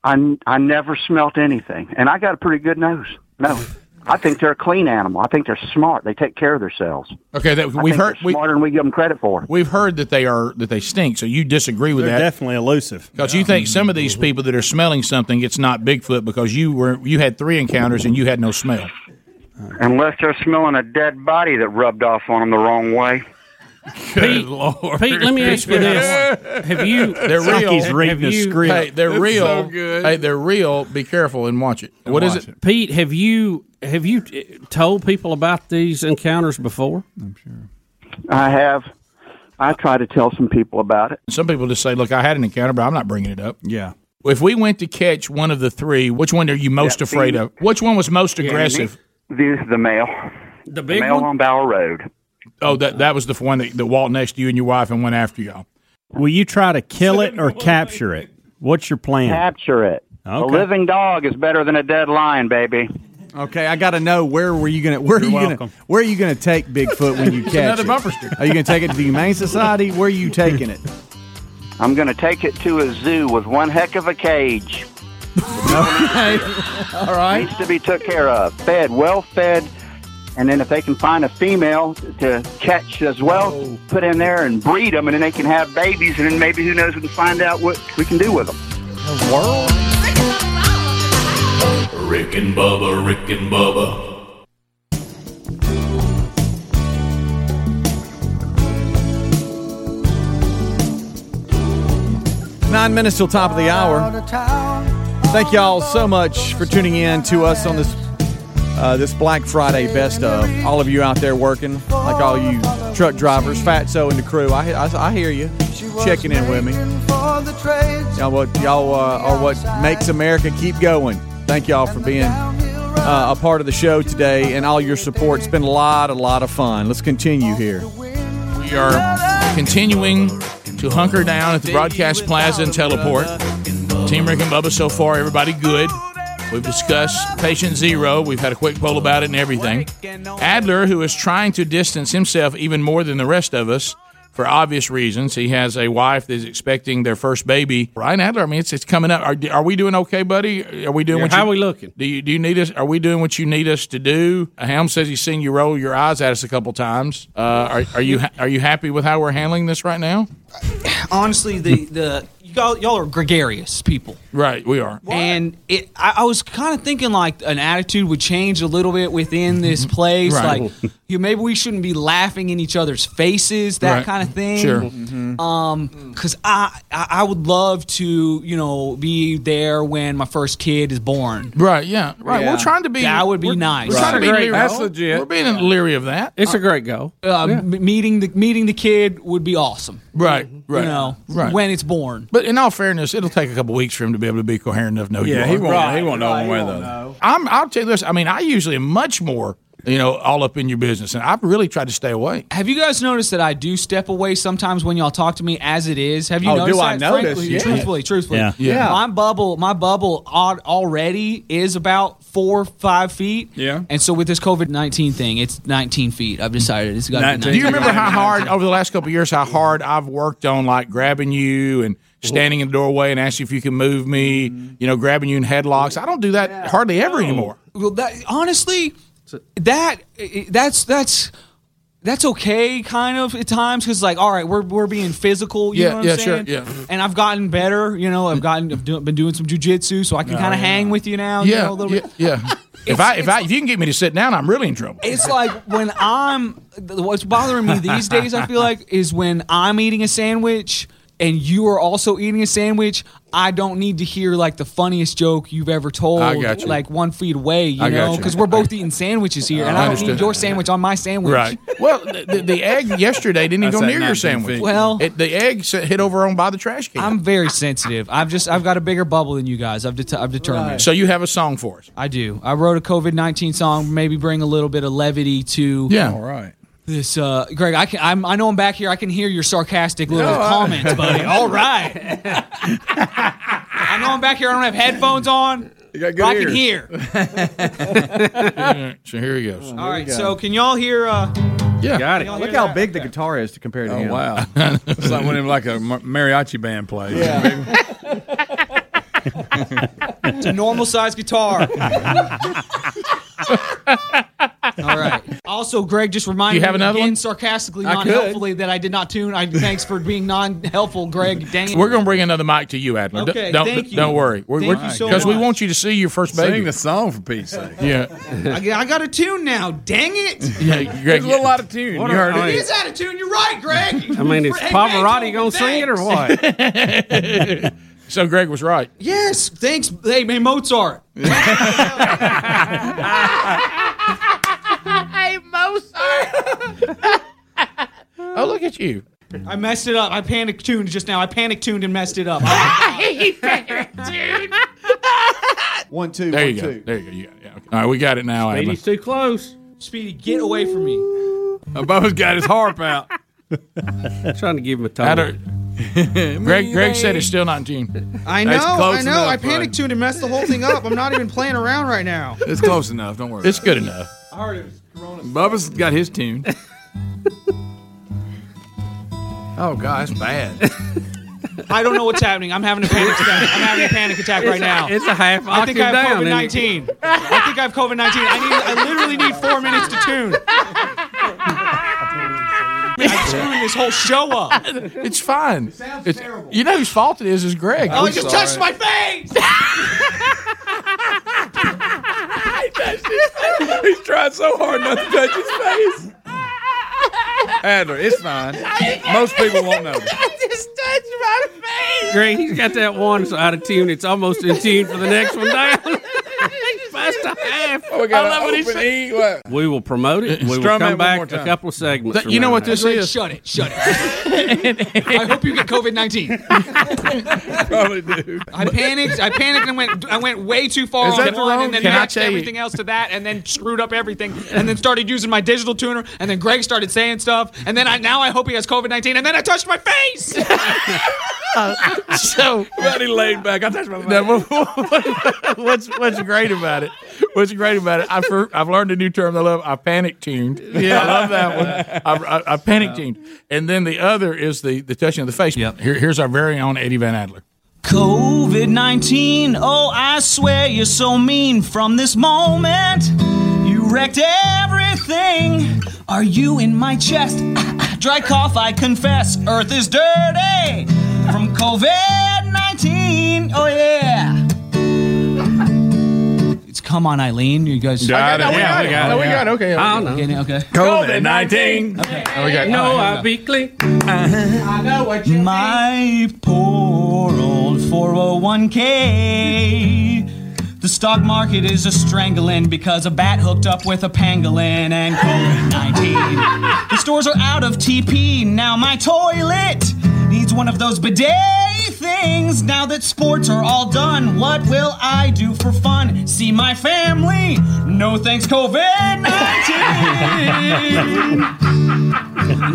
I, I never smelt anything, and I got a pretty good nose. No, I think they're a clean animal. I think they're smart. They take care of themselves.
okay, that,
I
we've
think
heard
they're smarter than we give them credit for.
we've heard that they are that they stink. So you disagree with
They're Mm-hmm.
that? Definitely elusive. Because you think some of these people that are smelling something, it's not Bigfoot because you were you had three encounters and you had no smell.
Unless they're smelling a dead body that rubbed off on them the wrong way.
Pete, Pete, let me ask you this: Have you?
They're real.
have you-
Hey, they're real. Hey, they're real. Be careful and watch it. What is it?
Pete? Have you have you eh, told people about these encounters before?
I have. I try to tell some people about it.
Some people just say, "Look, I had an encounter, but I'm not bringing it up." Yeah. If we went to catch one of the three, which one are you most
Yeah,
afraid
see-
of? Which one was most aggressive?
This is the male.
The
big
male
one?
on Bower Road.
Oh, that that was the one that, that walked next to you and your wife and went after y'all.
Will you try to kill it or capture it? What's your plan?
Capture it. A
Okay.
living dog is better than a dead lion, baby.
Okay, I got to know where were you gonna where are you gonna where are you gonna take Bigfoot when you
It's
catch
another
it?
bumper sticker.
Are you gonna take it to the Humane Society? Where are you taking it?
I'm going to take it to a zoo with one heck of a cage.
okay. All right.
Needs to be took care of, fed, well fed, and then if they can find a female to catch as well, put in there and breed them, and then they can have babies, and then maybe who knows, we can find out what we can do with them.
Rick and Bubba, Rick and Bubba,
Nine minutes till top of the hour. Thank y'all so much for tuning in to us on this uh, this Black Friday best of. All of you out there working, like all you truck drivers, Fatso and the crew. I I, I hear you Oh, checking in with me. Y'all what y'all uh, are what makes America keep going. Thank y'all for being uh, a part of the show today and all your support. It's been a lot, a lot of fun. Let's continue here.
We are continuing to hunker down at the Broadcast Plaza and teleport. Team Rick and Bubba so far, everybody good. We've discussed patient zero. We've had a quick poll about it and everything. Adler, who is trying to distance himself even more than the rest of us for obvious reasons, he has a wife that is expecting their first baby. Ryan Adler, I mean, it's, it's coming up. Are, are we doing okay, buddy? Are we doing
Yeah,
what
how
you,
we looking?
Do you do you need us? Are we doing what you need us to do? Helm says he's seen you roll your eyes at us a couple times. Uh, are, are you ha- are you happy with how we're handling this right now?
honestly, the the y'all y'all are gregarious people.
Right, we are.
And it, I, I was kind of thinking like an attitude would change a little bit
Mm-hmm.
within this place.
Right.
Like, you maybe we shouldn't be laughing in each other's faces, that
Right.
kind of thing.
Sure.
Mm-hmm.
Um, because I, I I would love to you know be there when my first kid is born.
Right. Yeah. Right. We're trying to be.
That would be nice.
We're trying to be leery. We're being leery of that.
It's a
great go.
Uh, m- meeting the meeting the kid would be awesome.
Right. Right.
You know,
Right.
when it's born.
But in all fairness, it'll take a couple weeks for him to be able to be coherent enough. to know you
Yeah,
are.
he won't- he won't know Right, one way or right, he the won't
I'm. I'll tell you this. I mean, I usually am much more you know, all up in your business. And I've really tried to stay away.
Have you guys noticed that I do step away sometimes when y'all talk to me as it is? Have you
Oh,
noticed
do
that?
I notice?
Frankly,
Yeah.
Truthfully, truthfully.
Yeah. Yeah.
My bubble, my bubble al- already is about four, five feet.
Yeah.
And so with this COVID 19 thing, it's 19 feet. I've decided it's got to be 19.
Do you remember how hard over the last couple of years how hard I've worked on like grabbing you and standing in the doorway and asking if you can move me, you know, grabbing you in headlocks. I don't do that hardly ever anymore.
Well, that, honestly, that that's that's that's okay, kind of at times, because like, all right, we're we're being physical, you
Yeah,
know what
yeah,
I'm
sure,
saying?
yeah.
And I've gotten better, you know. I've gotten I've do, been doing some jujitsu, so I can
No,
kind of
Oh, yeah.
hang with you now, you
yeah,
know, a little
yeah,
bit.
yeah. if I if I if you can get me to sit down, I'm really in trouble.
It's like when I'm what's bothering me these days. I feel like is when I'm eating a sandwich and you are also eating a sandwich. I don't need to hear like the funniest joke you've ever told.
I got you.
Like one feet away, you
I got
know,
you.
because we're both eating sandwiches here, and
I
I don't
understand.
need your sandwich on my sandwich.
Right. Well, the, the egg yesterday didn't even go
That's that
near your
19
sandwich.
feet. Well-
it, the egg sa- hit over on by the trash can.
I'm very sensitive. I've just I've got a bigger bubble than you guys. I've det- I've determined.
So you have a song for us?
I do. I wrote a COVID nineteen song. Maybe bring a little bit of levity to
Yeah. right.
This uh, Greg, I can. I'm, I know I'm back here. I can hear your sarcastic little
No, I-
comments, buddy. All right. I know I'm back here. I don't have headphones on. You got
good
I
ears.
can hear.
So here he goes.
All right. So can y'all hear? Uh,
yeah,
got it.
Look how big the guitar is to compare to
Oh
him.
wow! it's like when like a mar- mariachi band plays.
it's a normal sized guitar. All right. Also, Greg just reminded
You have
me
another
again
one?
sarcastically,
I
not
could.
helpfully, that I did not tune. I thanks for being non-helpful, Greg. Dang it.
We're going to bring another mic to you, Adler. D-
Okay,
don't,
thank you.
don't worry. We're,
Thank
we're,
you so
we
much.
want you to see your first
Sing
baby.
the song for Pete's sake.
Yeah.
I, got- I got a tune now. Dang it.
yeah, Greg.
out of tune.
You heard it.
It is out of tune. You're right, Greg.
I mean, is
Hey,
Pavarotti gonna
Beethoven,
sing it or
thanks.
so Greg was right.
Yes, thanks. Hey, man, Mozart.
hey, Mozart.
oh, look at you.
I messed it up. I panic tuned just now. I panic tuned and messed it up. I-
One, two,
There
one,
you go.
two.
There you go. You got it. Yeah, okay. All right, we got it now, Adler.
too close.
Speedy, get away from me.
Bubba's got his harp out.
trying to give him a
Adler. Greg, Greg said it's still not in tune.
I know,
That's close
I know.
enough,
I panic
bud.
tuned and messed the whole thing up. I'm not even playing around right now.
It's close enough. Don't worry.
It's good enough.
I heard it was
Bubba's got his tune.
oh God, it's bad.
I don't know what's happening. I'm having a panic attack. I'm having a panic attack right
It's a-
now.
it's a half
I think
octave
I have
down,
COVID
isn't it?
nineteen. I think I have COVID nineteen. I need. I literally need four minutes to tune. I'm screwing this whole show up.
it's fine. It sounds terrible. You know whose fault it is? Is Greg.
Oh, you touched my face.
He's trying so hard not to touch his face. Adler, it's fine. Most people won't know.
I just touched my face.
Greg, he's got that one so out of tune. It's almost in tune for the next one down.
Bust a half.
Oh, we
I love what he
open
said.
E. What?
We will promote it. We will
Strum it one more
come back a
time.
couple of segments.
That-
from
you know
now.
what this
Greg,
is?
Shut it. Shut it. I hope you get COVID nineteen.
Probably do.
I panicked. I panicked and went. I went way too far
Is
on
that
one,
wrong?
and then
Can I
matched
tell you-
everything else to that, and then screwed up everything, and then started using my digital tuner, and then Greg started saying stuff, and then I now I hope he has COVID nineteen, and then I touched my face.
Uh,
so
Buddy laid back. I touched my
Now, what- what- what's what's great about it? What's great about it? I've heard, I've learned a new term. I love. I panic tuned. I love that one. I, I, I panic tuned. And then the other is the the touching of the face. Yep. Here, here's our very own Eddie Van Adler.
COVID 19, oh, I swear you're so mean. From this moment, you wrecked everything. Are you in my chest? Dry cough, I confess. Earth is dirty from COVID 19, oh, yeah.
It's come on, Eileen. You guys.
Got Okay, it. no, we Yeah, got we it. got it. No, we got it. Okay,
I don't know. Okay.
COVID-19.
Okay.
we got it.
No,
Oh,
All right, here we
I'll be clean.
Uh-huh.
I know what you My poor old 401k. The stock market is a strangling because a bat hooked up with a pangolin and COVID 19. the stores are out of TP. Now my toilet needs
It's one of those bidet things. Now that sports are all done, what will I do for fun? See my family. No thanks, COVID 19.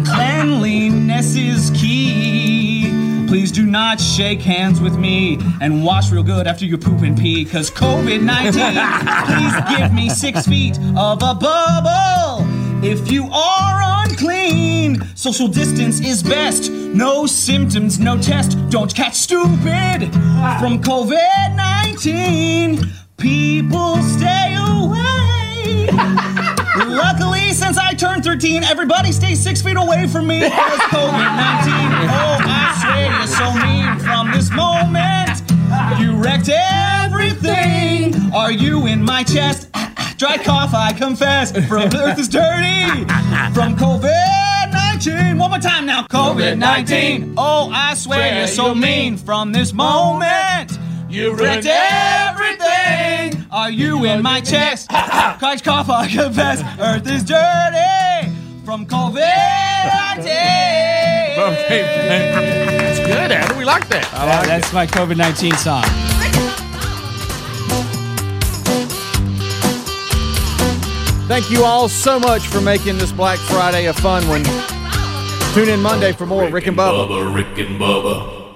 Cleanliness is key. Please do not shake hands with me and wash real good after you poop and pee, because COVID 19, please give me six feet of a bubble. If you are unclean, social distance is best. No symptoms, no test. Don't catch stupid from COVID 19. People stay away. Luckily, since I turned 13, everybody stays six feet away from me. Because COVID 19. Oh, I swear you're so mean from this moment. You wrecked everything. Are you in my chest? Dry cough, I confess. From the earth is dirty. From COVID 19. One more time now. COVID 19. Oh, I swear you're so mean from this moment. You wrecked everything. Are you in my chest? Christ cough, I confess. Earth is dirty. From COVID 19.
It's good, Adam. We like that.
Yeah, that's my COVID 19 song.
Thank you all so much for making this Black Friday a fun one. Tune in Monday for more Rick and Bubba.
Bubba, Rick and Bubba.